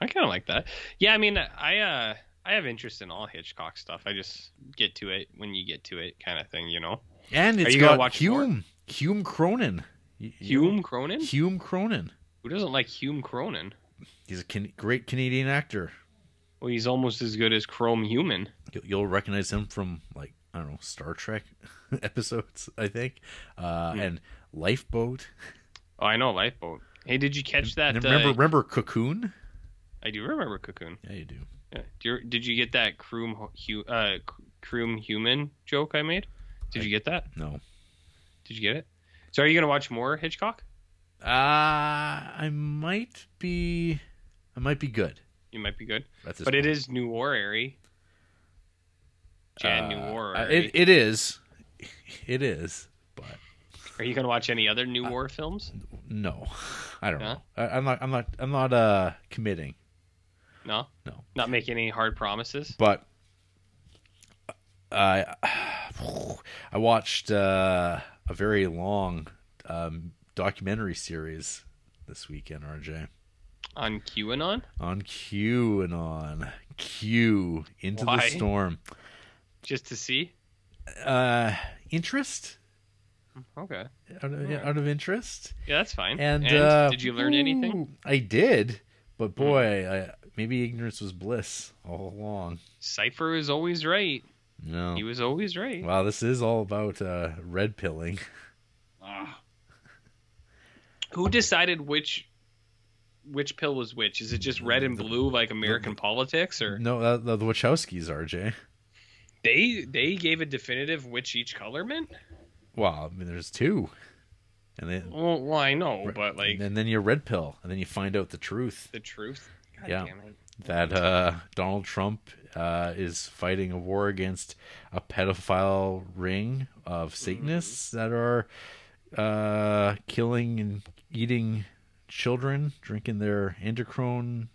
I kind of like that. Yeah, I mean, I uh, I have interest in all Hitchcock stuff. I just get to it when you get to it, kind of thing, you know.
And it's
you gonna
got
watch more?
Hume Hume Cronin. Y- y-
Hume Cronin.
Hume Cronin.
Who doesn't like Hume Cronin?
He's a can- great Canadian actor.
Well, he's almost as good as Chrome Human.
You'll, you'll recognize him from like I don't know Star Trek episodes, I think, uh,
Hmm.
and Lifeboat.
Oh, I know Lifeboat. Hey, did you catch that?
And remember,
uh,
remember Cocoon?
I do remember Cocoon.
Yeah, you do.
Yeah. Do you, did you get that Croom Hu- uh, Croom Human joke I made? Did you get that?
No.
Did you get it? So, are you gonna watch more Hitchcock?
Uh, I might be, I might be good.
You might be good,
At this
but
point.
it is New Orrery. Jan New
Uh,
War.
uh, It, it is, it is. But
Are you gonna watch any other New War films?
no, I don't
Yeah?
know. I, I'm not. I'm not. I'm not uh committing.
No.
No.
Not make any hard promises.
But I, I watched uh, a very long um, documentary series this weekend, RJ,
On QAnon.
on Q and on Q into
Why?
the storm.
Just to see.
Uh, interest
Okay.
out of, yeah, out of interest.
Yeah, that's fine.
And, uh,
did you learn anything? Hmm.
ooh, I did, but boy, I, maybe ignorance was bliss all along.
Cipher is always right.
No.
He was always right.
Wow, this is all about uh, red pilling.
Ah. Who decided which which pill was which? Is it just red and blue like American politics or
No, uh, the the Wachowskis, RJ.
they they gave a definitive which each color meant?
Well, I mean, there's two, and then
Well, well I know, but like
and then you red pill, and then you find out the truth
the truth. God
Yeah.
damn it.
that uh, Donald Trump uh, is fighting a war against a pedophile ring of Satanists that are uh, killing and eating children, drinking their endocrine.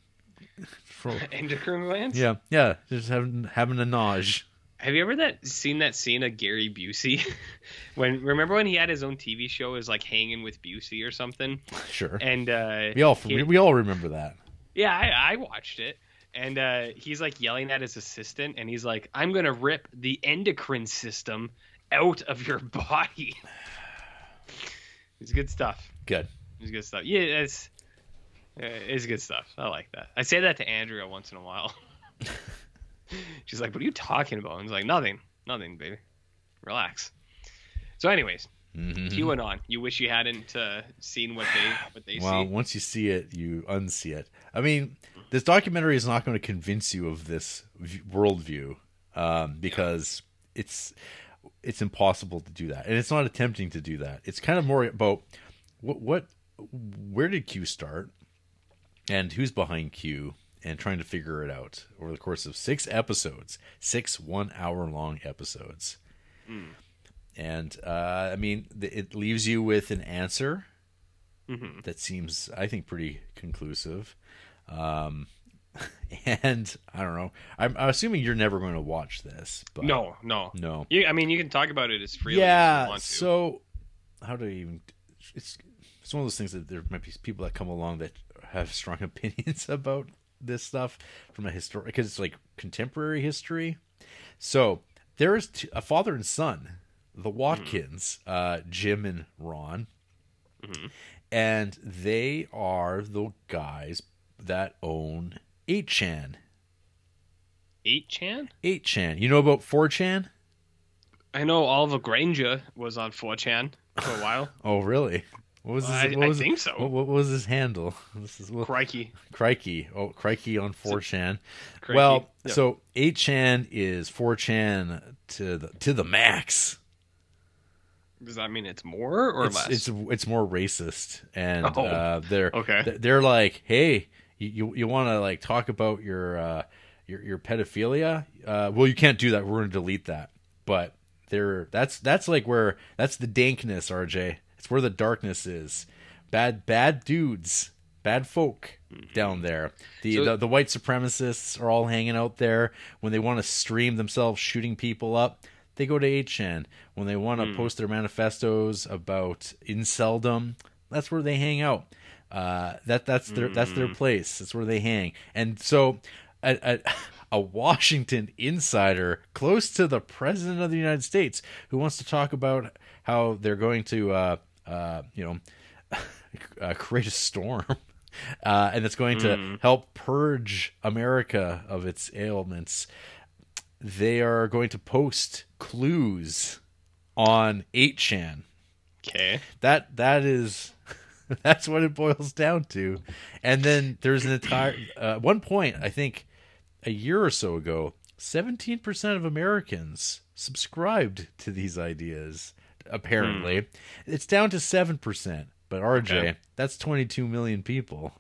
Fro-
Endocrine glands?
yeah, yeah, just having having a nage.
Have you ever that seen that scene of Gary Busey? when remember when he had his own TV show is like hanging with Busey or something?
Sure,
And uh
we all
he-
we all remember that.
Yeah, I, I watched it. And uh, he's like yelling at his assistant, and he's like, I'm going to rip the endocrine system out of your body. it's good stuff.
Good.
It's good stuff. Yeah, it's, uh, it's good stuff. I like that. I say that to Andrea once in a while. She's like, What are you talking about? And he's like, Nothing. Nothing, baby. Relax. So, anyways,
Mhm.
QAnon. You wish you hadn't uh, seen what they what they
Well,
see.
once you see it, you unsee it. I mean, this documentary is not going to convince you of this v- worldview um, because it's it's impossible to do that, and it's not attempting to do that. It's kind of more about what what where did Q start, and who's behind Q, and trying to figure it out over the course of six episodes, six one hour long episodes. And uh, I mean, th- it leaves you with an answer
hmm
that seems I think pretty conclusive. Um, and I don't know. I'm, I'm assuming you're never going to watch this, but
No, no,
no,
You, I mean, you can talk about it as freely as you
yeah.
want to.
So how do I even? It's it's one of those things that there might be people that come along that have strong opinions about this stuff from a historic because it's like contemporary history. So there
Hmm.
is t- a father and son, the Watkins, uh, Jim and Ron
Mhm.
and they are the guys that own 8chan.
8chan?
8chan. You know about 4chan?
I know Oliver Granger was on 4chan for a while.
Oh, really? What was his,
I-
what
I
was,
think so.
What, what was his handle? This is what,
Crikey.
Crikey. Oh, Crikey on 4chan.
Crikey.
Well,
Yeah.
so 8chan is 4chan to the, to the max.
Does that mean it's more or
it's,
less?
It's it's more racist, and
Oh,
uh, they're
okay.
th- They're like, hey, you you, you want to like talk about your uh, your your pedophilia? Uh, well, you can't do that. We're going to delete that. But they're that's that's like where that's the dankness, RJ. It's where the darkness is. Bad bad dudes, bad folk down there. The,
So-
the the white supremacists are all hanging out there. When they want to stream themselves shooting people up, they go to 8chan. When they want to post their manifestos about inceldom, that's where they hang out. Uh, that that's their that's their place. That's where they hang. And so, a, a, a Washington insider close to the president of the United States who wants to talk about how they're going to uh, uh, you know uh, create a storm. Uh, and it's going to help purge America of its ailments. They are going to post clues on 8chan
okay.
that that is that's what it boils down to and then there's an entire uh, one point i think a year or so ago 17% of americans subscribed to these ideas apparently it's down to 7% but rj
Hmm. Okay.
that's 22 million people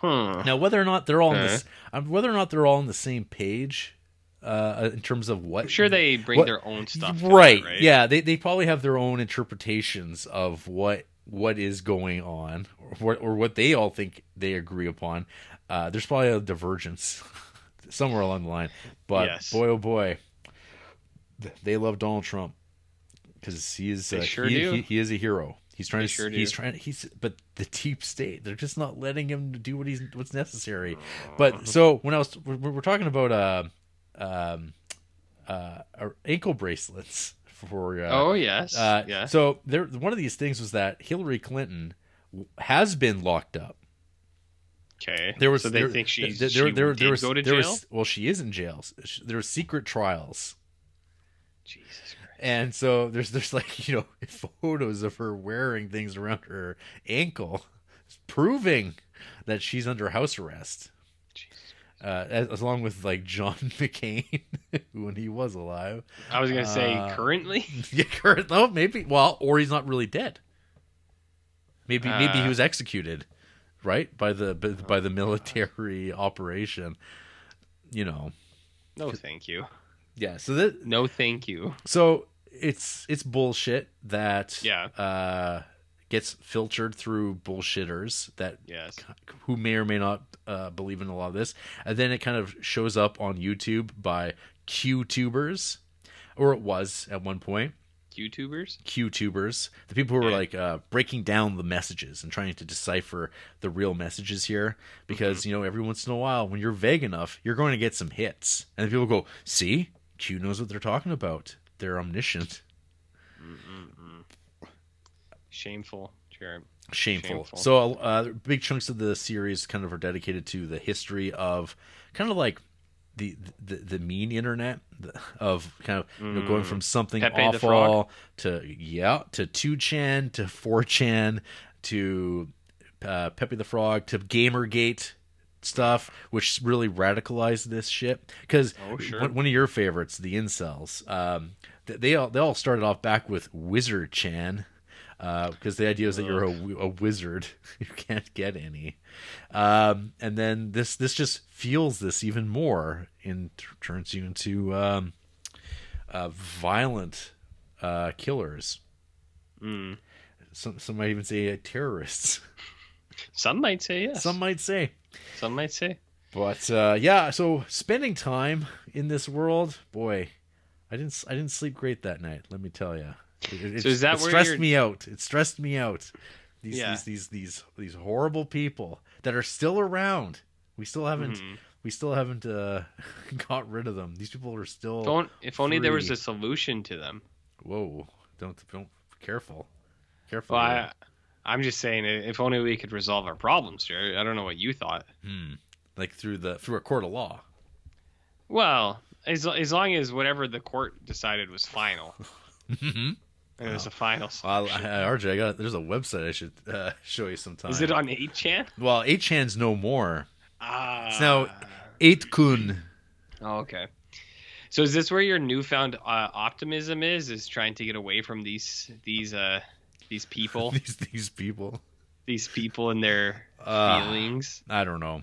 Huh.
now whether or not they're all on
Okay.
this um, whether or not they're all on the same page uh, in terms of what
I'm sure they bring
What-
their own stuff. to it,
right.
right?
Yeah, they they probably have their own interpretations of what what is going on or what or what they all think they agree upon. Uh, there's probably a divergence somewhere along the line. But
Yes.
boy oh boy, th- they love Donald Trump because he is
They
uh,
sure
he,
do.
He, he is a hero. He's trying
They
to
sure do.
he's trying he's but the deep state they're just not letting him do what he's what's necessary. But so when I was we're, we're talking about uh um uh ankle bracelets for uh,
Oh yes.
uh
yeah.
so there one of these things was that Hillary Clinton w- has been locked up.
Okay.
There was
so they
there,
think she,
there,
she
there, there,
did
there was,
go to
there
jail.
was- well she is in jail. Sh- There were secret trials.
Jesus Christ.
And so there's there's like you know photos of her wearing things around her ankle, proving that she's under house arrest,
Jesus.
uh, as, as along with like John McCain when he was alive.
I was gonna say
Uh,
currently.
Yeah, Kurt, though maybe well, or he's not really dead. Maybe maybe he
Uh.
was executed, right by the by, by the military operation. You know,
No, thank you.
yeah. So that
No, thank you.
So it's it's bullshit that
Yeah.
uh, gets filtered through bullshitters that
Yes.
who may or may not uh, believe in a lot of this, and then it kind of shows up on YouTube by Q-tubers, or it was at one point
YouTubers.
Q-tubers, the people who were
Yeah.
like uh, breaking down the messages and trying to decipher the real messages here, because you know every once in a while when you're vague enough, you're going to get some hits, and people go, "See, Q knows what they're talking about. They're omniscient."
Shameful. Sure.
shameful.
Shameful.
So uh, big chunks of the series kind of are dedicated to the history of kind of like the the, the mean internet the- of kind of you know, going from something
Mm. Pepe the Frog.
awful to yeah to two chan to four chan to uh, Pepe the Frog to Gamergate stuff, which really radicalized this shit. Because
Oh, sure.
one, one of your favorites, the incels, um, th- they all they all started off back with Wizard Chan, because the idea is that you're a, wi- a wizard, you can't get any. Um, and then this this just fuels this even more and t- turns you into um, uh, violent uh, killers.
Mm.
Some some might even say uh, terrorists.
Some might say yes.
Some
Some,
might say.
Some might say.
But uh, yeah, so spending time in this world, boy, I didn't s- I didn't sleep great that night. Let me tell you, it, it-
So is that
it
where
stressed
you're-
me out. It stressed me out. These,
Yeah.
these these these these horrible people that are still around. We still haven't
Mhm.
we still haven't uh, got rid of them. These people are still
If, on- if only there was
free.
a solution to them.
whoa. Don't don't careful. Careful.
Well, I, I'm just saying, if only we could resolve our problems, Jerry. I don't know what you thought.
Hmm. Like through the through a court of law.
Well, as as long as whatever the court decided was final, and it was a final.
Well, I,
solution.
I- RJ, I got there's a website I should uh, show you sometime.
Is it on 8chan?
well, eight chan's no more.
Ah.
now- Eight kun.
Oh, okay. So is this where your newfound uh, optimism is? Is trying to get away from these these uh these people,
these these people.
these people and their
Ah.
feelings?
I don't know.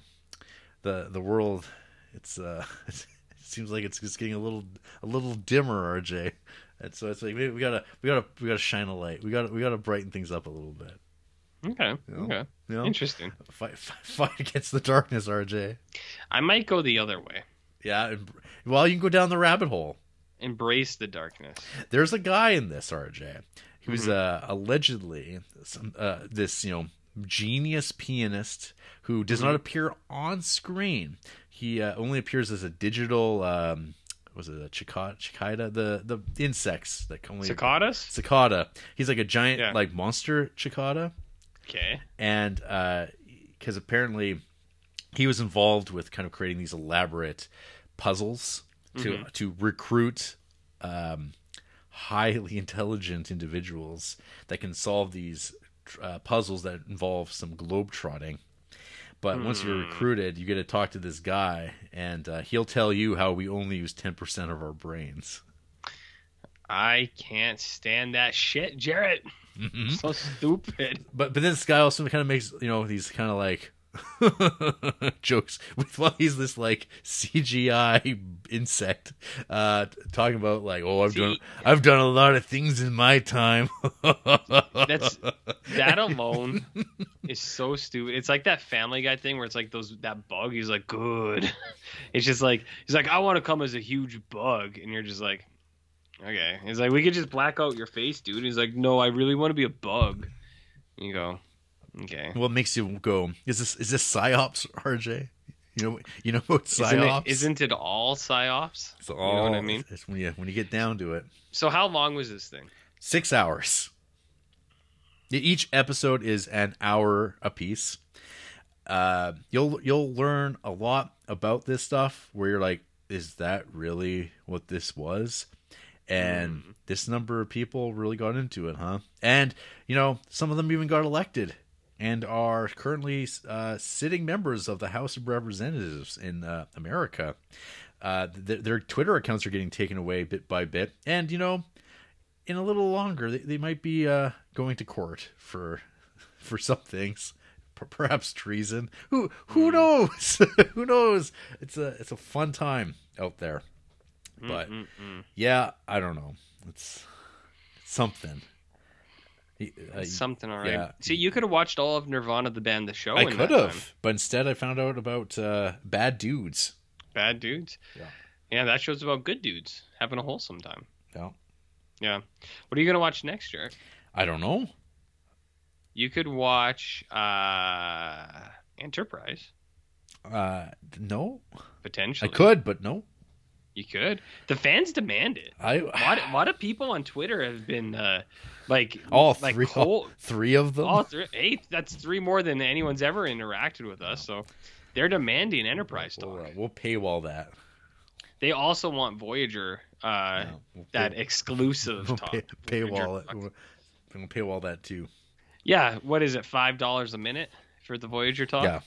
The the world, it's uh, it seems like it's just getting a little a little dimmer, RJ. And so it's like maybe we gotta we gotta we gotta shine a light. We gotta we gotta brighten things up a little bit.
Okay.
Yeah.
Okay.
You know,
Interesting.
fight, fight fight against the darkness, RJ.
I might go the other way.
Yeah. em- Well, you can go down the rabbit hole.
Embrace the darkness.
There's a guy in this, RJ. He was uh, allegedly some, uh, this you know genius pianist who does not appear on screen. He uh, only appears as a digital. Um, was it a cicada? Cicada? The the insects that can only
Cicadas?
cicada. He's like a giant
Yeah.
like monster cicada,
Okay.
and because apparently he was involved with kind of creating these elaborate puzzles to to recruit um, highly intelligent individuals that can solve these uh, puzzles that involve some globetrotting. But once you're recruited, you get to talk to this guy, and uh, he'll tell you how we only use ten percent of our brains.
I can't stand that shit, Jarrett.
Hmm?
So stupid.
but but this guy also kind of makes you know these kind of like jokes with while he's this like CGI insect uh t- talking about like oh I've done
See?
I've done a lot of things in my time.
That's that alone is so stupid. It's like that Family Guy thing where it's like those that bug. He's like, good. It's just like he's like, I want to come as a huge bug, and you're just like, okay. He's like, we could just black out your face, dude. He's like, no, I really want to be a bug. And you go, okay.
what makes you go is this is this psyops RJ? You know you know what
Isn't it,
psyops
isn't it all psyops?
It's all,
know what I mean?
It's when you when you get down to it.
So how long was this thing?
6 hours. E-, Each episode is an hour apiece. uh, you'll you'll learn a lot about this stuff where you're like, is that really what this was? And this number of people really got into it, huh? And you know, some of them even got elected and are currently uh, sitting members of the House of Representatives in uh, America. Uh, th- their Twitter accounts are getting taken away bit by bit, and you know, in a little longer, they, they might be uh, going to court for for some things, per- perhaps treason. Who
Hmm.
who knows? who knows? It's a it's a fun time out there, but yeah, I don't know. It's, it's something. Y- uh,
It's something, all right.
yeah.
See, you could have watched all of Nirvana, the band, the show.
I
in that
could
time.
have, but instead I found out about uh, bad dudes.
Bad dudes.
Yeah.
Yeah, that show's about good dudes having a wholesome time.
Yeah.
Yeah. What are you gonna watch next, Jared?
I don't know.
You could watch uh Enterprise
Uh, no, I
potentially.
could, but no.
You could. The fans demand it.
I
A lot, a lot of people on Twitter have been uh, like
all
like
three, all
cold.
three of them.
All three, hey, that's three more than anyone's ever interacted with us. So they're demanding Enterprise
We'll,
talk.
uh, we'll paywall that.
They also want Voyager, uh,
Oh, Yeah, we'll
that
pay-
exclusive
we'll
talk.
pay, paywall
Voyager
it.
talk.
We'll, we'll paywall that too.
Yeah, what is it? Five dollars a minute for the Voyager talk.
Yeah.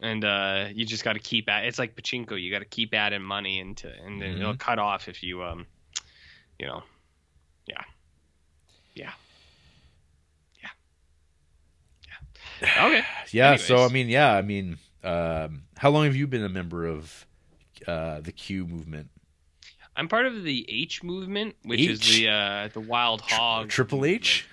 and uh, you just got to keep at. It's like pachinko. You got to keep adding money into, and then
Mhm.
it'll cut off if you, um, you know, yeah, yeah, yeah, yeah. Okay.
Yeah. So I
Anyways.
mean, yeah. I mean, um, how long have you been a member of uh, the Q movement?
I'm part of the H movement, which is
H?
the uh, the Wild
Tri-
Hog
Triple H.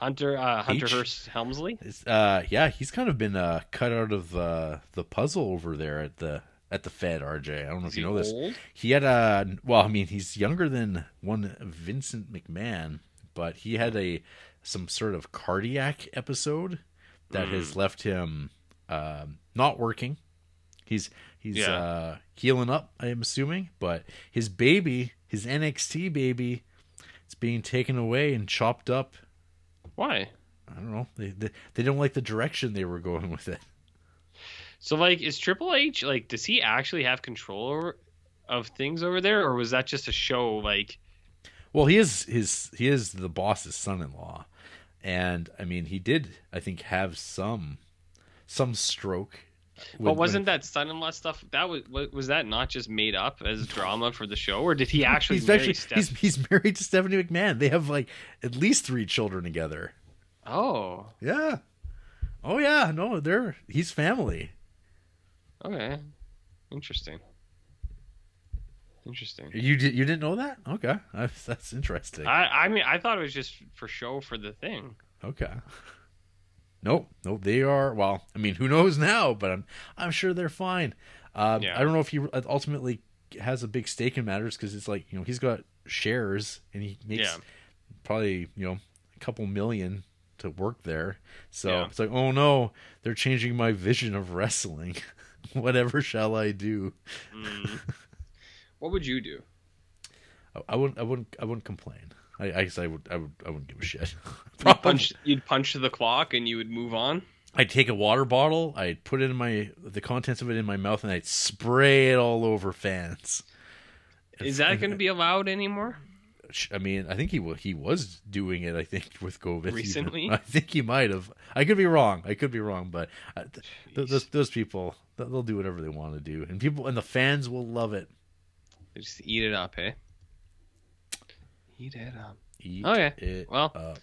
Hunter uh, Hunter
H?
Hearst Helmsley.
It's, uh, yeah, he's kind of been uh, cut out of uh, the puzzle over there at the at the Fed. RJ, I don't know
Is
if you
he
know this.
old?
He had a well, I mean, he's younger than one Vincent McMahon, but he had a some sort of cardiac episode that has left him um, not working. He's he's
Yeah.
uh, healing up, I am assuming, but his baby, his NXT baby, it's being taken away and chopped up
Why?
I don't know. They they, they don't like the direction they were going with it.
So like, is Triple H like? Does he actually have control over, of things over there, or was that just a show? Like,
Well, he is his he is the boss's son-in-law, and I mean he did I think have some some stroke.
but wasn't that son-in-law stuff? That was wa- was that not just made up as drama for the show, or did he actually?
he's
marry
actually
Steph-
he's he's married to Stephanie McMahon. They have like at least three children together.
Oh,
Yeah. Oh yeah, no, they're he's family.
okay, interesting, interesting.
You did you didn't know that? Okay, I, that's interesting.
I I mean, I thought it was just for show for the thing.
Okay. Nope, nope. They are well. I mean, who knows now? But I'm I'm sure they're fine. Um,
Yeah.
I don't know if he ultimately has a big stake in matters because it's like you know he's got shares and he makes
Yeah.
probably you know a couple million to work there. So
Yeah.
it's like oh no, they're changing my vision of wrestling. Whatever shall I do?
Mm. what would you do?
I, I wouldn't. I wouldn't. I wouldn't complain. I, I guess I would. I would. I wouldn't give a shit.
You'd punch, you'd punch the clock and you would move on.
I'd take a water bottle, I'd put it in my the contents of it in my mouth, and I'd spray it all over fans.
Is that going to be allowed anymore?
I mean, I think he wa he was doing it. I think with COVID even.
Recently?
I think he might have. I could be wrong. I could be wrong, but uh, th- th- those those people th- they'll do whatever they want to do, and people and the fans will love it.
They Just eat it up, eh? Eat it up.
Eat
Okay,
it
well.
up.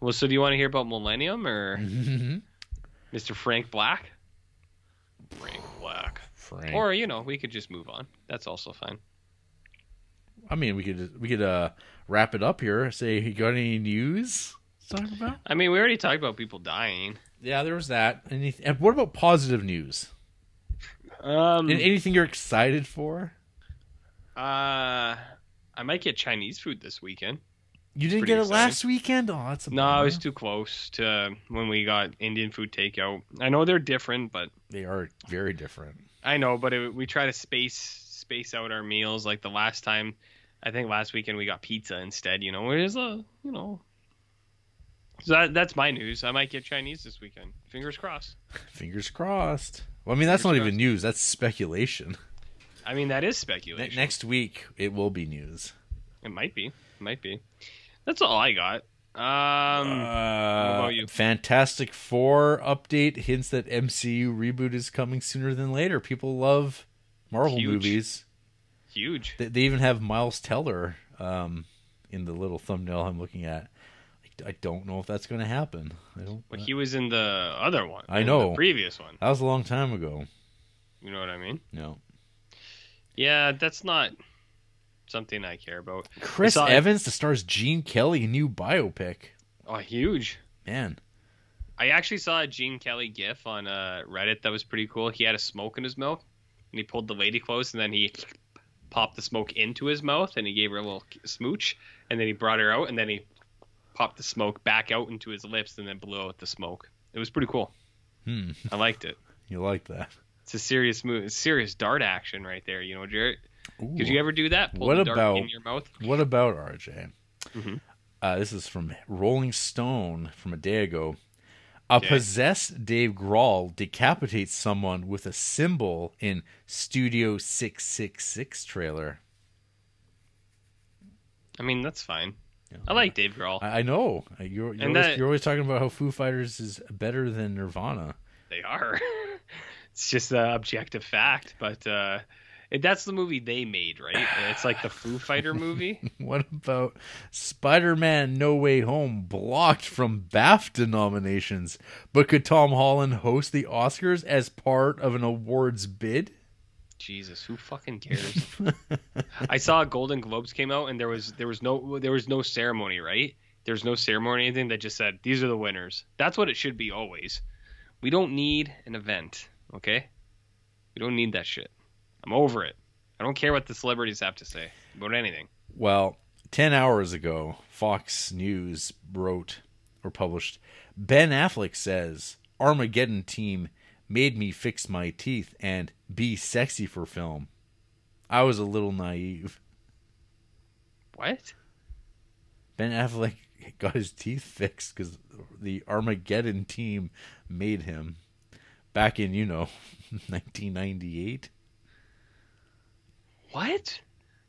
Well, so do you want to hear about Millennium or
Mm-hmm.
Mr. Frank Black? Frank Black.
Frank.
Or you know, we could just move on. That's also fine.
I mean, we could we could uh, wrap it up here. Say, you got any news? to Talk about.
I mean, we already talked about people dying.
Yeah, there was that. Any, and what about positive news?
Um,
An- Anything you're excited for?
uh, I might get Chinese food this weekend.
You didn't
Pretty
get it
exciting.
last weekend? Oh, that's a
No, I
bummer.
was too close to when we got Indian food takeout. I know they're different, but
They are very different.
I know, but it, we try to space space out our meals. Like the last time, I think last weekend we got pizza instead. You know, it is a you know. So that, that's my news. I might get Chinese this weekend. Fingers crossed.
Fingers crossed. Well, I mean, that's
Fingers
not even
crossed.
news. That's speculation.
I mean, that is
Ne-
speculation.
next week, it will be news.
It might be. It might be. That's all I got.
Hmm.
Um,
Uh,
about you?
Fantastic Four update hints that MCU reboot is coming sooner than later. People love Marvel
Huge.
movies.
huge.
They, they even have Miles Teller um, in the little thumbnail I'm looking at. I, I don't know if that's going to happen. I don't.
But he was in the other one.
I
in
know.
the previous one.
That was a long time ago.
You know what I mean?
No.
Yeah, that's not something I care about.
Chris
I saw-
Evans, the stars Gene Kelly, new biopic.
Oh, huge.
Man,
I actually saw a Gene Kelly gif on uh, Reddit that was pretty cool. He had a smoke in his mouth, and he pulled the lady close, and then he popped the smoke into his mouth, and he gave her a little smooch, and then he brought her out, and then he popped the smoke back out into his lips, and then blew out the smoke. It was pretty cool.
Hmm.
I liked it.
you like that?
It's a serious move. It's serious dart action right there. You know, Jarrett.
Ooh.
Could you ever do that? Pull
What
the dart
about-
in your mouth?
What about RJ?
Mhm.
Uh, this is from Rolling Stone from a day ago. A
Okay.
possessed Dave Grohl decapitates someone with a symbol in Studio 666 trailer.
I mean, that's fine.
Yeah.
I like Dave Grohl.
I, I know. Uh, You're, you're,
And
always,
that-
you're always talking about how Foo Fighters is better than Nirvana.
They are. it's just an objective fact, but uh, it, that's the movie they made, right? It's like the Foo Fighter movie.
What about Spider Man No Way Home blocked from BAFTA nominations? But could Tom Holland host the Oscars as part of an awards bid?
Jesus, who fucking cares? I saw Golden Globes came out, and there was there was no there was no ceremony, right? There's no ceremony, or anything. That just said these are the winners. That's what it should be always. We don't need an event, okay? We don't need that shit. I'm over it. I don't care what the celebrities have to say about anything.
Well, 10 hours ago, Fox News wrote or published Ben Affleck says Armageddon team made me fix my teeth and be sexy for film. I was a little naive.
What?
Ben Affleck got his teeth fixed because the Armageddon team made him back in, you know, 1998.
What?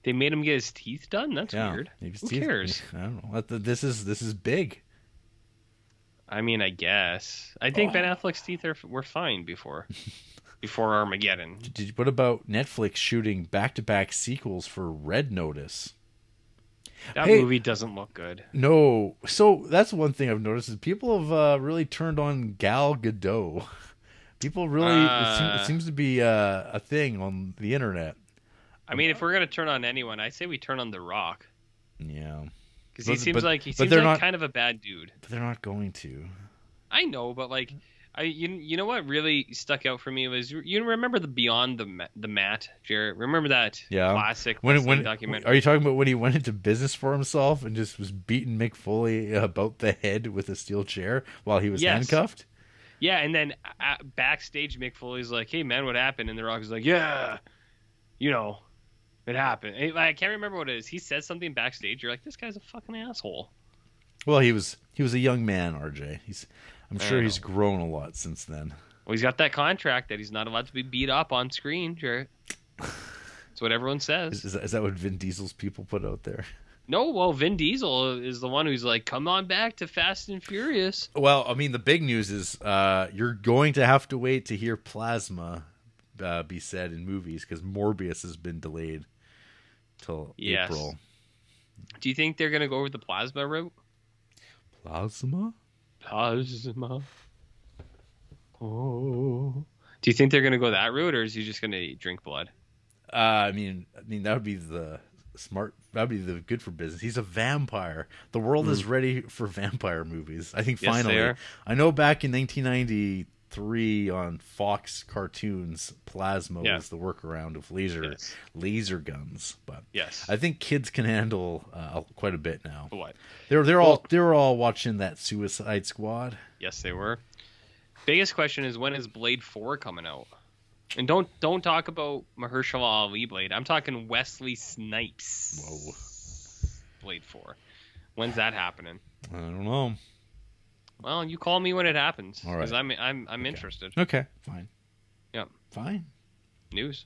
They made him get his teeth done? That's
yeah,
weird.
maybe his
Who
teeth-
cares?
I don't know. That- This is this is big.
I mean, I guess. I think
Oh.
Ben Affleck's teeth are, were fine before, before Armageddon.
Did, what about Netflix shooting back-to-back sequels for Red Notice?
That
Hey.
movie doesn't look good.
No, so that's one thing I've noticed is people have uh, really turned on Gal Gadot. People really it, seem,
Uh.
it seems to be uh, a thing on the internet.
I mean, if we're gonna turn on anyone, I say we turn on The Rock
Yeah,
because he
But-
seems
but-
like he
but
seems
they're
like
not-
kind of a bad dude.
but they're not going to.
I know, but like, I you, you know what really stuck out for me was you remember the Beyond the Ma- the Mat, Jarrett? Remember that
Yeah.
classic
When
wrestling
when
documentary?
are you talking about when he went into business for himself and just was beating Mick Foley about the head with a steel chair while he was
Yes.
handcuffed?
Yeah, and then uh, backstage, Mick Foley's like, "Hey man, what happened?" And The Rock is like, "Yeah, you know, it happened." And, like, I can't remember what it is. He says something backstage. You're like, "This guy's a fucking asshole."
Well, he was he was a young man, RJ. He's I'm
I
sure
know.
he's grown a lot since then.
Well, he's got that contract that he's not allowed to be beat up on screen, Jarrett. That's what everyone
Is,
says.
is, that, is that what Vin Diesel's people put out there?
No, well, Vin Diesel is the one who's like, "Come on back to Fast and Furious."
Well, I mean, the big news is uh, you're going to have to wait to hear plasma uh, be said in movies because Morbius has been delayed till
Yes.
April.
Do you think they're gonna go with the plasma route?
Plasma?
Plasma. Oh. Do you think they're gonna go that route, or is he just gonna drink blood?
Uh, I mean, I mean that would be the smart. That'd be the good for business. He's a vampire. The world is ready for vampire movies. I think
Hmm. Yes, they
finally.
are.
I know back in 1993 on Fox cartoons, plasma
Yeah.
was the workaround of laser
Yes.
laser guns, but.
Yes.
I think kids can handle uh, quite a bit now.
what?
They're they're all
Well-
they're all watching that Suicide Squad.
Yes, they were. Biggest question is when is Blade Four coming out? And don't don't talk about Mahershala Ali Blade. I'm talking Wesley Snipes. Whoa. Blade Four. When's that happening?
I don't know.
Well, you call me when it happens
All right.
because I'm I'm I'm interested.
Okay, fine.
Yep.
Fine.
News.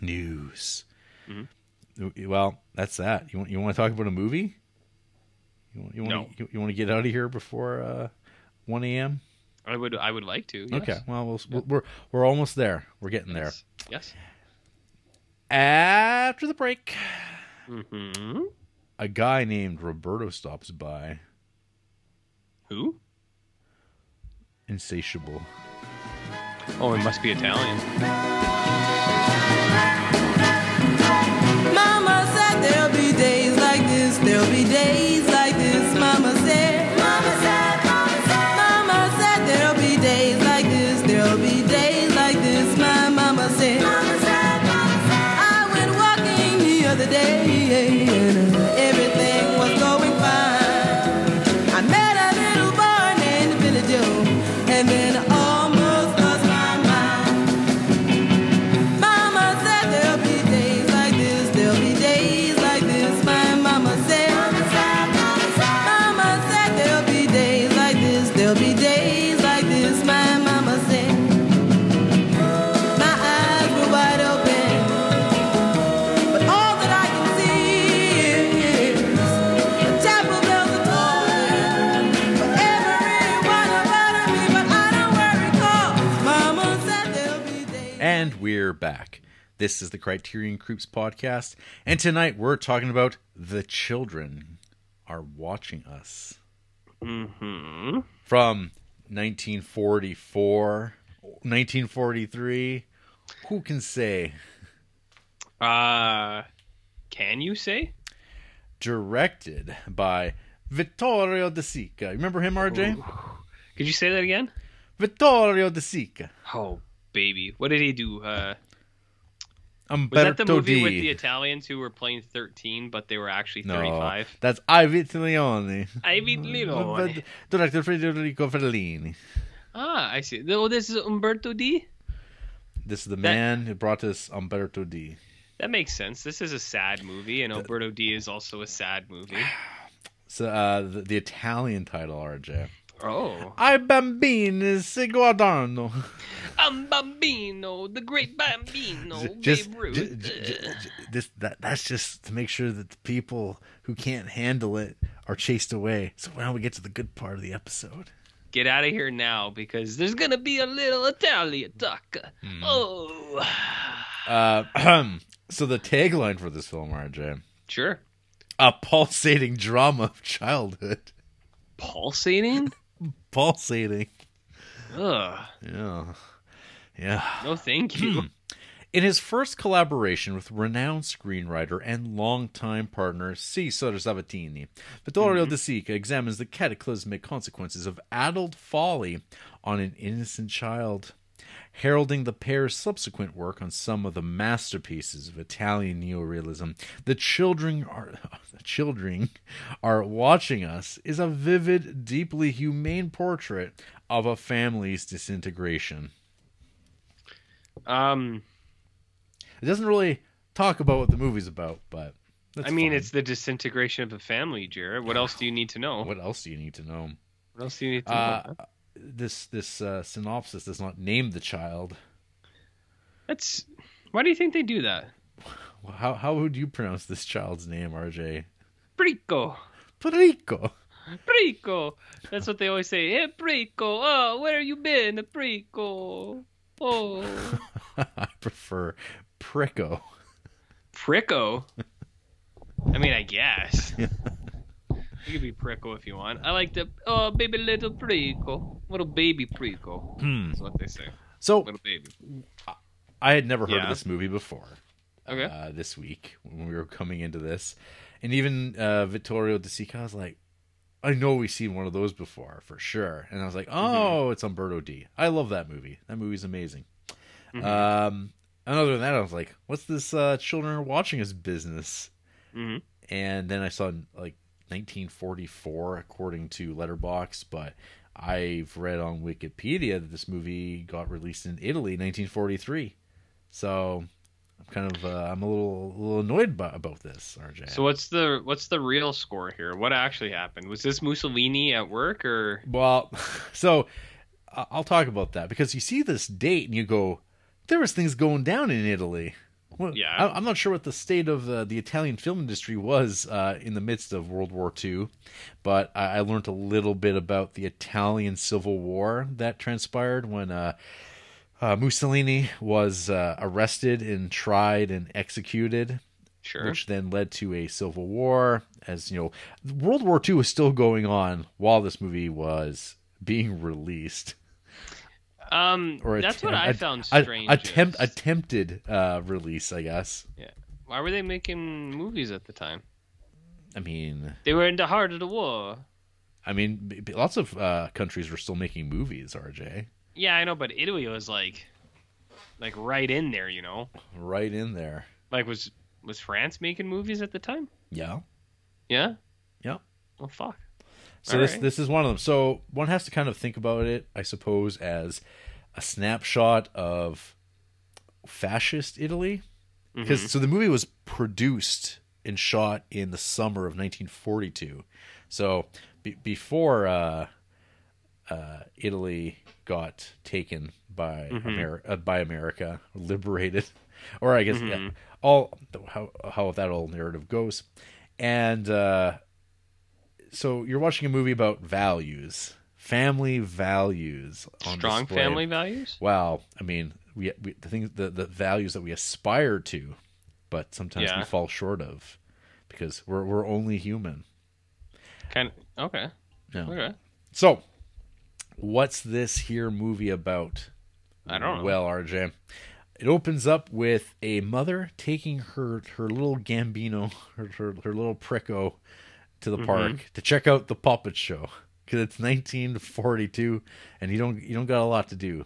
News.
Mm-hmm.
Well, that's that. You want you want to talk about a movie? You want you want
No.
to, you, want to get out of here before uh, one a.m.
I would I would like to. Yes.
Okay. Well, we'll we're we're almost there. We're getting there.
Yes. Yes.
After the break,
hmm
a guy named Roberto stops by.
Who?
Insatiable.
Oh, it must be Italian.
Mama said there'll be days like this, there'll be days like this. Mama said, Mama said, Mama said, Mama said there'll be days like this, there'll be days like this. My mama said, Mama said, Mama said, I went walking the other day and everything was going fine. I met a little boy named Billy Joe, and then I almost lost my mind. Mama said there'll be days like this, there'll be days like this. My mama said, Mama said there'll be days like this, there'll be days like this. My mama said, My eyes were wide open, but all that I can see is chapel bells are tolling for every one of me. But I don't worry 'cause Mama said there'll be days.
And we're back. This is the Criterion Creeps podcast, and tonight we're talking about The Children Are Watching Us
hmm
from 1944, 1943. Who can say?
Uh, can you say?
Directed by Vittorio De Sica. Remember him, RJ?
Could you say that again?
Vittorio De Sica.
Oh, baby. What did he do? Uh, was
Umberto
that the movie
D.
with the Italians who were playing 13, but they were actually
no,
35?
that's Ivy Leone.
I mean, Lilo.
Director Federico Fellini.
Ah, I see. Oh, this is Umberto D?
This is the man who brought us Umberto D.
That makes sense. This is a sad movie, and Umberto D is also a sad movie.
So, uh, the, the Italian title, RJ.
Oh.
I bambini si guardano.
I'm Bambino, the great Bambino.
just,
Babe Ruth. Uh,
ju- ju- ju- ju- this that that's just to make sure that the people who can't handle it are chased away. So now we get to the good part of the episode.
Get out of here now because there's gonna be a little Italian talk.
Hmm.
Oh.
Uh, so the tagline for this film, RJ,
Sure.
a pulsating drama of childhood,
Pulsating?
pulsating.
Ugh.
Yeah, yeah.
No, thank
Hmm.
you.
In his first collaboration with renowned screenwriter and longtime partner C. Sutter Sabatini, Vittorio De Sica examines the cataclysmic consequences of adult folly on an innocent child, heralding the pair's subsequent work on some of the masterpieces of Italian neorealism. The children are the children are watching us is a vivid, deeply humane portrait of a family's disintegration.
um,
It doesn't really talk about what the movie's about, but that's
I mean,
fine.
it's the disintegration of a family, Jared. What else do you need to know? What,
what else do you need to know?
else do you need to
Uh,
know?
This this uh, synopsis does not name the child.
That's why do you think they do that?
How how would you pronounce this child's name, RJ?
Brico,
Perico.
Brico. That's what they always say. Hey, Brico. Oh, where you been, Brico? Oh,
I prefer Prico.
Prico. I mean, I guess. You could be Prico if you want. I like the oh baby little Prico, little baby Prico.
Hmm.
That's what they say,
So
little baby.
I had never heard
Yeah.
of this movie before.
Okay.
Uh, this week when we were coming into this, and even uh, Vittorio De Sica I was like, I know we've seen one of those before for sure. And I was like, oh, it's Umberto D. I love that movie. That movie's amazing. Um, and other than that, I was like, what's this uh, children are watching us business?
Mhm.
And then I saw like 1944 according to Letterbox, but I've read on Wikipedia that this movie got released in Italy in 1943. So I'm kind of uh, I'm a little a little annoyed by, about this, RJ.
So what's the what's the real score here? What actually happened? Was this Mussolini at work or
Well, so I- I'll talk about that because you see this date and you go, there was things going down in Italy. Well,
Yeah.
I, I'm not sure what the state of uh, the Italian film industry was uh, in the midst of World War II, but I, I learned a little bit about the Italian Civil War that transpired when uh, uh, Mussolini was uh, arrested and tried and executed
sure?
which then led to a civil war. As you know, World War II was still going on while this movie was being released,
Um, that's what I
attempt-
found
a-
strange.
attempt
is-
attempted uh, release, I guess.
Why were they making movies at the time?
I mean,
They were in the heart of the war.
I mean, b- b- lots of uh, countries were still making movies. RJ,
Yeah, I know, but Italy was like, like right in there, you know.
right in there.
Like was was France making movies at the time?
Yeah.
Yeah.
Yeah.
Well, fuck.
So this
Alright.
this is one of them. So one has to kind of think about it, I suppose, as a snapshot of fascist Italy. Because so the movie was produced and shot in the summer of 1942. So be before uh, uh, Italy got taken by
Mm-hmm.
Ameri- uh, by America, liberated, or I guess
Mm-hmm.
yeah, all how how that whole narrative goes, and. Uh, so you're watching a movie about values, family values, on
Strong
display.
family values.
Wow, I mean, we, we the things the, the values that we aspire to, but sometimes we
Yeah.
fall short of because we're we're only human.
Kind of. Okay.
Yeah.
Okay.
So, what's this here movie about?
I don't know.
Well, RJ, it opens up with a mother taking her her little Gambino, her her, her little Prico, to
Mm-hmm.
the park to check out the puppet show because it's 1942 and you don't you don't got a lot to do.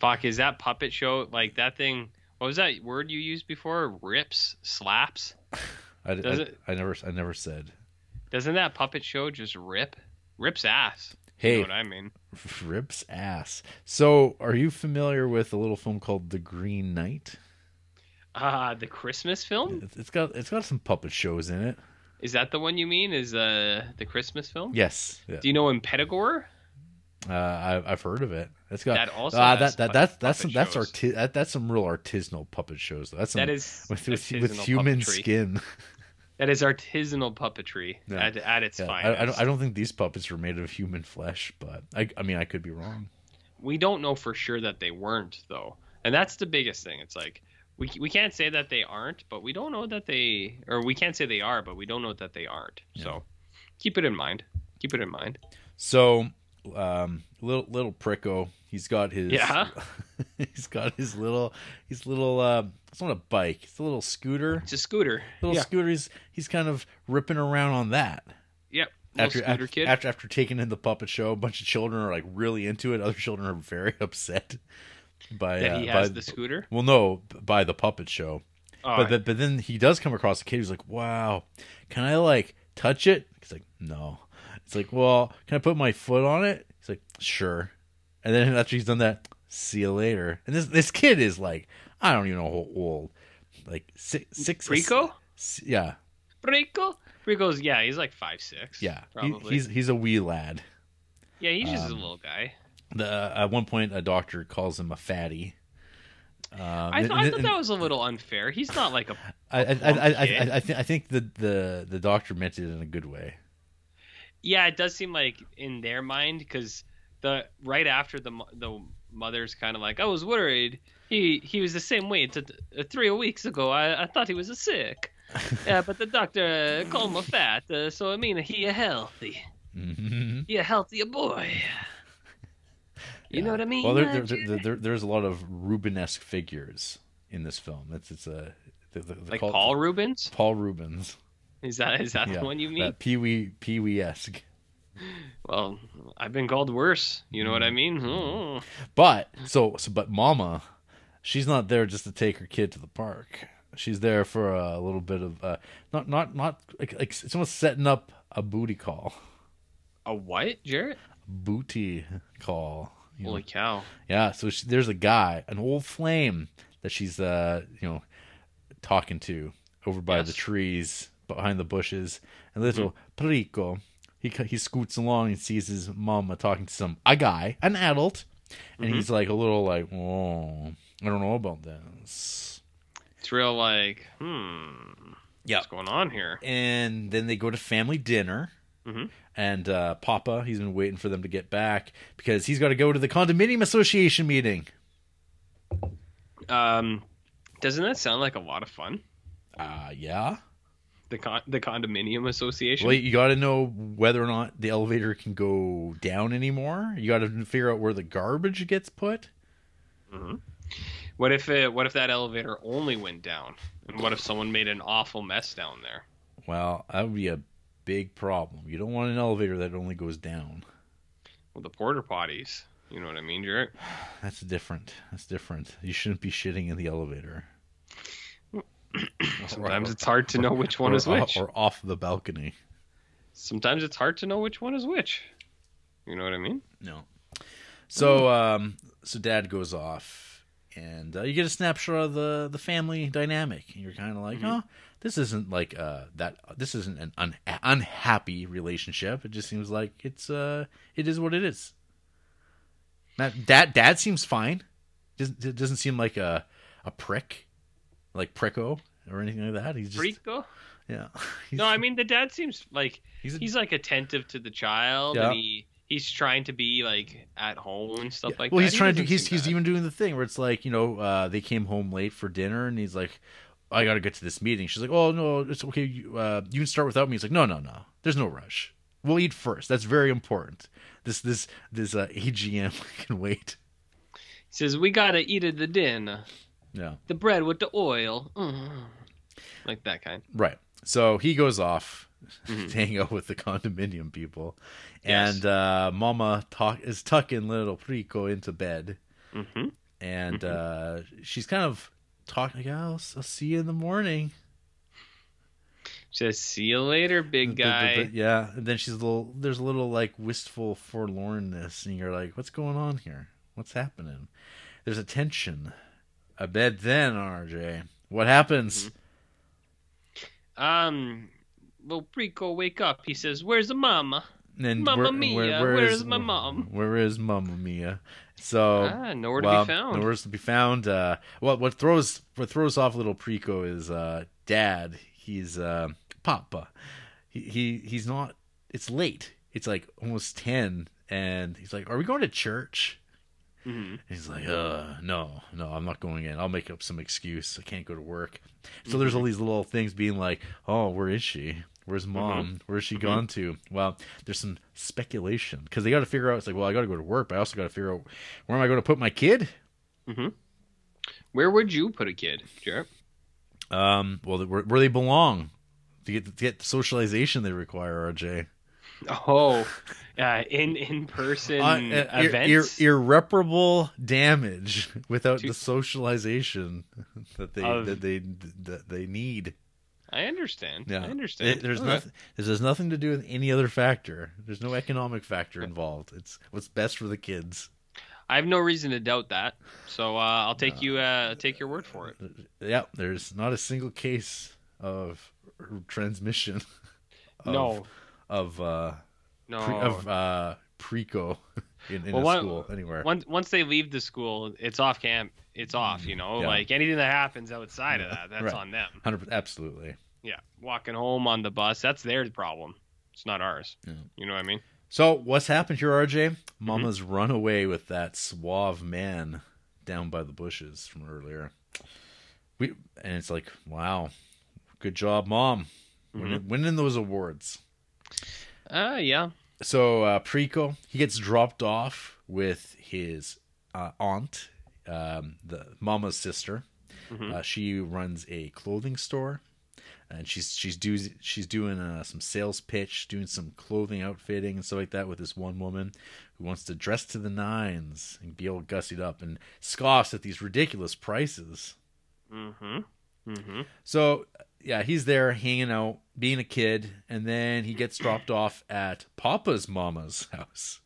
Fuck. Is that puppet show like that thing? What was that word you used before? Rips, slaps.
I,
Does
I-
it-
I never I never said
Doesn't that puppet show just rip? Rips ass.
Hey.
You know what I mean?
rips ass. So, are you familiar with a little film called The Green Knight?
Uh, the Christmas film?
It's it's got it's got some puppet shows in it.
Is that the one you mean? Is uh the Christmas film?
Yes. Yeah.
Do you know Empedagore?
Uh, I, I've heard of it. It's got
That also
Ah,
has
that, that
pu-
that's that's some, that's
puppet shows.
arti- that, that's some real artisanal puppet shows. That's some,
That is
with with, with
artisanal
human
puppetry.
skin.
That is artisanal puppetry
Yeah.
at, at its
Yeah,
finest.
I, I don't I don't think these puppets were made of human flesh, but I I mean I could be wrong.
we don't know for sure that they weren't though and that's the biggest thing it's like we, we can't say that they aren't but we don't know that they or we can't say they are but we don't know that they aren't so keep it in mind keep it in mind
So, um, little little pricko, he's got his
Yeah.
he's got his little his little uh, it's not a bike, it's a little scooter,
it's a scooter
little
yeah.
scooter. He's he's kind of ripping around on that.
yep little
After,
scooter
after,
kid
after after taking in the puppet show, a bunch of children are like really into it. Other children are very upset by
that
uh,
he has
by,
the scooter
well, no, by the puppet show.
oh,
But, but but then he does come across a kid who's like, "Wow, can I like touch it?" He's like, "No." It's like, "Well, can I put my foot on it?" He's like, "Sure." And then after he's done that, see you later. And this this kid is like, I don't even know how old, like six six.
rico
s- yeah,
rico rico's yeah he's like five six
yeah. He-
probably
he's he's a wee lad.
yeah he's just a
um,
little guy
The uh, at one point a doctor calls him a fatty. Um,
I,
and-
thought I
and-
thought that was a little unfair he's not like a
I I
plump
I, I,
kid.
I, I, think, I think the, the the doctor meant it in a good way.
yeah it does seem like in their mind because the right after the mo- the mother's kind of like i was worried he he was the same weight t- uh, three weeks ago i, I thought he was a sick yeah but the doctor uh, called him a fat uh, so i mean he a healthy
hmm
he a healthier boy you know
Yeah.
what i mean
Well, there, there,
uh,
there,
Jim?
there- there- there's a lot of Rubenesque figures in this film. That's it's a the, the, the
like
cult-
paul rubens
Paul Rubens.
is that is that
Yeah,
the one you mean
That Pee Wee Pee Wee esque.
well i've been called worse you know what
Mm.
i mean Oh.
But so so but Mama, she's not there just to take her kid to the park. She's there for a little bit of uh, not not not like, like it's almost setting up a booty call,
a what jarrett
booty call. you know?
holy cow
Yeah, so she, there's a guy, an old flame that she's uh, you know, talking to over by the
Yes.
trees behind the bushes. And little Perico, he co- he scoots along and sees his mama talking to some a guy, an adult, and he's like a little like, "Whoa, I don't know about this."
it's real like hmm
Yeah.
what's going on here
And then they go to family dinner.
Mhm.
And uh, Papa, he's been waiting for them to get back because he's got to go to the condominium association meeting.
Um, doesn't that sound like a lot of fun?
Uh, yeah.
The con- the condominium association.
Well, you got to know whether or not the elevator can go down anymore. You got to figure out where the garbage gets put.
What if it, what if that elevator only went down? And what if someone made an awful mess down there?
Well, that would be a big problem. You don't want an elevator that only goes down.
Well, the porter potties. You know what I mean, Jarrett?
That's different. That's different. You shouldn't be shitting in the elevator.
Sometimes
or-
it's hard to know which one
or,
is which.
Or off the balcony.
Sometimes it's hard to know which one is which. You know what I mean?
No. So, um, so dad goes off, and uh, you get a snapshot of the the family dynamic, and you're kind of like,
Mm-hmm.
oh, this isn't like uh that. This isn't an un- unhappy relationship. It just seems like it's uh, it is what it is. That dad dad seems fine. Doesn't it doesn't seem like a a prick, like pricko or anything like that. He's just
Rico?
yeah. He's,
No, I mean the dad seems like
he's a-
he's like attentive to the child,
Yeah.
and he he's trying to be like at home and stuff
Yeah.
like
well,
that.
he's
He
trying to.
doesn't
He's
seem
he's
bad.
even doing the thing where it's like you know uh, they came home late for dinner and he's like, I gotta get to this meeting. She's like, Oh no, it's okay. You, uh, you can start without me. He's like, No, no, no. There's no rush. We'll eat first. That's very important. This this this uh, AGM can wait.
He says we gotta eat at the dinner.
Yeah.
the bread with the oil. Mm. Like that kind.
Right. So he goes off
Mhm.
to hang out with the condominium people,
Yes.
and uh, Mama talk is tucking little Prico into bed,
Mhm.
and uh,
Mm-hmm.
she's kind of talking like, "I'll, I'll see you in the morning."
Just see you later, big
The- the-
guy.
the- yeah, and then she's a little. There's a little like wistful forlornness, and you're like, "What's going on here? What's happening?" There's a tension. I bet then, RJ, what happens?
Um, little Rico wake up. He says, "Where's the mama?"
And
Mm-hmm. Mamma
where-
Mia,
where-
where's my mom?
Where is Mamma Mia? So
ah, nowhere to
well,
be found.
Oh. Nowhere to be found. Uh, well, what throws what throws off little Preco is uh, Dad. He's uh, Papa. He, he he's not. It's late. It's like almost ten, and he's like, "Are we going to church?"
Mhm.
He's like, uh, no, no, I'm not going in. I'll make up some excuse. I can't go to work. So there's all
Mm-hmm.
these little things being like, oh, where is she? Where's mom? Where's she
Mm-hmm.
gone to? Well, there's some speculation because they got to figure out. It's like, well, I got to go to work, but I also got to figure out where am I going to put my kid?
Where would you put a kid, Jarrett?
Um, well, where, where they belong to get to get the socialization they require, RJ.
Oh, uh, in in person
Uh, uh, ir-
events
ir- irreparable damage without
Dude.
the socialization that they
Of-
that they that they need.
I understand.
Yeah,
I understand.
It- there's
Okay.
nothing. This has nothing to do with any other factor. There's no economic factor involved. It's what's best for the kids.
I have no reason to doubt that. So uh, I'll take you. Uh, I'll take your word for it.
Yeah, there's not a single case of r- transmission. Of,
no,
Of uh,
no.
pre- of uh, preco in, in
Well,
a
one-
school anywhere.
once once they leave the school, it's off camp. It's off. You know,
Yeah.
like anything that happens outside of that, that's
Right.
on them.
Hundred per- absolutely.
Yeah, walking home on the bus, that's their problem. It's not ours.
Yeah.
You know what I mean?
So what's happened here, RJ? Mama's run away with that suave man down by the bushes from earlier. We and it's like, wow, good job, mom, winning, winning those awards.
Uh, yeah.
So uh, Preco he gets dropped off with his uh, aunt, um, the Mama's sister. Uh, she runs a clothing store, and she's she's do she's doing uh, some sales pitch, doing some clothing outfitting and stuff like that with this one woman who wants to dress to the nines and be all gussied up and scoffs at these ridiculous prices.
Mm-hmm. Mm-hmm.
So yeah, he's there hanging out, being a kid, and then he gets dropped off at Papa's mama's house.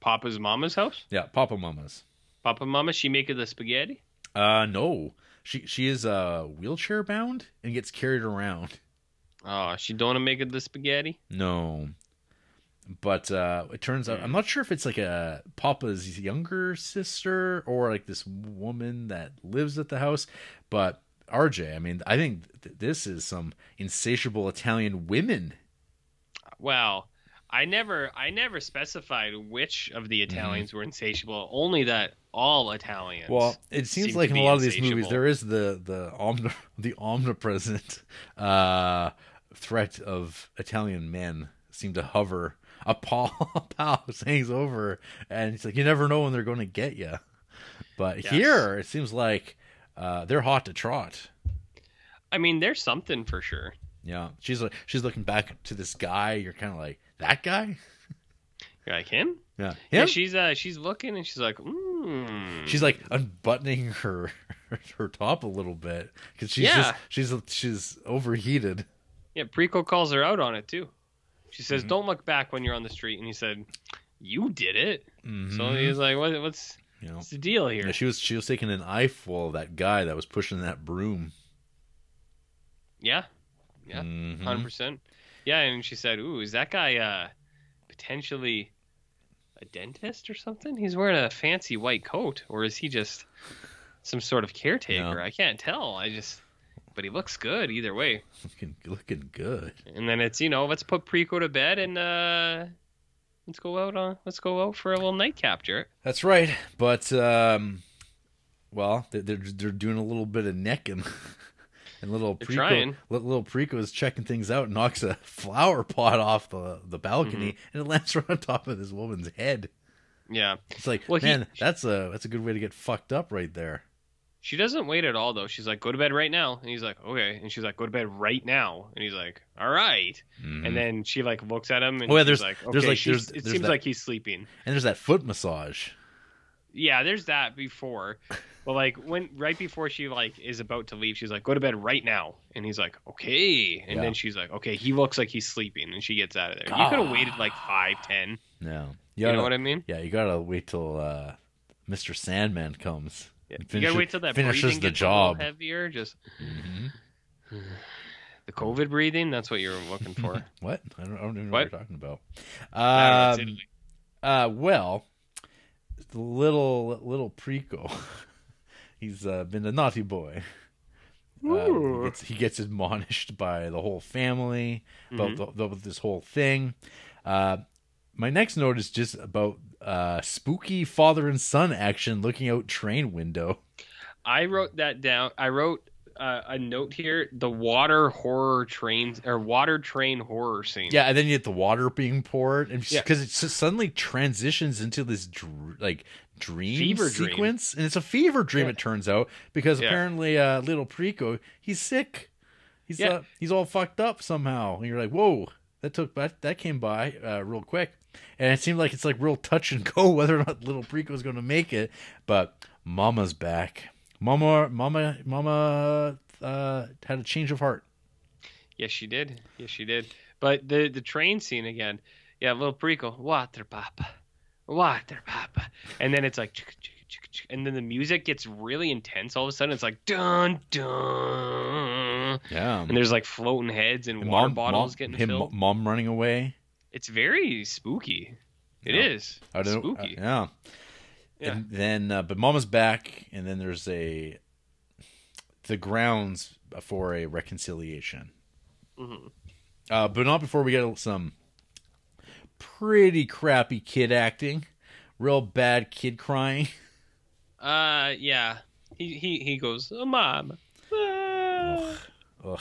Papa's mama's house.
Yeah, Papa Mama's.
Papa mama, she making the spaghetti.
Uh no. She she is uh wheelchair bound and gets carried around.
Oh, she don't make the spaghetti.
No. But uh it turns out I'm not sure if it's like a Papa's younger sister or like this woman that lives at the house, but RJ, I mean, I think th- this is some insatiable Italian women.
Well, I never, I never specified which of
Mm-hmm.
the Italians were insatiable. Only that all Italians.
Well, it seems
seem
like
to
in a
be
lot of these
insatiable.
movies there is the the omni- the omnipresent uh, threat of Italian men seem to hover. A paw a paw hangs over, and it's like you never know when they're going to get you. But
Yes.
here it seems like uh, they're hot to trot.
I mean, there's something for sure.
Yeah, she's like she's looking back to this guy. You're kind of like that guy.
You're like him.
Yeah,
Yeah,
him.
she's uh, she's looking and she's like, mm.
she's like unbuttoning her her top a little bit because she's just
Yeah.
she's she's overheated.
yeah. Preco calls her out on it too. She says,
Mm-hmm.
"Don't look back when you're on the street." And he said, "You did it." So
Mhm.
he's like, what, "What's
you know.
what's the deal here?"
Yeah, she was she was taking an eyeful of that guy that was pushing that broom.
Yeah, yeah, 100
Mhm.
percent. Yeah, and she said, "Ooh, is that guy uh, potentially a dentist or something? He's wearing a fancy white coat, or is he just some sort of caretaker?
No.
I can't tell. I just." But he looks good either way.
Looking looking good.
And then it's, you know, let's put Preco to bed and uh let's go out on let's go out for a little nightcap, Jarrett.
That's right. But um, well, they're they're, they're doing a little bit of necking. And little
They're
Preco,
trying.
li- little Preco is checking things out, and knocks a flower pot off the, the balcony,
Mm-hmm.
and it lands right on top of this woman's head.
Yeah.
It's like,
Well, he-
man, that's a that's a good way to get fucked up right there.
She doesn't wait at all though. She's like, Go to bed right now and he's like, Okay and she's like, Go to bed right now and he's like, All right.
Mhm.
And then she like looks at him and
Oh, yeah,
she's
there's-
like, Okay,
there's, like,
she's-
there's-
it
there's
seems
that-
like he's sleeping.
And there's that foot massage.
Yeah, there's that before. But like when right before she like is about to leave, she's like, Go to bed right now and he's like, Okay and
Yeah.
then she's like, Okay, he looks like he's sleeping and she gets out of there. You could have waited like five, ten.
No,
You know what I mean?
Yeah, you gotta wait till uh, Mr. Sandman comes. and
you gotta wait till that
finishes
breathing
the
gets a little
job.
heavier. Just The COVID breathing, that's what you're looking for.
What? I don't, I don't even know
What?
what you're talking about.
I
Um,
don't know, it's Italy.
Uh, well, little little Preco, he's uh, been a naughty boy. Uh, he, gets, he gets admonished by the whole family about the, about this whole thing. Uh, my next note is just about uh, spooky father and son action looking out train window.
I wrote that down. I wrote uh, a note here: the water horror trains or water train horror scene.
Yeah, and then you get the water being poured, and
Yeah.
because it s- suddenly transitions into this dr- like dream
Fever dream.
sequence, and it's a fever dream. It turns out because
Yeah.
apparently, uh, little Preco, he's sick. He's
Yeah.
uh, he's all fucked up somehow, and you're like, whoa, that took that that came by uh, real quick, and it seemed like it's like real touch and go whether or not little Preco's going to make it, but Mama's back. Mama, Mama, Mama uh, had a change of heart.
Yes, she did. Yes, she did. But the the train scene again. Yeah, little prequel. Water papa, water papa, and then it's like, chicka, chicka, chicka, chicka, and then the music gets really intense. All of a sudden, it's like dun dun,
Yeah,
and there's like floating heads and water bottles
mom,
getting
him,
filled.
Mom running away.
It's very spooky. It
Yeah.
is
I don't.
spooky.
uh, yeah.
Yeah.
And then, uh, but Mama's back, and then there's a the grounds for a reconciliation.
Mhm.
Uh, but not before we get some pretty crappy kid acting, real bad kid crying.
Uh, yeah. He he he goes, oh, mom. Ah.
Ugh.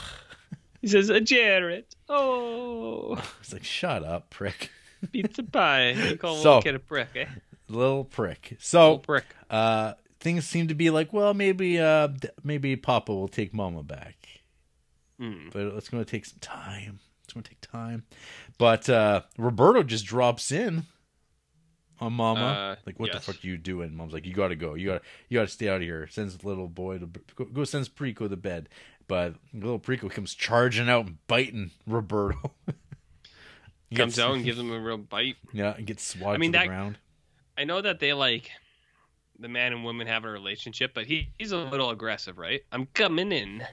He says, "Uh, Jared. Oh,
It's like shut up, prick,
pizza pie. You call
So-
little kid a prick, eh?
little prick.
Little
So
prick.
uh, things seem to be like, well, maybe uh, d- maybe Papa will take Mama back.
Mm.
but it's going to take some time. It's going to take time. But uh, Roberto just drops in on Mama.
Uh,
like, what
yes.
the fuck you doing? Mom's like, you got to go. You got to you got to stay out of here. Sends little boy to go, go sends Preco to bed. But little Preco comes charging out and biting Roberto. He
Comes
gets-
out and gives him a real bite.
yeah, and gets swatted
I mean,
to the
that-
ground.
I know that they like the man and woman have a relationship, but he, he's a little aggressive, right? I'm coming in.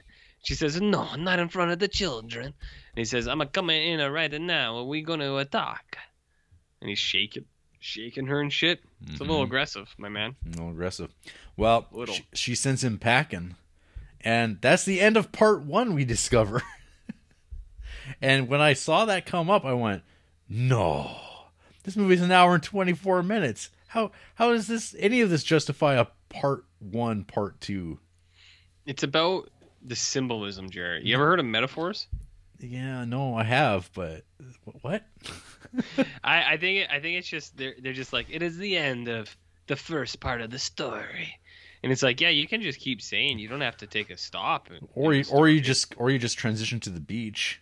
She says, No, not in front of the children. And he says, I'm a coming in right now. Are we gonna uh, talk? And he's shaking shaking her and shit. It's a little aggressive, my man.
No aggressive. Well,
Little.
sh- she sends him packing, and that's the end of part one. We discover. and when I saw that come up, I went, "No, this movie's an hour and twenty four minutes. How how does this any of this justify a part one, part two?
It's about the symbolism, Jerry. You ever heard of metaphors?
Yeah, no, I have, but wh- what?
I, I think it, I think it's just they're they're just like it is the end of the first part of the story, and it's like yeah, you can just keep saying you don't have to take a stop. in-
Or
in
you,
the
or you
story.
just or you just transition to the beach.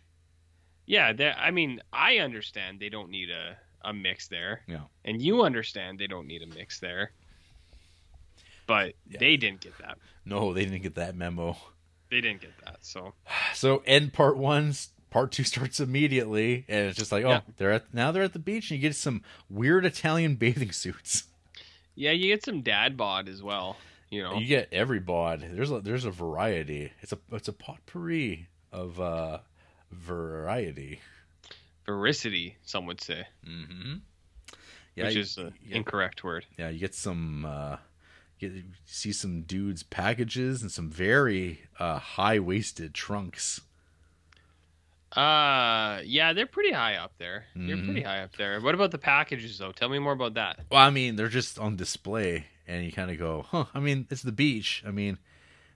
yeah. there- I mean, I understand they don't need a a mix there,
Yeah.
and you understand they don't need a mix there, but they didn't get that.
No, they didn't get that memo.
They didn't get that. So
So end part one, part two starts immediately, and it's just like, oh,
Yeah.
they're at now they're at the beach, and you get some weird Italian bathing suits.
yeah, you get some dad bod as well. You know,
You get every bod. There's a there's a variety. It's a it's a potpourri of uh variety.
veracity, some would say,
Mm-hmm. Yeah,
which
you,
is the
yeah,
incorrect word.
yeah, you get some. uh you get- you see some dudes packages and some very uh, high-waisted trunks
Uh, yeah, they're pretty high up there. You're
Mhm.
pretty high up there. What about the packages though? Tell me more about that.
Well, I mean, they're just on display, and you kind of go, "Huh." I mean, it's the beach. I mean,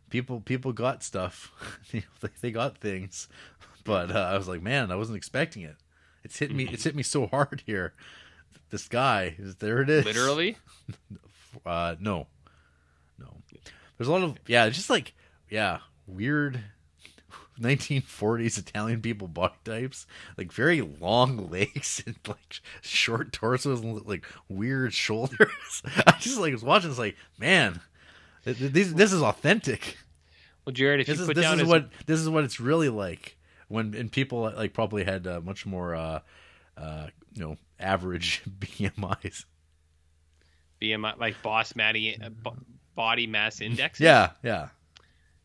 people people got stuff. You know, they, they got things, but uh, I was like, man, I wasn't expecting it. It's hit me. It's hit me so hard here. This guy is there. It is
Literally,
Uh, no, no. There's a lot of yeah. It's just like yeah, weird. 1940s Italian people body types, like very long legs and like short torsos and like weird shoulders. I just like was watching. It's like, man, th- th- this this is authentic.
well, Jared, if
This
you
is
put
this
down
is
as
what this is what it's really like when and people like probably had uh, much more uh, uh, you know average BMIs.
BMI, like Boss Matty uh, bo- body mass index.
Yeah, yeah.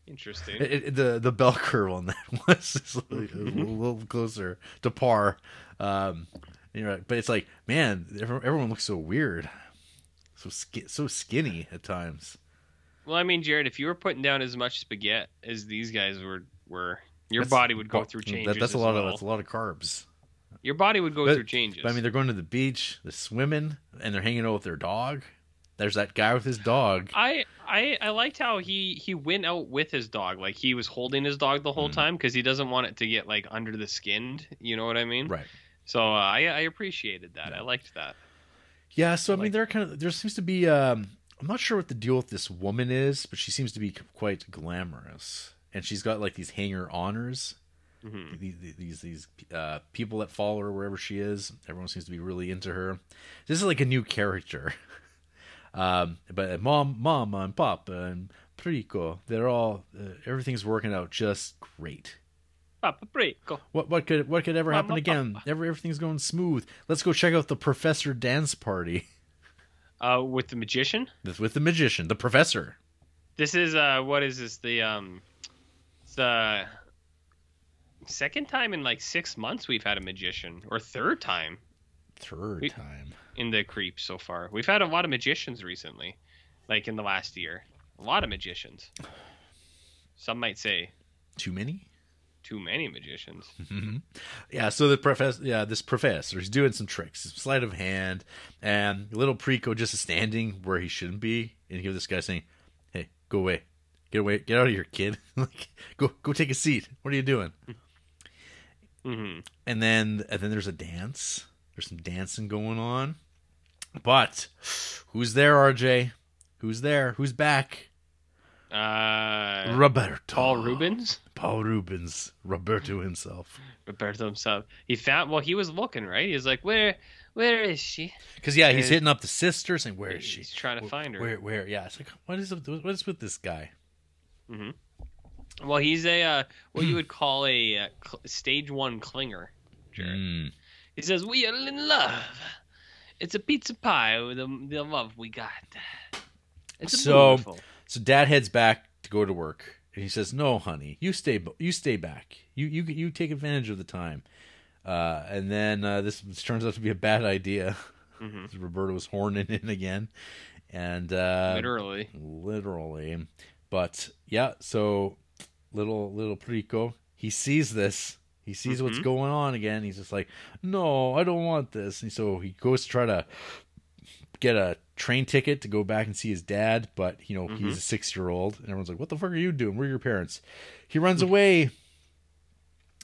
Interesting.
It, it- the the bell curve on that was is a little, a little closer to par. Um, you know, but it's like, man, everyone, everyone looks so weird, so ski- so skinny at times.
Well, I mean, Jared, if you were putting down as much spaghetti as these guys were, were your
That's-
body would go
well,
through
that-
changes.
that's a
as
lot
well.
of that's a lot of carbs.
Your body would go
But-
through changes.
But I mean, they're going to the beach, they're swimming, and they're hanging out with their dog. There's that guy with his dog.
I, I I liked how he he went out with his dog, like he was holding his dog the whole
Mm.
time 'cause time because he doesn't want it to get like under the skinned. You know what I mean?
Right.
So uh, I I appreciated that. I liked that.
Yeah, so I mean,
Like-
there kind of there seems to be. Um, I'm not sure what the deal with this woman is, but she seems to be quite glamorous, and she's got like these hanger honors,
Mhm.
these these these uh, people that follow her wherever she is. Everyone seems to be really into her. This is like a new character. um, but mom, mama, and papa, and Prico, they're all uh, everything's working out just great.
Papa Prico.
What what could what could ever happen
Mama,
again? Every, everything's going smooth. Let's go check out the professor dance party
Uh, with the magician.
That's with the magician, the professor.
This is uh, what is this? The um, it's the second time in like six months we've had a magician, or third time
Third
We-
time.
in the creep so far. We've had a lot of magicians recently, like in the last year. A lot of magicians. Some might say
Too many?
too many magicians.
Yeah, so the professor, yeah, this professor, he's doing some tricks, some sleight of hand, and little Preco just is standing where he shouldn't be, and you hear this guy saying, "Hey, go away, get away, get out of here, kid! like, go, go take a seat. What are you doing?"
hmm
And then, and then there's a dance. There's some dancing going on, but who's there, RJ? Who's there? Who's back?
Uh,
Roberto.
Paul Rubens,
Paul Rubens. Roberto himself.
Roberto himself. He found. Well, he was looking right. He was like, "Where, where is she?"
Because yeah, he's
And-
hitting up the sister, saying, "Where is she?
He's trying to
Wh-
find her.
Where? Where? Yeah. It's like, what is what is with this guy?
Well, he's a uh, what you would call a uh, cl- stage one clinger. Jared.
Mm.
He says, "We are in love. It's a pizza pie with the, the love we got. It's
So-
beautiful."
So dad heads back to go to work, and he says, "No, honey, you stay. b- You stay back. You you you take advantage of the time." Uh, and then uh, this, this turns out to be a bad idea.
Mm-hmm.
Roberto was horning in again, and uh,
Literally.
literally. But yeah, so little little Prico, he sees this. He sees what's going on again. He's just like, "No, I don't want this." And so he goes to try to get a train ticket to go back and see his dad, but you know, he's a 6-year-old and everyone's like, "What the fuck are you doing? Where are your parents?" He runs away.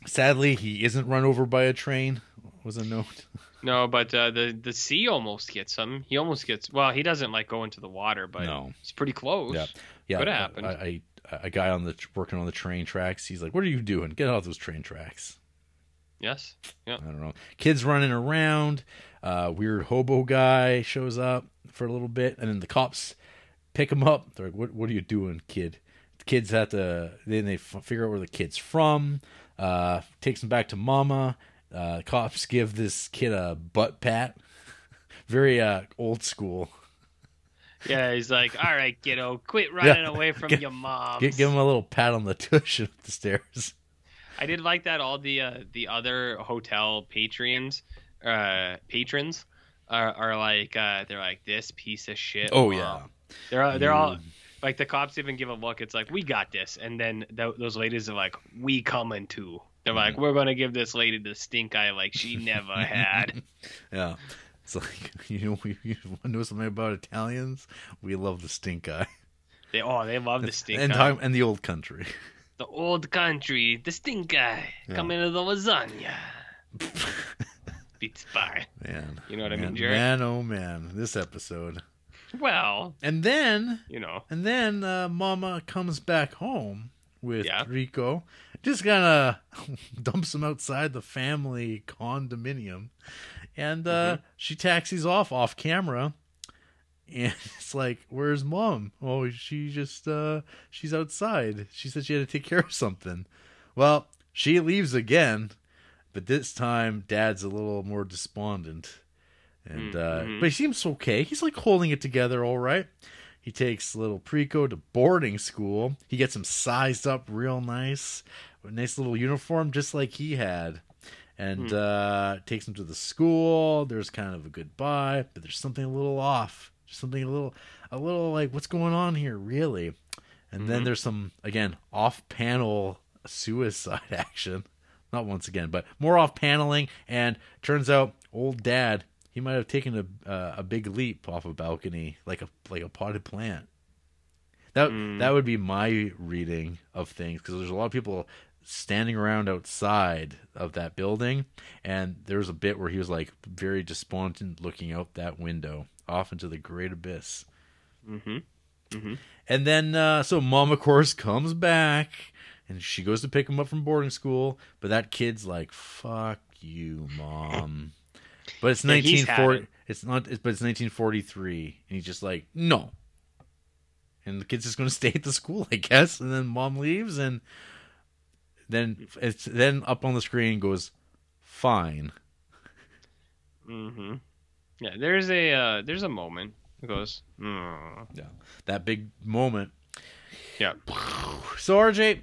Sadly, he isn't run over by a train. Was a note.
No, but uh, the the sea almost gets him. He almost gets. Well, he doesn't like go into the water, but
No.
it's pretty close.
Yeah, yeah.
Coulda
I-
happened.
I, I, a guy on the working on the train tracks. He's like, "What are you doing? Get off those train tracks."
Yes. Yeah.
I don't know. Kids running around. Uh, weird hobo guy shows up for a little bit, and then the cops pick him up. They're like, "What? What are you doing, kid?" The kids have to. Then they f- figure out where the kid's from. Uh, takes him back to mama. Uh, cops give this kid a butt pat. Very uh, old school.
Yeah. He's like, "All right, kiddo, quit running away from
Get-
your mom."
Give, give him a little pat on the tush up the stairs.
I did like that all the uh, the other hotel patrons uh, patrons are, are like uh, they're like this piece of shit.
Oh,
mom."
yeah. Mm.
they're they're all like the cops even give a look. It's like we got this, and then th- those ladies are like we coming too. They're
Mm-hmm.
like we're gonna give this lady the stink eye like she never had.
Yeah. It's like you know, we, you want to know something about Italians? We love the stink eye.
they oh they love the stink
and
eye.
time and the old country.
the old country, the stink eye coming to the lasagna. Beats by.
Man,
You know what I
man,
mean, Jared?
Man, oh man, this episode.
Well,
And then,
you know.
and then, uh, Mama comes back home with
Yeah.
Rico. Just kind of dumps him outside the family condominium, and uh,
Mm-hmm.
she taxis off off camera. And it's like, where's mom? Oh, she just uh, she's outside. She said she had to take care of something. Well, she leaves again, but this time dad's a little more despondent. And uh
Mhm.
but he seems okay. He's like holding it together all right. He takes little Preco to boarding school. He gets him sized up real nice, a nice little uniform just like he had, and uh, takes him to the school. There's kind of a goodbye, but there's something a little off. Something a little, a little like what's going on here, really. And then there's some again off-panel suicide action. Not once again, but more off-paneling. And turns out, old dad, he might have taken a uh, a big leap off a balcony, like a like a potted plant. That that would be my reading of things because there's a lot of people standing around outside of that building, and there was a bit where he was like very despondent, looking out that window off into the great abyss. And then, uh, so mom, of course, comes back and she goes to pick him up from boarding school. But that kid's like, fuck you, mom. But it's
Yeah, he's had
1940.
it.
It's not, it's, but it's 1943. And he's just like, no. And the kid's just going to stay at the school, I guess. And then mom leaves. And then it's then up on the screen goes, fine.
Mm-hmm. Yeah, there's a uh, there's a moment. It goes. Mm.
Yeah. That big moment
Yeah.
So RJ,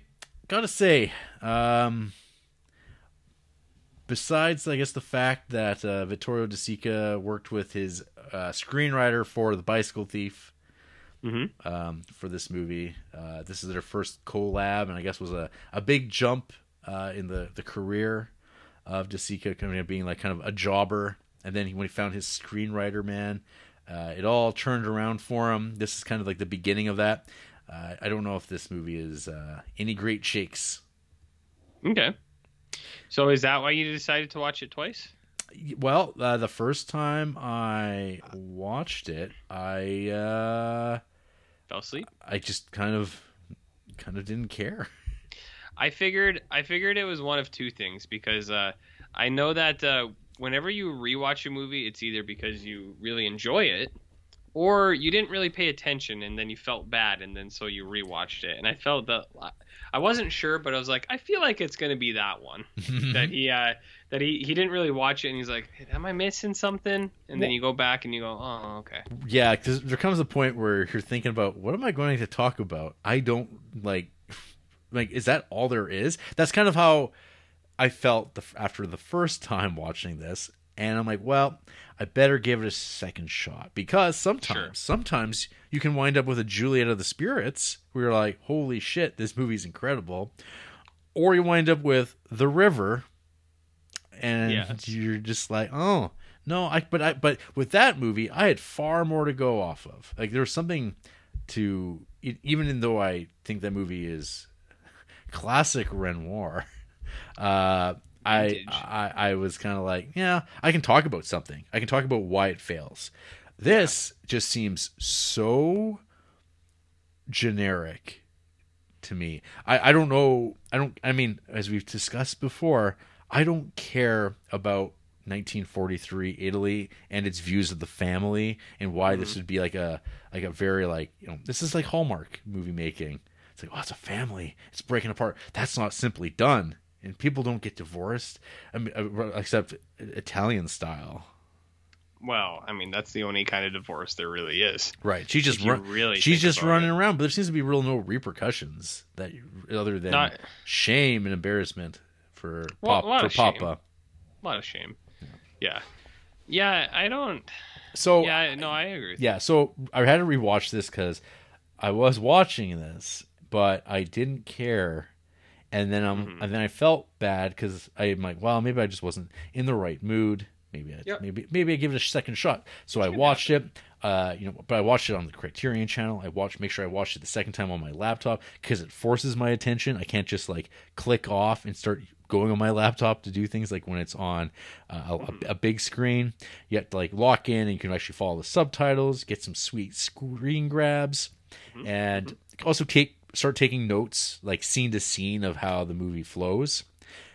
gotta say, um, besides I guess the fact that uh, Vittorio De Sica worked with his uh, screenwriter for The Bicycle Thief
Mhm.
um, for this movie, uh, this is their first collab, and I guess was a, a big jump uh, in the the career of De Sica coming up being like kind of a jobber, and then he, when he found his screenwriter man, uh, it all turned around for him. This is kind of like the beginning of that. Uh, I don't know if this movie is uh, any great shakes.
Okay. So is that why you decided to watch it twice?
Well, uh, the first time I watched it, I uh,
Fell asleep.
I just kind of kind of didn't care.
I figured I figured it was one of two things because uh, I know that uh, whenever you rewatch a movie, it's either because you really enjoy it or you didn't really pay attention and then you felt bad and then so you rewatched it. And I felt that I wasn't sure, but I was like, I feel like it's gonna be that one that he uh, that he he didn't really watch it and he's like, am I missing something? And then you go back and you go, oh okay.
Yeah, because there comes a point where you're thinking about what am I going to talk about? I don't like, like, is that all there is? That's kind of how I felt the, after the first time watching this, and I'm like, well, I better give it a second shot because sometimes,
Sure.
sometimes you can wind up with a Juliet of the Spirits, where you're like, holy shit, this movie's incredible, or you wind up with The River, and
Yes.
you're just like, oh no, I but I but with that movie, I had far more to go off of. Like there was something to e- even though I think that movie is classic Renoir. Uh, I,
Vintage.
I I was kind of like, yeah, I can talk about something. I can talk about why it fails. This just seems so generic to me. I, I don't know. I don't. I mean, as we've discussed before, I don't care about 1943 Italy and its views of the family and why this would be like a like a very like you know this is like Hallmark movie making. It's like oh, it's a family. It's breaking apart. That's not simply done. And people don't get divorced, I mean, uh, except Italian style.
Well, I mean that's the only kind of divorce there really is.
Right. She's just
you
run,
really
she's
think
just
about
running around, but there seems to be real no repercussions that you- other than
Not-
shame and embarrassment for
Well,
pop,
a lot
for
of shame.
Papa.
A lot of shame. Yeah. Yeah, I don't.
So yeah.
Yeah, no, Oh, I agree. With
so I had to rewatch this cuz I was watching this, but I didn't care. And then I'm and then I felt bad cuz I'm like, well, maybe I just wasn't in the right mood. Maybe I,
Yep.
maybe maybe I give it a second shot. So I watched it. Uh, you know, but I watched it on the Criterion channel. I watched, make sure I watched it the second time on my laptop because it forces my attention. I can't just like click off and start going on my laptop to do things like when it's on uh, a, a- a big screen. You have to like lock in and you can actually follow the subtitles, get some sweet screen grabs, and also take start taking notes like scene to scene of how the movie flows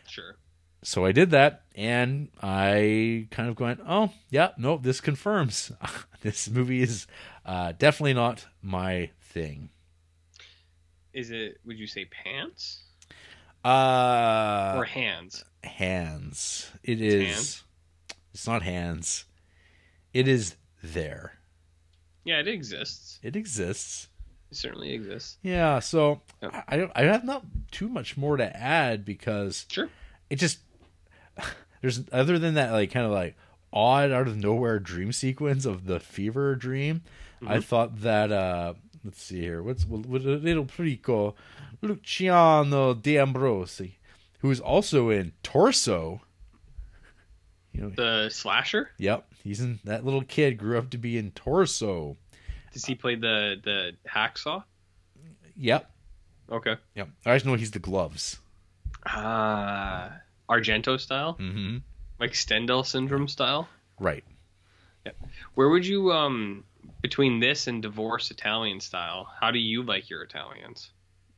that. Sure.
so I did that, and I kind of went, "Oh, yeah, no, this confirms this movie is uh, definitely not my thing."
Is it? Would you say pants
Uh,
or hands?
hands. It is.
hands?
It's not hands. It is there.
Yeah, it exists.
It exists.
It certainly exists.
Yeah, so
Yeah.
I- I don't, I have not too much more to add because
Sure.
it just there's other than that like kind of like odd out of nowhere dream sequence of the fever dream. I thought that uh let's see here what's what a little prico Luciano D'Ambrosi, who's also in Torso. You know,
The slasher?
yep, he's in that little kid grew up to be in Torso.
Does he play the the hacksaw?
Yep,
Okay.
yep. I just know he's the gloves.
Ah, Hmm. Argento style,
Mm-hmm.
like Stendhal syndrome style.
Right.
Where would you um between this and divorce Italian style? How do you like your Italians?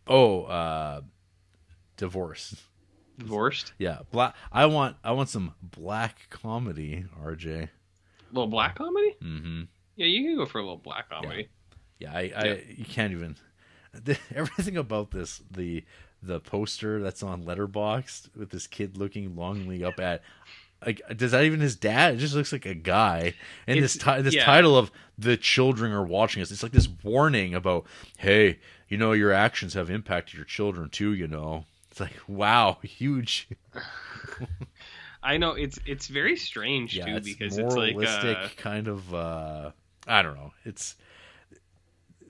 Oh, uh divorce.
Divorced,
Yeah, black. I want I want some black comedy, RJ.
a little black comedy.
Mm-hmm.
Yeah, you can go for a little black comedy.
Yeah, I, I you can't even. everything about this the the poster that's on Letterboxd with this kid looking longingly up at. Like, does that even his dad? It just looks like a guy. And
It's-
this ti- this
yeah.
title of the children are watching us. It's like this warning about, hey, you know your actions have impacted your children too. You know, it's like wow, huge.
I know it's it's very strange too because it's like uh,
kind of uh i don't know it's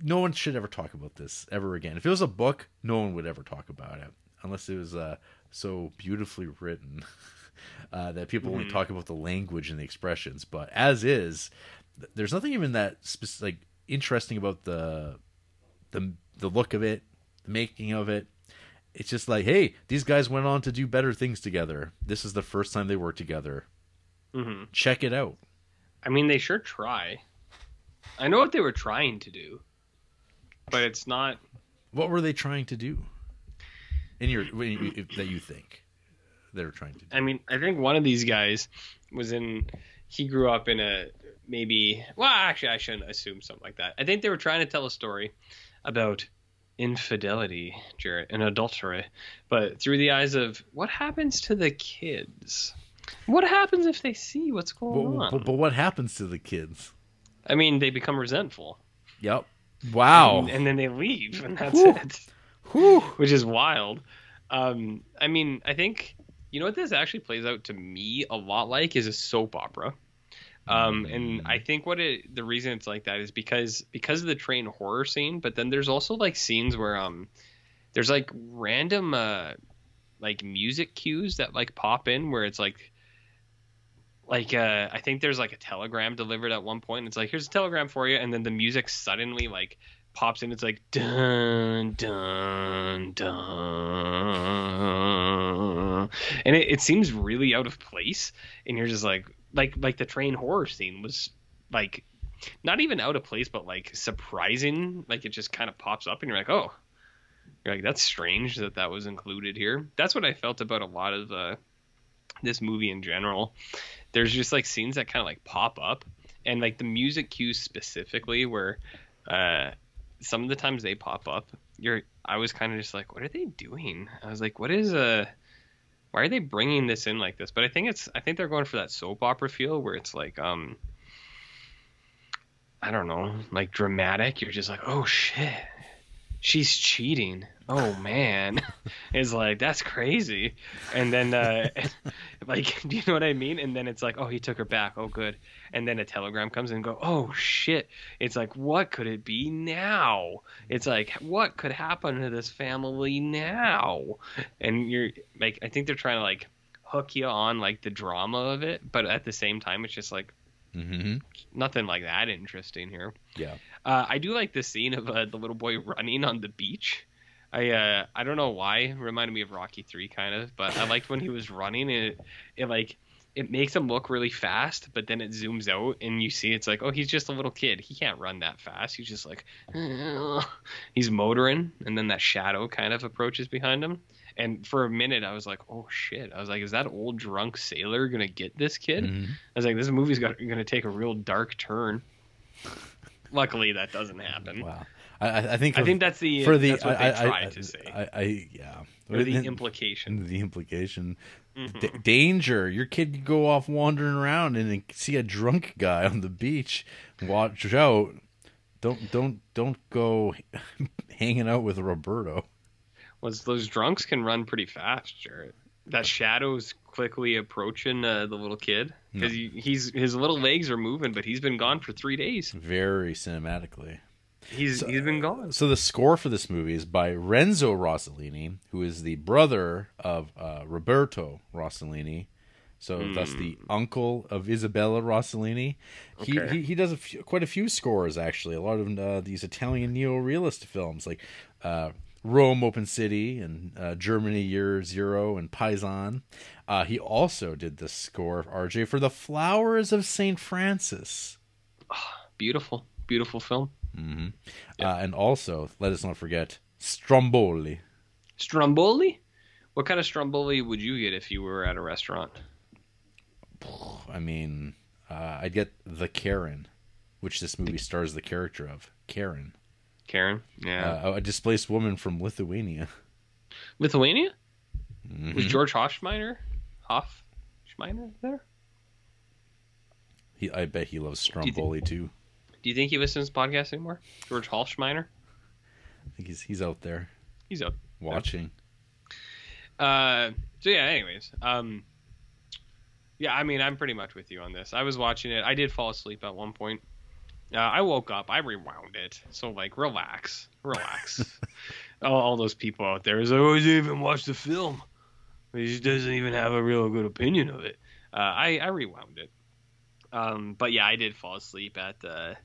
no one should ever talk about this ever again if it was a book no one would ever talk about it unless it was uh so beautifully written uh that people
Mm-hmm.
only talk about the language and the expressions but as is th- there's nothing even that spec- like interesting about the the the look of it the making of it it's just like hey these guys went on to do better things together this is the first time they worked together
mhm.
check it out.
I mean they sure try. I know what they were trying to do, but it's not.
What were they trying to do? In your when you- if- that you think they're trying to do.
I mean, I think one of these guys was in. He grew up in a maybe. Well, actually, I shouldn't assume something like that. I think they were trying to tell a story about infidelity, Jarrett, and adultery, but through the eyes of what happens to the kids. What happens if they see what's going
But,
on?
but, but what happens to the kids?
I mean, they become resentful,
Yep. Wow.
and, and then they leave, and that's
Whew.
it.
Whew.
which is wild. Um, I mean, I think you know what this actually plays out to me a lot like is a soap opera. Um, and I think what it the reason it's like that is because because of the train horror scene, but then there's also like scenes where um there's like random uh like music cues that like pop in where it's like like uh I think there's like a telegram delivered at one point and it's like here's a telegram for you and then the music suddenly like pops in. It's like dun dun dun, and it, it seems really out of place. And you're just like, like, like the train horror scene was like, not even out of place, but like surprising. Like it just kind of pops up, and you're like, oh, you're like that's strange that that was included here. That's what I felt about a lot of uh, this movie in general. There's just like scenes that kind of like pop up. And like the music cues specifically, where uh, some of the times they pop up you're i was kind of just like what are they doing i was like what is uh why are they bringing this in like this but i think it's i think they're going for that soap opera feel where it's like um i don't know like dramatic you're just like oh shit she's cheating oh man it's like that's crazy and then uh like do you know what i mean and then it's like oh he took her back oh good and then a telegram comes in and go oh shit it's like what could it be now it's like what could happen to this family now and you're like i think they're trying to like hook you on like the drama of it but at the same time it's just like
Mm-hmm.
nothing like that interesting here
Yeah.
uh, I do like the scene of uh, the little boy running on the beach. I uh, I don't know why it reminded me of Rocky Three kind of, but I liked when he was running and it, it like it makes him look really fast, but then it zooms out and you see it's like oh he's just a little kid he can't run that fast he's just like he's motoring and then that shadow kind of approaches behind him and for a minute I was like oh shit I was like is that old drunk sailor gonna get this kid I was like this movie's got, gonna take a real dark turn. Luckily, that doesn't happen.
Wow. I- I, I think
I
of-
think that's the
for the
that's what
I,
they
I-
try
I-
to say.
I, I yeah.
or the
And-
implication. Mm-hmm.
the implication. D- danger. Your kid could go off wandering around and see a drunk guy on the beach. Watch out. Don't don't don't go hanging out with Roberto.
Was those drunks can run pretty fast, Jared. That shadow's quickly approaching uh, the little kid because he's his little legs are moving, but he's been gone for three days.
Very cinematically.
He's he's been gone.
So the score for this movie is by Renzo Rossellini, who is the brother of uh, Roberto Rossellini. So that's the uncle of Isabella Rossellini. He
Okay.
he, he does a few, quite a few scores actually. A lot of uh, these Italian neo-realist films like uh, Rome, Open City, and uh, Germany Year Zero, and Paisan. Uh, he also did the score of RJ for The Flowers of Saint Francis.
Beautiful, beautiful film.
Uh, and also, let us not forget Stromboli.
Stromboli. What kind of Stromboli would you get if you were at a restaurant?
I mean, uh, I'd get the Karen, which this movie stars the character of Karen,
Karen. Yeah.
uh, a displaced woman from Lithuania.
Lithuania?
mm-hmm.
Was George Hoffmeyer? Hoffmeyer there?
He, I bet he loves Stromboli too.
Do you think he listens to podcasts anymore? George Hoffmeyer?
I think he's he's out there
He's up.
watching.
Uh, so yeah. Anyways, um, yeah. I mean, I'm pretty much with you on this. I was watching it. I did fall asleep at one point. Uh, I woke up. I rewound it. So like, relax, relax. all, all those people out there is like, oh, he didn't even watch the film. He just doesn't even have a real good opinion of it. Uh, I I rewound it. Um, but yeah, I did fall asleep at the.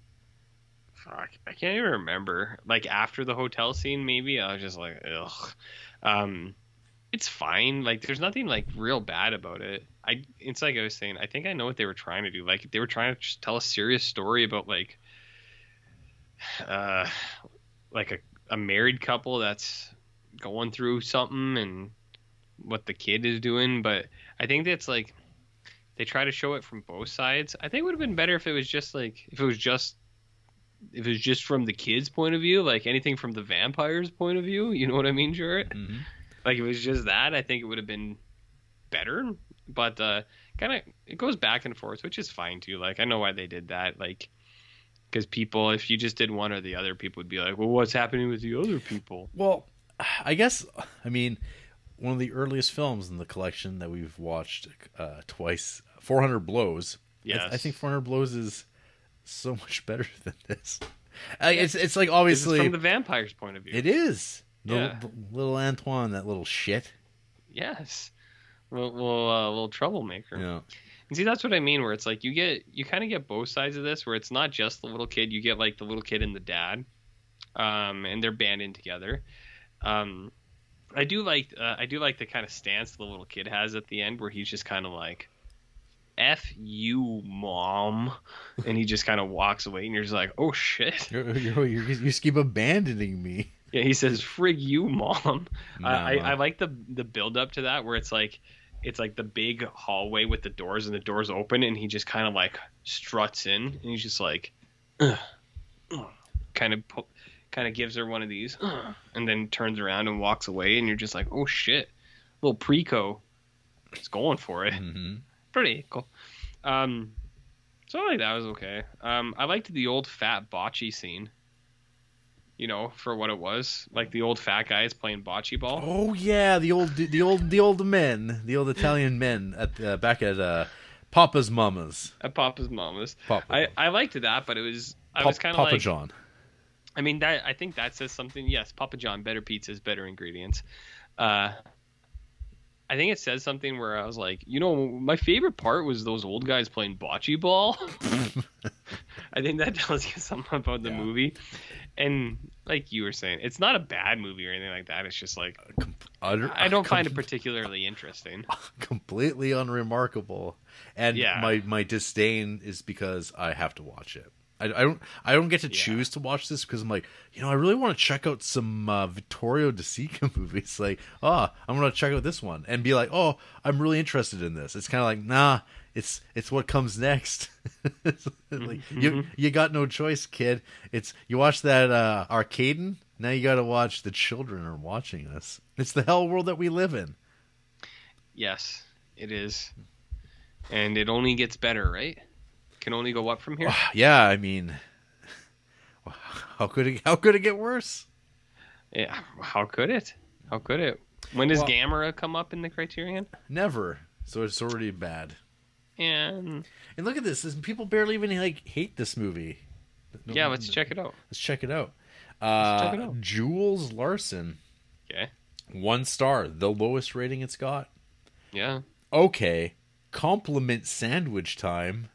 Fuck, I can't even remember. Like after the hotel scene, maybe I was just like, ugh. Um, it's fine. Like there's nothing like real bad about it. I it's like I was saying, I think I know what they were trying to do. Like they were trying to just tell a serious story about like uh like a, a married couple that's going through something and what the kid is doing, but I think that's like they try to show it from both sides. I think it would have been better if it was just like if it was just if it was just from the kid's point of view, like anything from the vampire's point of view, you know what I mean, Jarrett?
Mhm.
Like if it was just that, I think it would have been better. But uh, kind of it goes back and forth, which is fine too. Like I know why they did that, like because people, if you just did one or the other, people would be like, "Well, what's happening with the other people?"
Well, I guess I mean one of the earliest films in the collection that we've watched uh, twice, 400 Blows. I th-
Yes.
I, think 400 Blows is so much better than this. Uh, it's it's like obviously
This is from the vampire's point of view.
It is. The,
Yeah.
the little Antoine, that little shit.
yes, little little, uh, little troublemaker.
You know,
And see, that's what I mean, where it's like you get you kind of get both sides of this, where it's not just the little kid, you get like the little kid and the dad, um, and they're banding together. Um, I do like uh, I do like the kind of stance the little kid has at the end, where he's just kind of like, "F you, mom," and he just kind of walks away, and you're just like, "Oh shit."
you're, you're, you're, you just keep abandoning me.
Yeah, he says "frig you, mom."
Nah.
I, I, I like the the build up to that where it's like it's like the big hallway with the doors and the doors open and he just kind of like struts in and he's just like kind of pu- kind of gives her one of these "Ugh," and then turns around and walks away and you're just like, "Oh shit." Little Preco is going for it.
Mm-hmm.
Pretty cool. Um so I like that was okay. Um, I liked the old fat bocce scene. You know, for what it was, like the old fat guy is playing bocce ball.
Oh yeah, the old the old the old men, the old Italian men at uh, back at uh, Papa's Mama's.
at Papa's Mama's.
Papa.
I, I liked that, but it was I
Pop-
was kind of
Papa
like
John.
I mean that I think that says something. Yes, Papa John, better pizzas, better ingredients. Uh, I think it says something where I was like, you know, my favorite part was those old guys playing bocce ball. I think that tells you something about the
Yeah.
movie. And like you were saying, it's not a bad movie or anything like that. It's just
Uh,
like
Utter-
I don't find it
com-
particularly interesting.
completely unremarkable, and
Yeah.
my my disdain is because I have to watch it. I, I don't I don't get to
Yeah.
choose to watch this because I'm like you know I really want to check out some uh, Vittorio De Sica movies. Like oh I'm gonna check out this one and be like oh I'm really interested in this. It's kind of like nah it's it's what comes next. It's like,
Mm-hmm.
You you got no choice, kid. It's you watch that uh, Arcaden. Now you got to watch the children are watching us. It's the hell world that we live in.
Yes, it is. And it only gets better, right? Can only go up from here.
yeah, I mean, How could it? How could it get worse?
Yeah, how could it? How could it? When does
Well-
Gamera come up in the Criterion?
Never. So it's already bad.
And
And look at this. this people barely even like hate this movie. No-
yeah, let's check it out.
Let's check it out. Uh,
check it out.
Jules Larson,
Okay.
one star, the lowest rating it's got.
Yeah.
Okay, compliment sandwich time.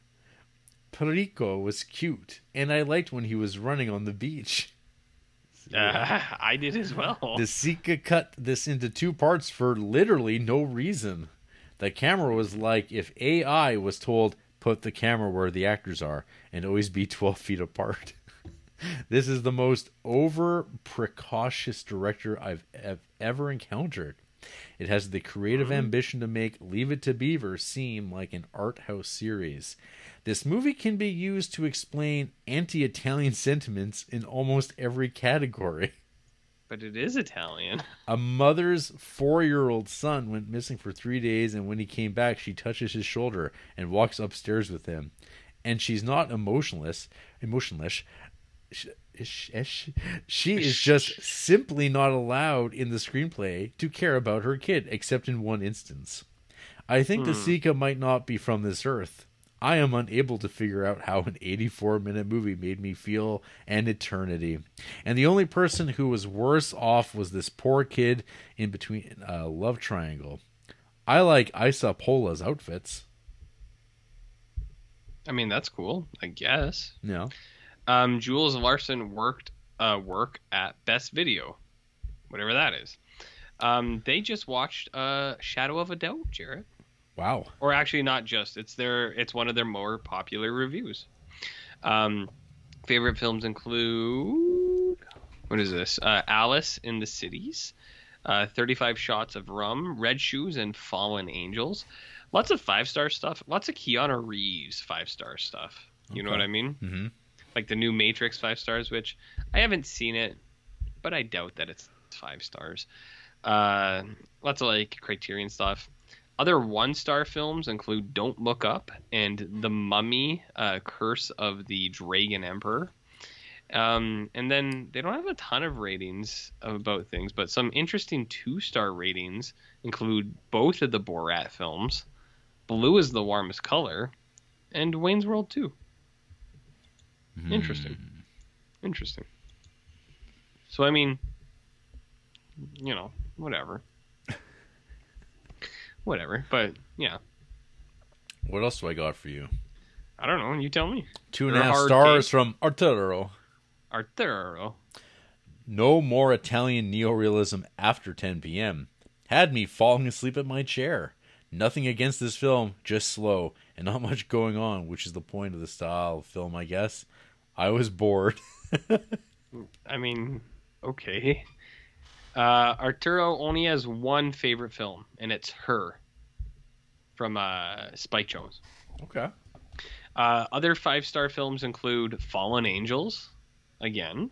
Perico was cute, and I liked when he was running on the beach.
Uh, I did as well.
The Sika cut this into two parts for literally no reason. The camera was like if AI was told, put the camera where the actors are and always be 12 feet apart. this is the most over precautious director I've ev- ever encountered. It has the creative ambition to make Leave It to Beaver seem like an art house series. This movie can be used to explain anti Italian sentiments in almost every category.
But it is Italian.
A mother's four year old son went missing for three days, and when he came back, she touches his shoulder and walks upstairs with him. And she's not emotionless. Emotionless. Sh- is She, is she- she is just simply not allowed in the screenplay to care about her kid, except in one instance. I think
Hmm.
the Sika might not be from this earth. I am unable to figure out how an 84 minute movie made me feel an eternity. And the only person who was worse off was this poor kid in between a love triangle. I like Isa Pola's outfits.
I mean, that's cool, I guess.
No.
Um, Jules Larson worked uh, work at Best Video, whatever that is. Um, they just watched uh, Shadow of a Doubt, Jared.
Wow.
or actually not just it's their it's one of their more popular reviews um favorite films include what is this uh, alice in the cities uh, 35 shots of rum red shoes and fallen angels lots of five star stuff lots of keanu reeves five star stuff you know
Okay.
what i mean
Mhm.
like the new matrix five stars which i haven't seen it but i doubt that it's five stars uh, lots of like criterion stuff other one star films include Don't Look Up and The Mummy, uh, Curse of the Dragon Emperor. Um, and then they don't have a ton of ratings about things, but some interesting two star ratings include both of the Borat films Blue is the Warmest Color and Wayne's World 2.
Hmm.
Interesting. Interesting. So, I mean, you know, whatever. whatever. But, yeah.
Hmm. What else do I got for you?
I don't know. You tell me.
Two and a
They're
half
hard
stars
cake.
from Arturo.
Arturo.
No more Italian neorealism after 10 p.m. Had me falling asleep at my chair. Nothing against this film, just slow and not much going on, which is the point of the style of film, I guess. I was bored.
I mean, okay. Uh, Arturo only has one favorite film, and it's Her from uh, Spike Jones.
Okay.
Uh, other five star films include Fallen Angels, again,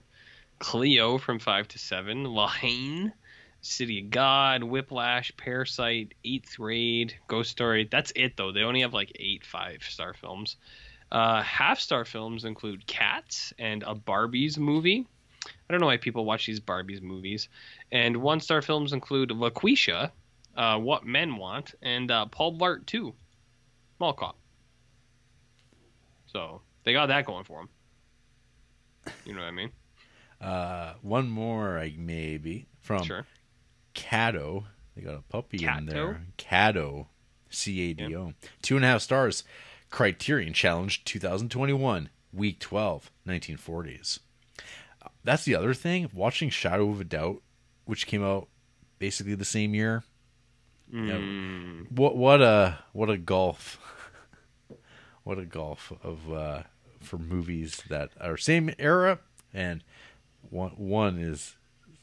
Cleo from 5 to 7, Lahane, City of God, Whiplash, Parasite, Eighth Grade, Ghost Story. That's it, though. They only have like eight five star films. Uh, half star films include Cats and a Barbie's movie. I don't know why people watch these Barbie's movies. And one star films include LaQuisha, uh, What Men Want, and uh, Paul Blart 2, Mall Cop. So they got that going for them. You know what I mean?
Uh, one more, I- maybe, from
Sure.
Cato. They got a puppy in
Cato?
there. Cato. C A D O. Two and a half stars. Criterion Challenge 2021, Week 12, 1940s. Uh, That's the other thing. Watching Shadow of a Doubt, which came out basically the same year. Yeah. What what a what a golf. what a golf of uh, for movies that are same era and one one is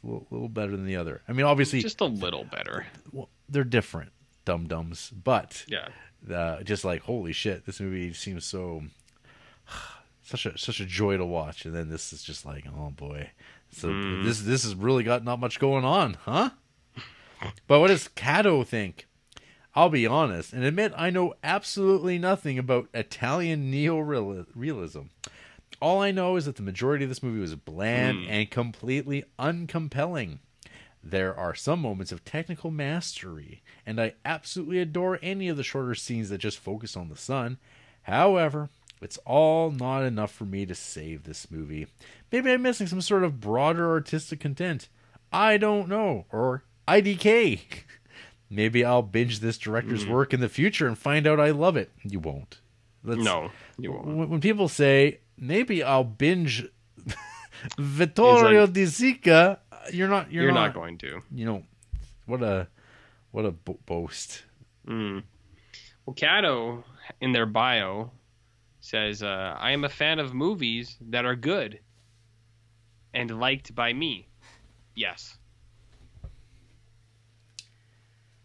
a little, little better than the other. I mean, obviously
Just a little better.
well, they're different dum dums, but
Yeah.
uh, just like holy shit, this movie seems so such a such a joy to watch, and then this is just like oh boy, so this this has really got not much going on, huh? but what does Cato think? I'll be honest and admit I know absolutely nothing about Italian neo realism. All I know is that the majority of this movie was bland
Hmm.
and completely uncompelling. There are some moments of technical mastery, and I absolutely adore any of the shorter scenes that just focus on the sun. However, it's all not enough for me to save this movie. Maybe I'm missing some sort of broader artistic content. I don't know. Or IDK. Maybe I'll binge this director's
Hmm.
work in the future and find out I love it. You won't. Let's,
No, you won't.
when, when people say maybe I'll binge Vittorio
It's
Di Sica, you're not. You're,
You're not going to.
You know what a what a bo- boast.
Mm. Well, Cato, in their bio, says, uh, I am a fan of movies that are good and liked by me. Yes.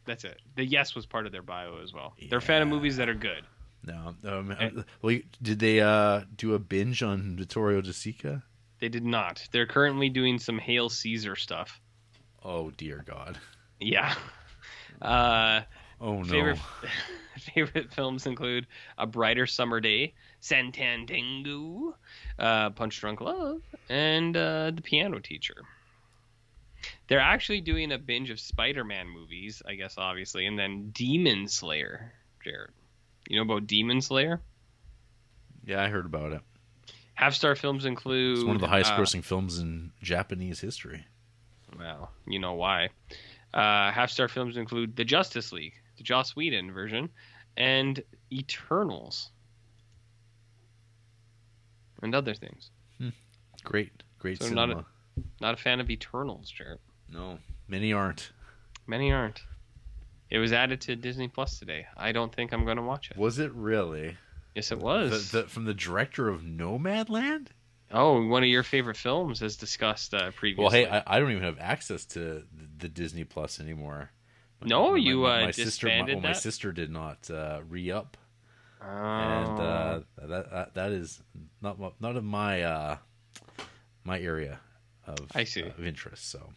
That's it. The yes was part of their bio as well. They're a fan of
Yeah.
movies that are good.
No, um,
Eh.
well, you- did they uh, do a binge on Vittorio De Sica?
They did not. They're currently doing some Hail Caesar stuff.
Oh dear God!
Yeah. Uh,
Oh no!
favorite favorite films include A Brighter Summer Day, Santandengu, uh, Punch Drunk Love, and uh, The Piano Teacher. They're actually doing a binge of Spider-Man movies, I guess, obviously, and then Demon Slayer. Jared, you know about Demon Slayer?
Yeah, I heard about it.
Half Star films include
It's one of the
uh,
highest-grossing films in Japanese history.
Well, you know why. Uh, half star films include The Justice League, the Joss Whedon version, and Eternals, and other things.
Great, great
So not
cinema.
a- Not a fan of Eternals, Jared.
No, many aren't.
Many aren't. It was added to Disney Plus today. I don't think I'm going to watch it.
Was it really
Yes, it
the,
was.
the, from the director of Nomadland?
Oh, one of your favorite films, as discussed uh, previously.
Well, hey, I, I don't even have access to the, the Disney Plus anymore.
No,
my,
you,
my,
uh,
my sister. My,
disbanded
well, my
that?
sister did not uh, re up,
Oh.
and uh, that, that that is not mo- not in my uh, my area of
I see.
of interest. So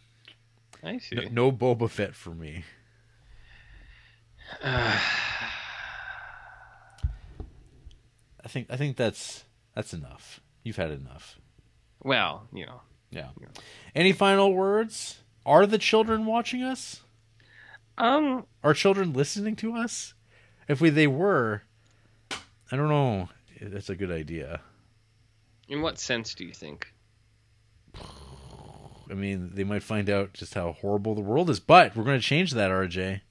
I see.
no, no Boba Fett for me. I think I think that's that's enough. You've had enough.
Well, you know,
Yeah. Any final words? Are the children watching us?
um,
Are children listening to us? If we they were, I don't know. if That's a good idea.
in what sense do you think?
I mean, they might find out just how horrible the world is. But we're going to change that, RJ,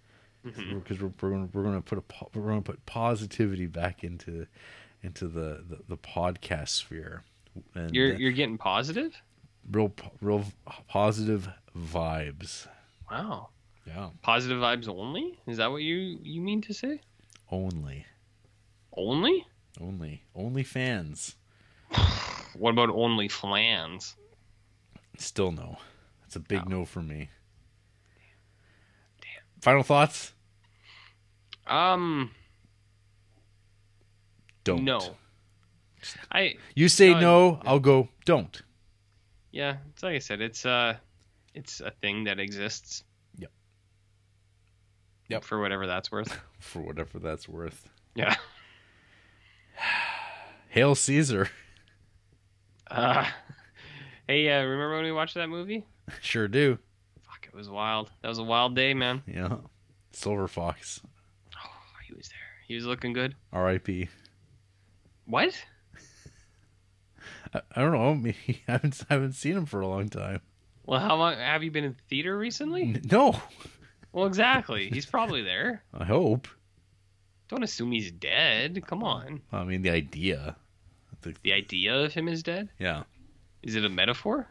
Mm-hmm.
because we're, we're going to, we're going to put a po- we're going to put positivity back into into the the, the podcast sphere. And
You're
uh,
you're getting positive.
real po- real positive vibes.
Wow.
Yeah,
Positive vibes only? Is that what you you mean to say?
only
Only?
only only fans.
What about only flans?
Still no. That's a big
Oh.
no for me. Final thoughts?
Um,
Don't.
no. I
You say
No,
no,
I-
I'll go don't.
yeah, it's like I said, it's uh it's a thing that exists.
Yep. Yep.
For whatever that's worth.
For whatever that's worth.
Yeah.
Hail Caesar.
Uh, hey, uh, remember when we watched that movie?
sure do.
Fuck, it was wild. That was a wild day, man.
Yeah. Silver Fox.
Oh, he was there. He was looking good.
R.I.P.
What?
I, I don't know. Maybe I haven't, I haven't seen him for a long time.
Well, how long have you been in theater recently?
N- No.
Well, exactly. He's probably there.
I hope.
Don't assume he's dead. Come on.
I mean, the idea. The-
The idea of him is dead?
yeah.
Is it a metaphor?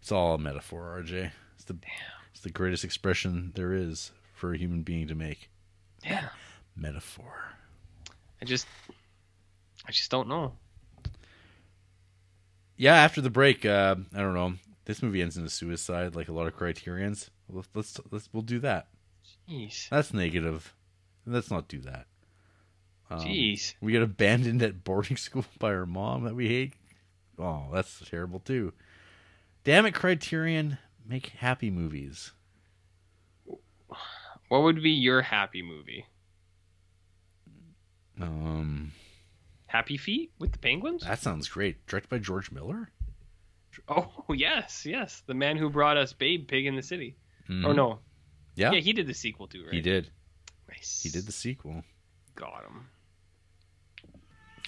It's all a metaphor, RJ. It's the, it's the greatest expression there is for a human being to make.
Yeah.
Metaphor.
I just I just don't know.
yeah after the break uh, i don't know this movie ends in a suicide like a lot of criterions let's let's, let's we'll do that
Jeez.
that's negative let's not do that um,
Jeez.
we get abandoned at boarding school by our mom that we hate oh that's terrible too damn it criterion make happy movies
What would be your happy movie?
um
Happy Feet with the Penguins?
That sounds great. Directed by George Miller?
Oh yes, yes, the man who brought us Babe Pig in the City. Oh no,
Mm-hmm. Yeah,
yeah,
he,
he did the sequel too, right?
did.
Nice.
He did the sequel.
Got him.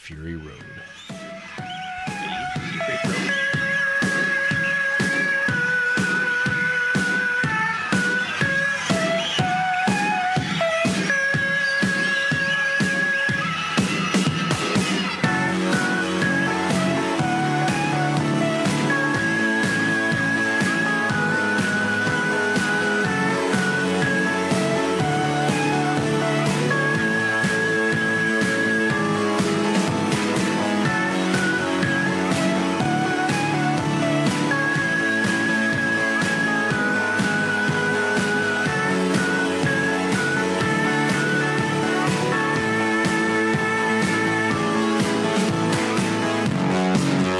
Fury Road.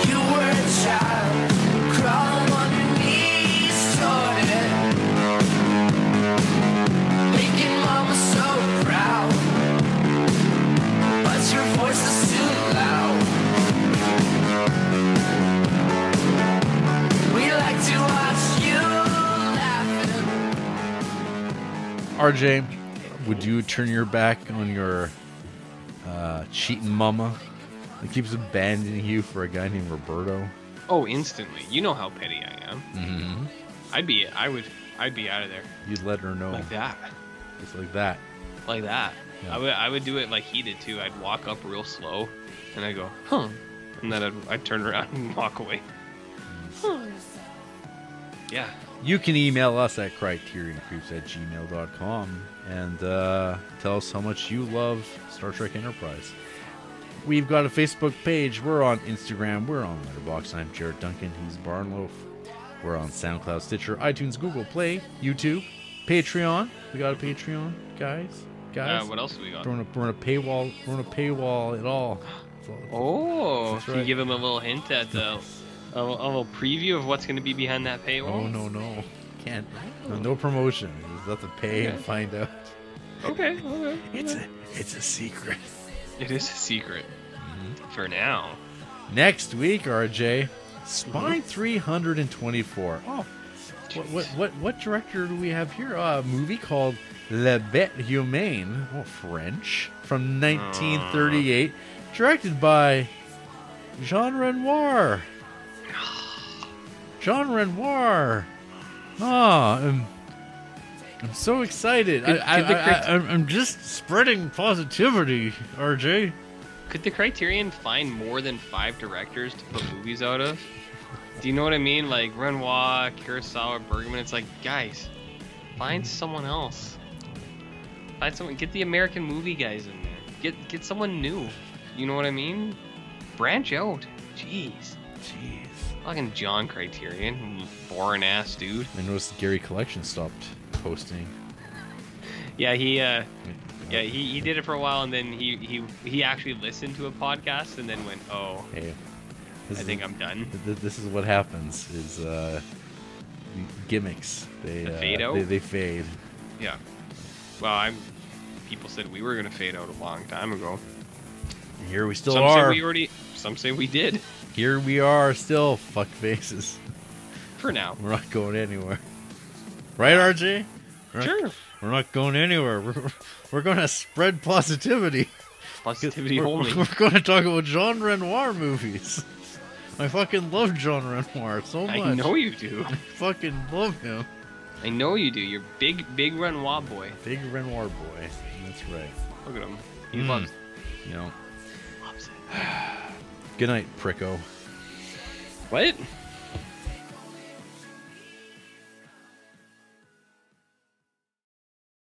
You were a child, crawling on your knees toward it, making mama so proud. But your voice is too loud. We like to watch you laughing.
RJ, would you turn your back on your uh, cheating mama that keeps abandoning you for a guy named Roberto?
Oh, instantly. You know how petty I am.
Mm.
Mm-hmm. I'd be. I would. I'd be out of there
You'd let her know
like that.
just like that.
Like that.
Yeah.
I would. I would do it like he did too. I'd walk up real slow, and I would go, huh, and then I'd, I'd turn around and walk away. Huh. Yeah.
You can email us at criterioncreeps at gmail.com and uh, tell us how much you love Star Trek Enterprise. We've got a Facebook page. We're on Instagram. We're on Letterboxd. I'm Jared Duncan. He's Barnloaf. We're on SoundCloud, Stitcher, iTunes, Google Play, YouTube, Patreon. We got a Patreon, guys. Guys,
Uh, what else do we got?
We're, on a, we're on a paywall. We're on a paywall at all. It's all-
Oh,
That's
can
right.
you give him a little hint at the, a, a little preview of what's going to be behind that paywall?
Oh no no, can't. No, no promotion. You just have to pay and
Okay.
find out.
Okay, okay.
It's a, it's a secret.
It is a secret.
Mm-hmm.
For now.
Next week, RJ, Spine 324. Oh, what, what what what director do we have here? Uh, a movie called La Bête Humaine, oh, French, from 1938, directed by Jean Renoir. Jean Renoir. Ah, I'm, I'm so excited. I,
Could-
I,
could the
I,
crit-
I, I'm- I'm just spreading positivity, RJ.
Could the Criterion find more than five directors to put movies out of? Do you know what I mean? Like Renoir, Kurosawa, Bergman. It's like, guys, find someone else. Find someone. Get the American movie guys in there. Get get someone new. You know what I mean? Branch out. Jeez.
Jeez.
Fucking John Criterion, boring ass dude.
I noticed Gary Collection stopped posting.
Yeah, he uh, yeah he, he did it for a while, and then he he he actually listened to a podcast, and then went, oh,
Hey,
I
this
think
is,
I'm done.
th- This is what happens: is uh, gimmicks. They
The
uh,
fade out?
They, they fade.
Yeah. Well, I'm. People said we were gonna fade out a long time ago.
And here we still
some
are.
say we already. Some say we did.
Here we are still. Fuck faces.
For now.
We're not going anywhere. Right, RJ? We're not-
Sure.
We're not going anywhere. We're, we're going to spread positivity.
Positivity
we're,
only.
We're going to talk about Jean Renoir movies. I fucking love Jean Renoir so much.
I know you do.
I fucking love him.
I know you do. You're big, big Renoir boy.
Big Renoir boy. That's right.
Look at him. He
Mm.
loves,
You know.
loves it.
Good night, Pricko.
What?